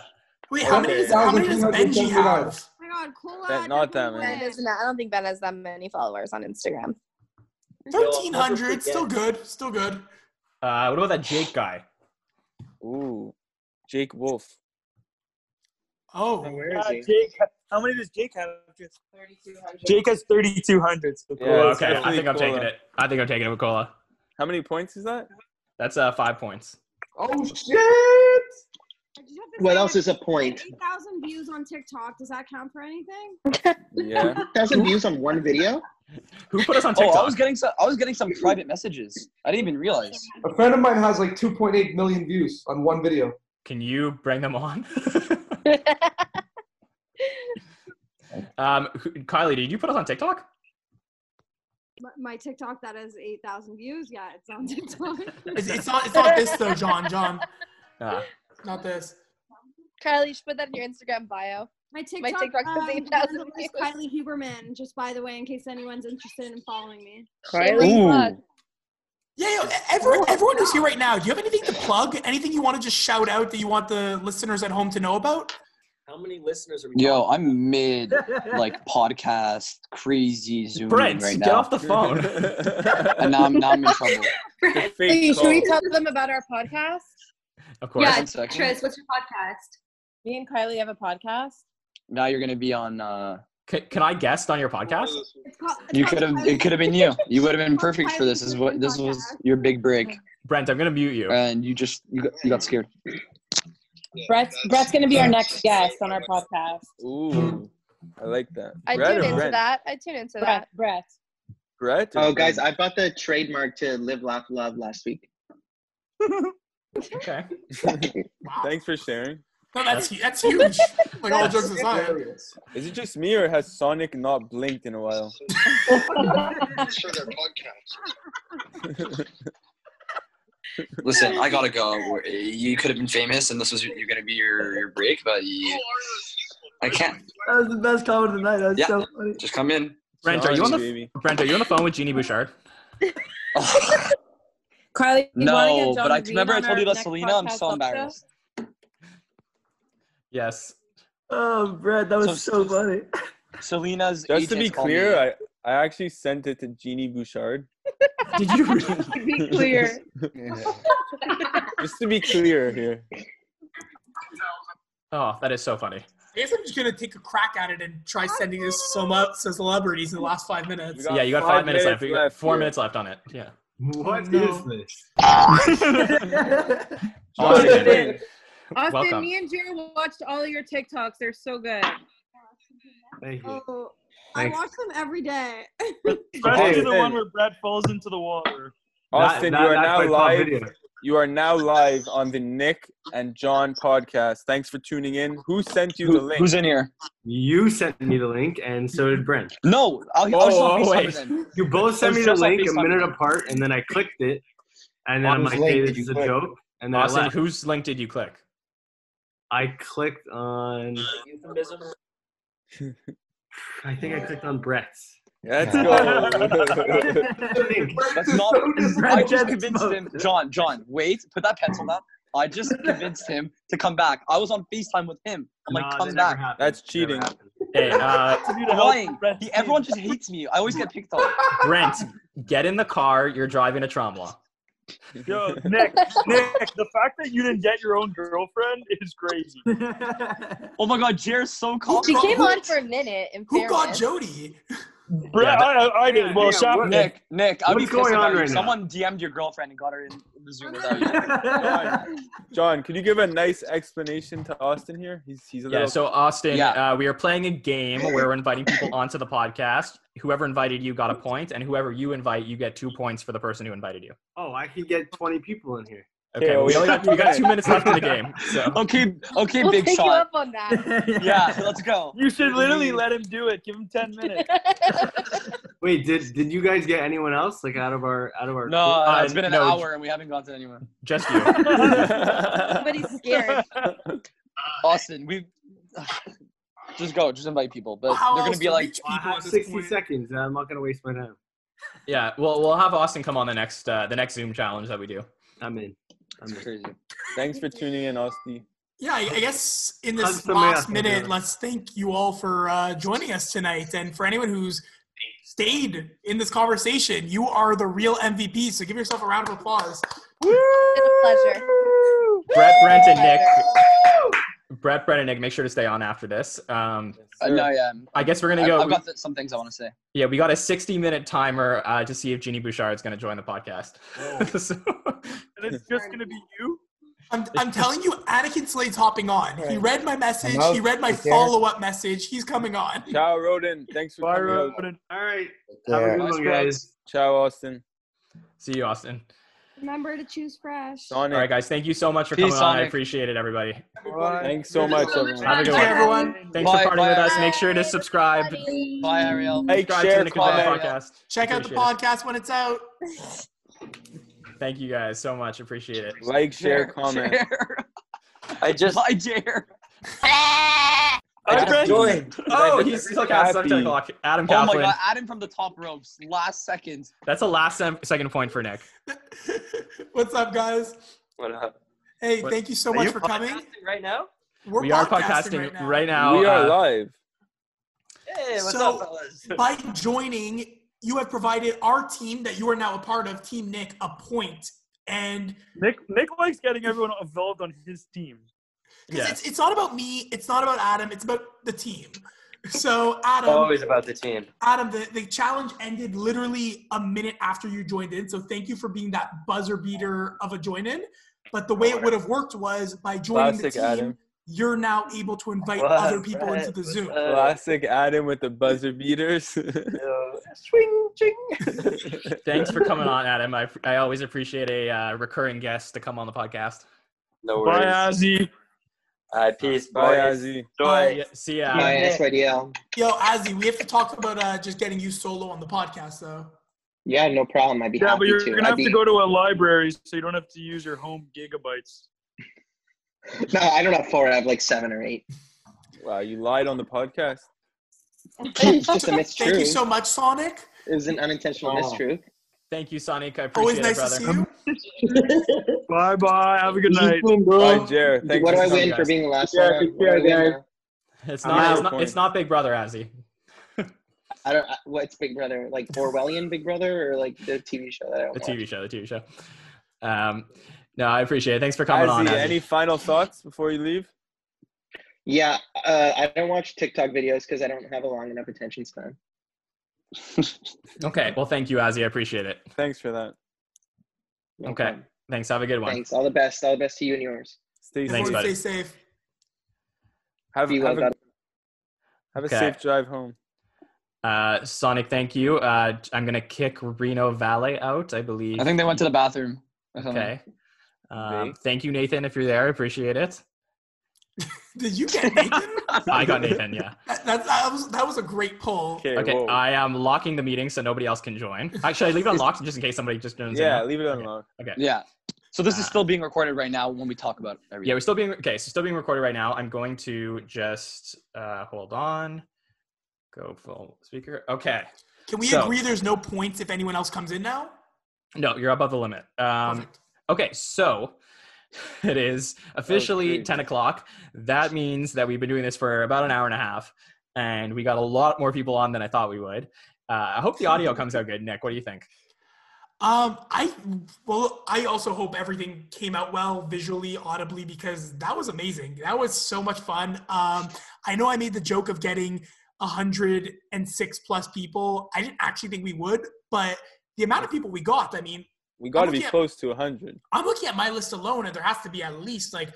S2: Wait, how many, does, how many does Benji have?
S3: That, not that
S18: Ben
S3: many.
S18: doesn't- I don't think Ben has that many followers on Instagram.
S2: 1,300. Still good. Still good.
S1: Uh, what about that Jake guy?
S3: Ooh, Jake Wolf.
S2: Oh,
S7: where
S13: is he? Jake, how many does Jake have?
S15: Jake has thirty-two hundred. So
S1: Yeah, okay, I think I'm taking it. I think I'm taking it with Cola.
S3: How many points is that?
S1: That's uh five points.
S14: Oh shit!
S7: What else is a point?
S23: 8,000 views on TikTok. Does that count for anything?
S3: Yeah.
S7: 1,000 views on one video?
S1: Who put us on
S4: Oh,
S7: TikTok?
S4: I was getting some. I was getting some private messages. I didn't even realize.
S14: A friend of mine has like 2.8 million views on one video.
S1: Can you bring them on? um, who- Kylie, did you put us on TikTok?
S23: My- My TikTok that has 8,000 views. Yeah, it's on TikTok.
S2: It's, it's not. It's not this though, John. John,
S1: Ah.
S2: not this.
S18: Kylie, you should put that in your Instagram bio.
S23: My TikTok,
S18: My TikTok has
S23: um,
S18: 8,000
S23: handle
S18: views.
S23: is Kylie Huberman, just by the way, in case anyone's interested in following me.
S2: Kylie? Yeah, yo, e-, everyone, everyone who's here right now, do you have anything to plug? Anything you want to just shout out that you want the listeners at home to know about?
S22: How many listeners are we?
S4: Yo, I'm mid like podcast crazy Zoom
S1: Brent,
S4: right now.
S1: get off the phone.
S4: and now I'm now I'm in trouble.
S9: Hey, should we tell them about our podcast?
S1: Of
S9: Yeah,
S18: Tris,
S9: what's your podcast? Me and Kylie have a podcast.
S4: Now you're gonna be on. uh
S1: Can, can I guest on your podcast?
S4: You could have. It could have been you. You would have been perfect for this. This Is what this was your big break.
S1: Brent, I'm gonna mute you.
S4: And you just you got, you got scared.
S9: Brett's Brett's gonna be our next guest on our podcast.
S3: Ooh. I like that.
S18: I
S3: Brett
S18: tune
S3: or
S18: into
S3: Brent?
S18: that. I tune into
S9: Brett,
S18: that. Brett.
S3: Brett. or
S7: Oh, guys,
S3: Brent?
S7: I bought the trademark to Live, Laugh, Love last week.
S1: okay.
S3: Thanks for sharing.
S2: No, that's that's huge. Like all jokes aside.
S3: Is it just me or has Sonic not blinked in a while?
S4: Listen, I gotta go. We're- You could have been famous, and this was you're gonna be your, your break, but you, I can't.
S13: That was the best comment of the night. That's
S4: Yeah.
S13: so funny.
S4: Just come in.
S1: Brent, are you on the
S3: Baby.
S1: Brent, are you on the phone with Jeannie Bouchard?
S11: Carly, you wanna
S4: No,
S11: get John
S4: but I-
S11: Green
S4: remember I
S11: on
S4: told
S11: our
S4: you about
S11: next
S4: Selena? I'm
S11: podcast
S4: so
S11: also?
S4: embarrassed.
S1: Yes.
S13: Oh, Brett, that was so, funny.
S4: Selena's
S3: Just to
S4: agent
S3: be
S4: called
S3: clear,
S4: me.
S3: I, I actually sent it to Jeannie Bouchard.
S13: Did you
S11: be clear.
S3: Just to be clear here.
S1: Oh, that is so funny.
S2: I guess I'm just gonna take a crack at it and try sending this to some uh, some celebrities in the last five minutes.
S1: yeah, you got five, minutes, left. You got four
S2: here.
S1: minutes left on it. Yeah.
S14: What is
S2: No.
S14: this?
S1: Austin,
S11: Austin,
S1: welcome.
S11: me and Jared watched all your TikToks. They're so good.
S13: Thank
S23: Oh, I
S13: Thanks.
S23: watch them every day.
S13: Especially the
S3: Hey.
S13: one where Brett falls into the water.
S3: Austin,
S13: That-
S3: you
S13: that-
S3: are
S13: that's my top
S3: now live.
S13: video.
S3: You are now live on the Nick and John podcast. Thanks for tuning in. Who sent you the
S4: Who-
S3: link?
S4: who's in here?
S13: You sent me the link, and so did Brent.
S4: No, I'll, I'll just
S13: Oh,
S4: on FaceTime
S13: wait.
S4: then.
S13: You both
S4: It
S13: sent
S4: was
S1: Oh,
S13: me the
S4: just on
S13: link a
S4: FaceTime.
S13: minute apart, and then I clicked it, and then
S4: On
S13: I'm
S4: whose
S13: like,
S4: link
S13: "Hey,
S4: did
S13: this
S4: you
S13: is a
S4: click?
S13: joke." And then I
S1: Austin,
S13: left.
S1: whose link did you click?
S13: I clicked on. I think I clicked on Brett's.
S3: Let's
S4: That's not. I just
S13: Brett
S4: convinced
S13: smoked.
S4: him, John. John, wait, put that pencil down. I just convinced him to come back. I was on FaceTime with him. I'm like,
S13: Nah, that
S4: come
S13: never
S4: back.
S13: happened.
S3: That's cheating.
S1: Hey, uh,
S4: Lying. He- everyone just hates me. I always get picked on.
S1: Brent, get in the car. You're driving a trauma.
S12: Yo, Nick, Nick, the fact that you didn't get your own girlfriend is crazy.
S4: Oh my God, Jared's so calm.
S18: She came on for a minute. In
S2: Who got
S18: fairness.
S2: Jody?
S12: Bro,
S1: Yeah, that-
S12: I, I did. Well,
S4: Yeah,
S12: Shaq did.
S4: what- Nick, Nick, I'd be
S13: What's
S4: pissed
S13: going
S4: about
S13: on
S4: you.
S13: right now?
S4: Someone DM'd your girlfriend and got her in the Zoom without you.
S3: John, could you give a nice explanation to Austin here? He's he's a
S1: Yeah,
S3: little.
S1: so Austin,
S4: Yeah.
S1: uh, we are playing a game where we're inviting people onto the podcast. Whoever invited you got a point, and whoever you invite, you get two points for the person who invited you.
S13: Oh, I can get 20 people in here.
S1: Okay,
S3: Yeah,
S1: well, we
S3: we-
S1: only got we got two minutes left in the game. So
S4: Okay, okay,
S18: We'll
S4: big
S18: take you
S4: shot.
S18: up on that.
S4: Yeah, let's go.
S12: You should literally let him do it. Give him ten minutes.
S13: Wait, did did you guys get anyone else like out of our out of our?
S4: No,
S1: Uh,
S4: it's been an
S1: no,
S4: hour and we haven't gotten anywhere.
S1: just you.
S18: But he's scared.
S4: Austin, we just go, just invite people, but
S2: How
S4: they're
S2: else
S4: gonna be
S2: to
S4: like,
S2: reach
S13: I
S2: people
S13: have
S2: at this
S13: 60
S2: point?
S13: seconds. um, And I'm not gonna waste my time.
S1: Yeah, well, we'll have Austin come on the next uh, the next Zoom challenge that we do.
S13: I'm in. I'm
S4: it's
S13: in.
S4: crazy.
S3: Thanks for tuning in, Austin.
S2: Yeah, I I guess in
S13: Hug
S2: this
S13: some ass,
S2: last
S13: my
S2: minute,
S13: dude.
S2: let's thank you all for uh, joining us tonight. And for anyone who's stayed in this conversation, you are the real MVP. So give yourself a round of applause.
S18: It's a pleasure.
S1: Brett, Brent, and Nick.
S18: Pleasure.
S1: Brett, Brent, and Nick, make sure to stay on after this. Um,
S4: Uh, no, yeah.
S1: I guess we're gonna
S4: I-
S1: go.
S4: I've got th- some things I want to say.
S1: yeah, we got a 60 minute timer uh, to see if Jeannie Bouchard is gonna join the podcast. So-
S12: And it's just gonna be you.
S2: I'm, I'm telling you, Anakin Slade's hopping on. He read my message.
S21: out.
S2: He read my
S21: Take care.
S2: follow up message. He's coming on.
S3: Ciao, Roden. Thanks for
S12: Bye,
S3: coming out.
S12: Roden.
S13: All right. Have
S21: Yeah.
S13: a good one, guys.
S3: Ciao, Austin.
S1: see you, Austin.
S23: Remember to choose fresh.
S1: All right,
S3: Sonic.
S1: guys. Thank you so much for
S4: Peace,
S1: coming on. I
S4: Sonic.
S1: appreciate it, everybody.
S3: Thanks so much, everyone.
S1: Have a good
S2: Take care,
S1: one.
S2: everyone.
S1: Thanks for
S4: Bye,
S1: partying with
S4: bye,
S1: us. Make sure to subscribe.
S4: Bye, Ariel.
S3: Like,
S1: Subscribe to
S3: share,
S1: the Nick and John
S3: comment.
S1: podcast.
S2: Check out the
S1: Appreciate
S2: podcast when it's out.
S1: it. Thank you guys so much. Appreciate it.
S3: Like, share, comment.
S4: share.
S3: I just
S4: Bye, Jared.
S12: Hi,
S3: I
S12: Brent.
S3: joined.
S1: Oh, he's still cast on
S3: Happy.
S1: 10 o'clock. Adam
S4: Oh my
S1: Kaplan.
S4: God, Adam from the top ropes, last second.
S1: That's the last sem- second point for Nick.
S2: What's up, guys?
S4: What up?
S2: Hey,
S1: What-
S2: thank you so
S15: Are
S2: much
S15: you
S2: for coming.
S15: right now?
S2: We're
S1: we are podcasting right now.
S3: we are
S1: uh,
S3: live.
S15: Hey, what's
S2: So-
S15: up, fellas?
S2: By joining, you have provided our team that you are now a part of, Team Nick, a point. And
S12: Nick Nick likes getting everyone involved on his team.
S2: 'cause
S1: Yeah.
S2: it's, it's not about me, it's not about Adam, it's about the team. So, Adam,
S15: Always about the team.
S2: Adam, the, the challenge ended literally a minute after you joined in. So thank you for being that buzzer beater of a join in. But the way it would have worked was by joining
S3: Classic
S2: the team,
S3: Adam.
S2: you're now able to invite
S3: What?
S2: other people
S3: Right.
S2: into the Zoom.
S3: Classic Adam with the buzzer beaters.
S2: Swing, ching.
S1: Thanks for coming on, Adam. I, I always appreciate a uh, recurring guest to come on the podcast.
S5: No worries.
S1: Ozzy.
S5: All right, peace.
S3: Bye,
S5: boys.
S3: Ozzy.
S5: Joy.
S1: See ya.
S7: Bye, SYDL.
S2: Yo, Azzy, we have to talk about uh, just getting you solo on the podcast, though.
S7: Yeah, no problem. I'd be
S12: Yeah,
S7: happy
S12: but you're
S7: to.
S12: gonna
S7: I'd
S12: have
S7: be,
S12: to go to a library, so you don't have to use your home gigabytes.
S7: No, I don't have four. I have like seven or eight.
S3: Wow, you lied on the podcast.
S7: it's just a mistruth.
S2: Thank you so much, Sonic.
S7: It was an unintentional
S2: Oh.
S7: mistruth.
S1: Thank you, Sonic. I appreciate
S2: Always nice
S1: it, brother.
S2: to see you.
S12: Bye bye. Have a good night.
S3: Bye, Jared. Thanks
S7: What do
S3: for
S7: I
S3: coming,
S7: win for
S3: guys.
S7: being the last
S3: Yeah,
S7: one?
S3: take
S7: What do I
S3: care,
S7: win
S3: guys.
S7: now?
S1: It's
S7: I'm
S1: not,
S7: out.
S1: it's not. It's not Big Brother, Azzy.
S7: I don't. I- What's Big Brother? Like Orwellian Big Brother or like the TV show that I don't
S1: The
S7: watch?
S1: TV show. The TV show. Um, no, I appreciate it. Thanks for coming on.
S3: Azzy,
S1: Azzy.
S3: any final thoughts before you leave?
S7: Yeah, uh, I don't watch TikTok videos because I don't have a long enough attention span.
S1: Okay. Well, thank you, Azzy. I appreciate it.
S3: Thanks for that.
S1: okay. Thanks. Have a good one.
S7: Thanks. All the best. All the best to you and yours.
S3: Stay
S1: Thanks,
S2: Everyone
S1: buddy.
S2: Stay safe.
S3: Have,
S7: Be well,
S3: have, a,
S7: God.
S3: have a
S1: Okay.
S3: safe drive home.
S1: Uh, Sonic, thank you. Uh, I'm gonna kick Reno Valley out. I believe.
S4: I think they went to the bathroom. or something.
S1: Okay. Um, thank you, Nathan, if you're there. I appreciate it.
S2: Did you get Nathan?
S1: I got Nathan. Yeah.
S2: that, that, that was that was a great poll.
S1: Okay, I am locking the meeting so nobody else can join. Actually, I leave it unlocked just in case somebody just joins. in.
S3: it unlocked.
S1: Okay.
S4: Yeah. So this is still being recorded right now when we talk about everything.
S1: Uh, Yeah, we're still being okay. So still being recorded right now. I'm going to just uh, hold on. Go full speaker. Okay.
S2: Can we
S1: So-
S2: agree there's no points if anyone else comes in now?
S1: No, you're above the limit. Um, okay, so it is officially 10 o'clock. That means that we've been doing this for about an hour and a half, and we got a lot more people on than I thought we would. Uh, I hope the audio comes out good, Nick. What do you think?
S2: Um, I well, I also hope everything came out well visually, audibly, because that was amazing. That was so much fun. Um, I know I made the joke of getting 106 plus people. I didn't actually think we would, but the amount of people we got, I mean,
S3: We got to
S2: I'm
S3: be
S2: looking at-
S3: close to 100.
S2: I'm looking at my list alone, and there has to be at least like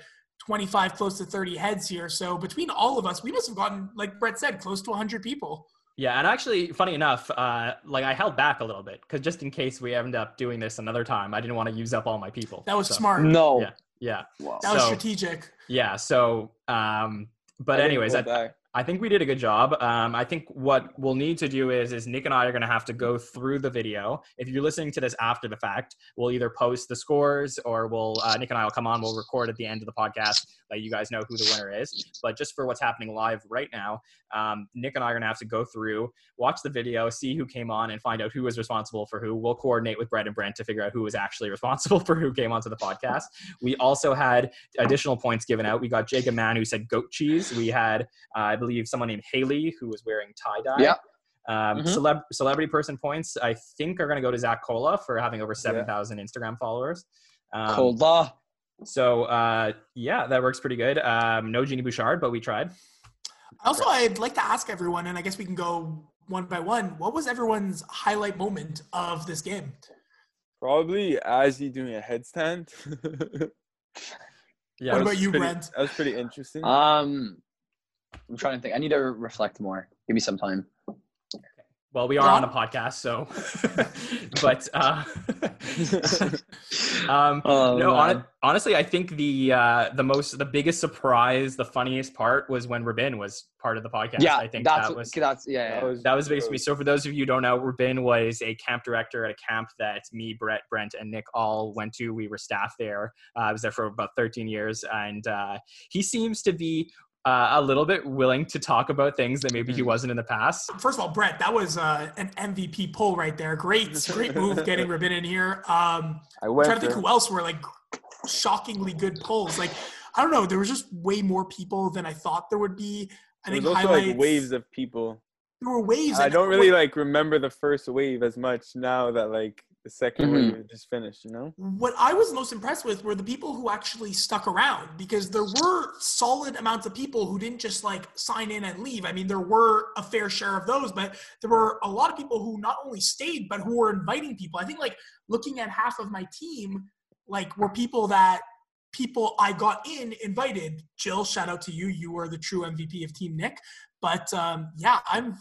S2: 25, close to 30 heads here. So between all of us, we must have gotten, like Brett said, close to 100 people.
S1: Yeah, and actually, funny enough, uh, like I held back a little bit because just in case we end up doing this another time, I didn't want to use up all my people.
S2: That was
S1: So-
S2: smart.
S4: No.
S1: Yeah. Yeah.
S2: That was
S1: So-
S2: strategic.
S1: Yeah. So, um, but
S3: I didn't
S1: anyways,
S3: go
S1: I, I think we did a good job. Um, I think what we'll need to do is, is Nick and I are going to have to go through the video. If you're listening to this after the fact, we'll either post the scores or we'll, uh, Nick and I will come on, we'll record at the end of the podcast, let you guys know who the winner is. But just for what's happening live right now, um, Nick and I are going to have to go through, watch the video, see who came on and find out who was responsible for who. We'll coordinate with Brett and Brent to figure out who was actually responsible for who came onto the podcast. We also had additional points given out. We got Jacob Mann who said goat cheese. We had, uh, I believe, someone named Haley who was wearing tie dye.
S4: Yeah.
S1: Um,
S4: Mhm.
S1: celeb- celebrity person points, I think, are going to go to Zach Cola for having over 7,000 Instagram followers. Um,
S4: Cola.
S1: So, uh, yeah, that works pretty good. Um, no Jeannie Bouchard, but we tried.
S2: Also, I'd like to ask everyone, and I guess we can go one by one. What was everyone's highlight moment of this game?
S3: Probably Azzy doing a headstand.
S1: yeah.
S2: What about you, Brent?
S3: That was pretty interesting.
S7: Ah,
S4: Um, I'm trying to think. I need to reflect more. Give me some time.
S1: Well, we are on a podcast, so. but uh, um,
S4: Oh,
S1: no,
S4: man.
S1: hon- honestly, I think the uh, the most the biggest surprise, the funniest part was when Rabin was part of the podcast.
S4: yeah,
S1: I think
S4: that's
S1: that
S4: what-
S1: was
S4: that's yeah. yeah.
S1: that was basically so. For those of you who don't know, Rabin was a camp director at a camp that me, Brett, Brent, and Nick all went to. We were staff there. Uh, I was there for about 13 years, and uh, he seems to be uh, a little bit willing to talk about things that maybe he
S4: Hmm.
S1: wasn't in the past.
S2: First of all, Brett, that was uh, an MVP poll right there. Great, great move getting Rabin in here. Um,
S3: I
S2: I'm
S3: went
S2: trying to think
S3: there.
S2: who else were like shockingly good polls. Like, I don't know. There was just way more people than I thought there would be. I
S3: There
S2: think
S3: was also
S2: highlights.
S3: like waves of people.
S2: There were waves.
S3: I
S2: and
S3: don't really
S2: what-
S3: like remember the first wave as much now that like the 2nd wave just finished, you know?
S2: what I was most impressed with were the people who actually stuck around because there were solid amounts of people who didn't just like sign in and leave. I mean, there were a fair share of those, but there were a lot of people who not only stayed but who were inviting people. I think like looking at half of my team, like were people that people I got in invited. Jill, shout out to you. You were the true MVP of Team Nick. But um, yeah, I'm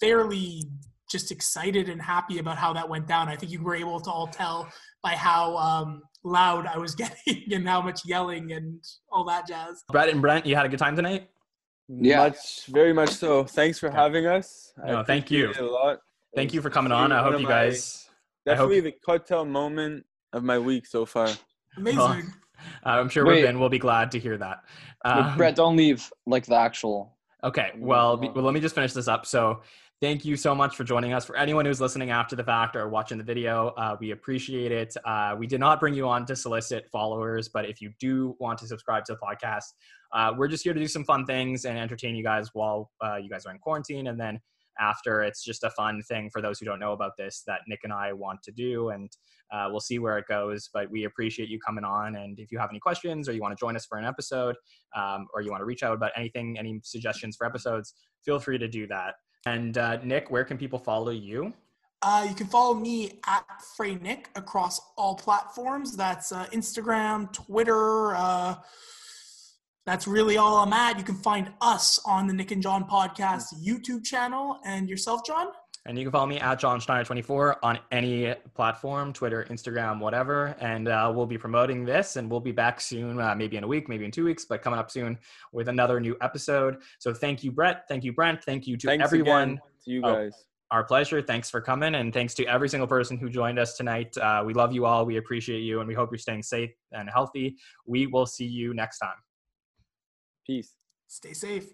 S2: fairly just excited and happy about how that went down. I think you were able to all tell by how um, loud I was getting and how much yelling and all that jazz.
S1: Brett and Brent, you had a good time tonight?
S3: Yeah. Much, very much so. Thanks for having us. I
S1: No, thank you.
S3: appreciate it A lot.
S1: Thank you for coming on. I
S3: One
S1: hope
S3: of
S1: you
S3: my-
S1: guys. I hope-
S3: Definitely the cocktail moment of my week so far.
S2: Amazing.
S1: Uh, I'm sure
S4: Wait.
S1: Ben will be glad to hear that.
S12: uh,
S1: Um,
S4: Brett, don't leave like the actual.
S1: Okay, well, be- well, let me just finish this up. So, thank you so much for joining us. For anyone who's listening after the fact or watching the video, uh, we appreciate it. Uh, we did not bring you on to solicit followers, but if you do want to subscribe to the podcast, uh, we're just here to do some fun things and entertain you guys while uh, you guys are in quarantine. And then after, it's just a fun thing for those who don't know about this that Nick and I want to do. And uh, we'll see where it goes, but we appreciate you coming on. And if you have any questions or you want to join us for an episode um, or you want to reach out about anything, any suggestions for episodes, feel free to do that. And uh, Nick, where can people follow you?
S2: Uh, you can follow me at Frey Nick across all platforms. That's uh, Instagram, Twitter. Uh, that's really all I'm at. You can find us on the Nick and John podcast YouTube channel. And yourself, John?
S1: And you can follow me at John Schneider24 on any platform, Twitter, Instagram, whatever. And uh, we'll be promoting this and we'll be back soon, uh, maybe in a week, maybe in two weeks, but coming up soon with another new episode. So thank you, Brett. Thank you, Brent. Thank you to
S3: Thanks
S1: everyone.
S3: again to you
S1: Oh,
S3: guys.
S1: our pleasure. Thanks for coming. And thanks to every single person who joined us tonight. Uh, we love you all. We appreciate you. And we hope you're staying safe and healthy. We will see you next time.
S3: Peace.
S2: Stay safe.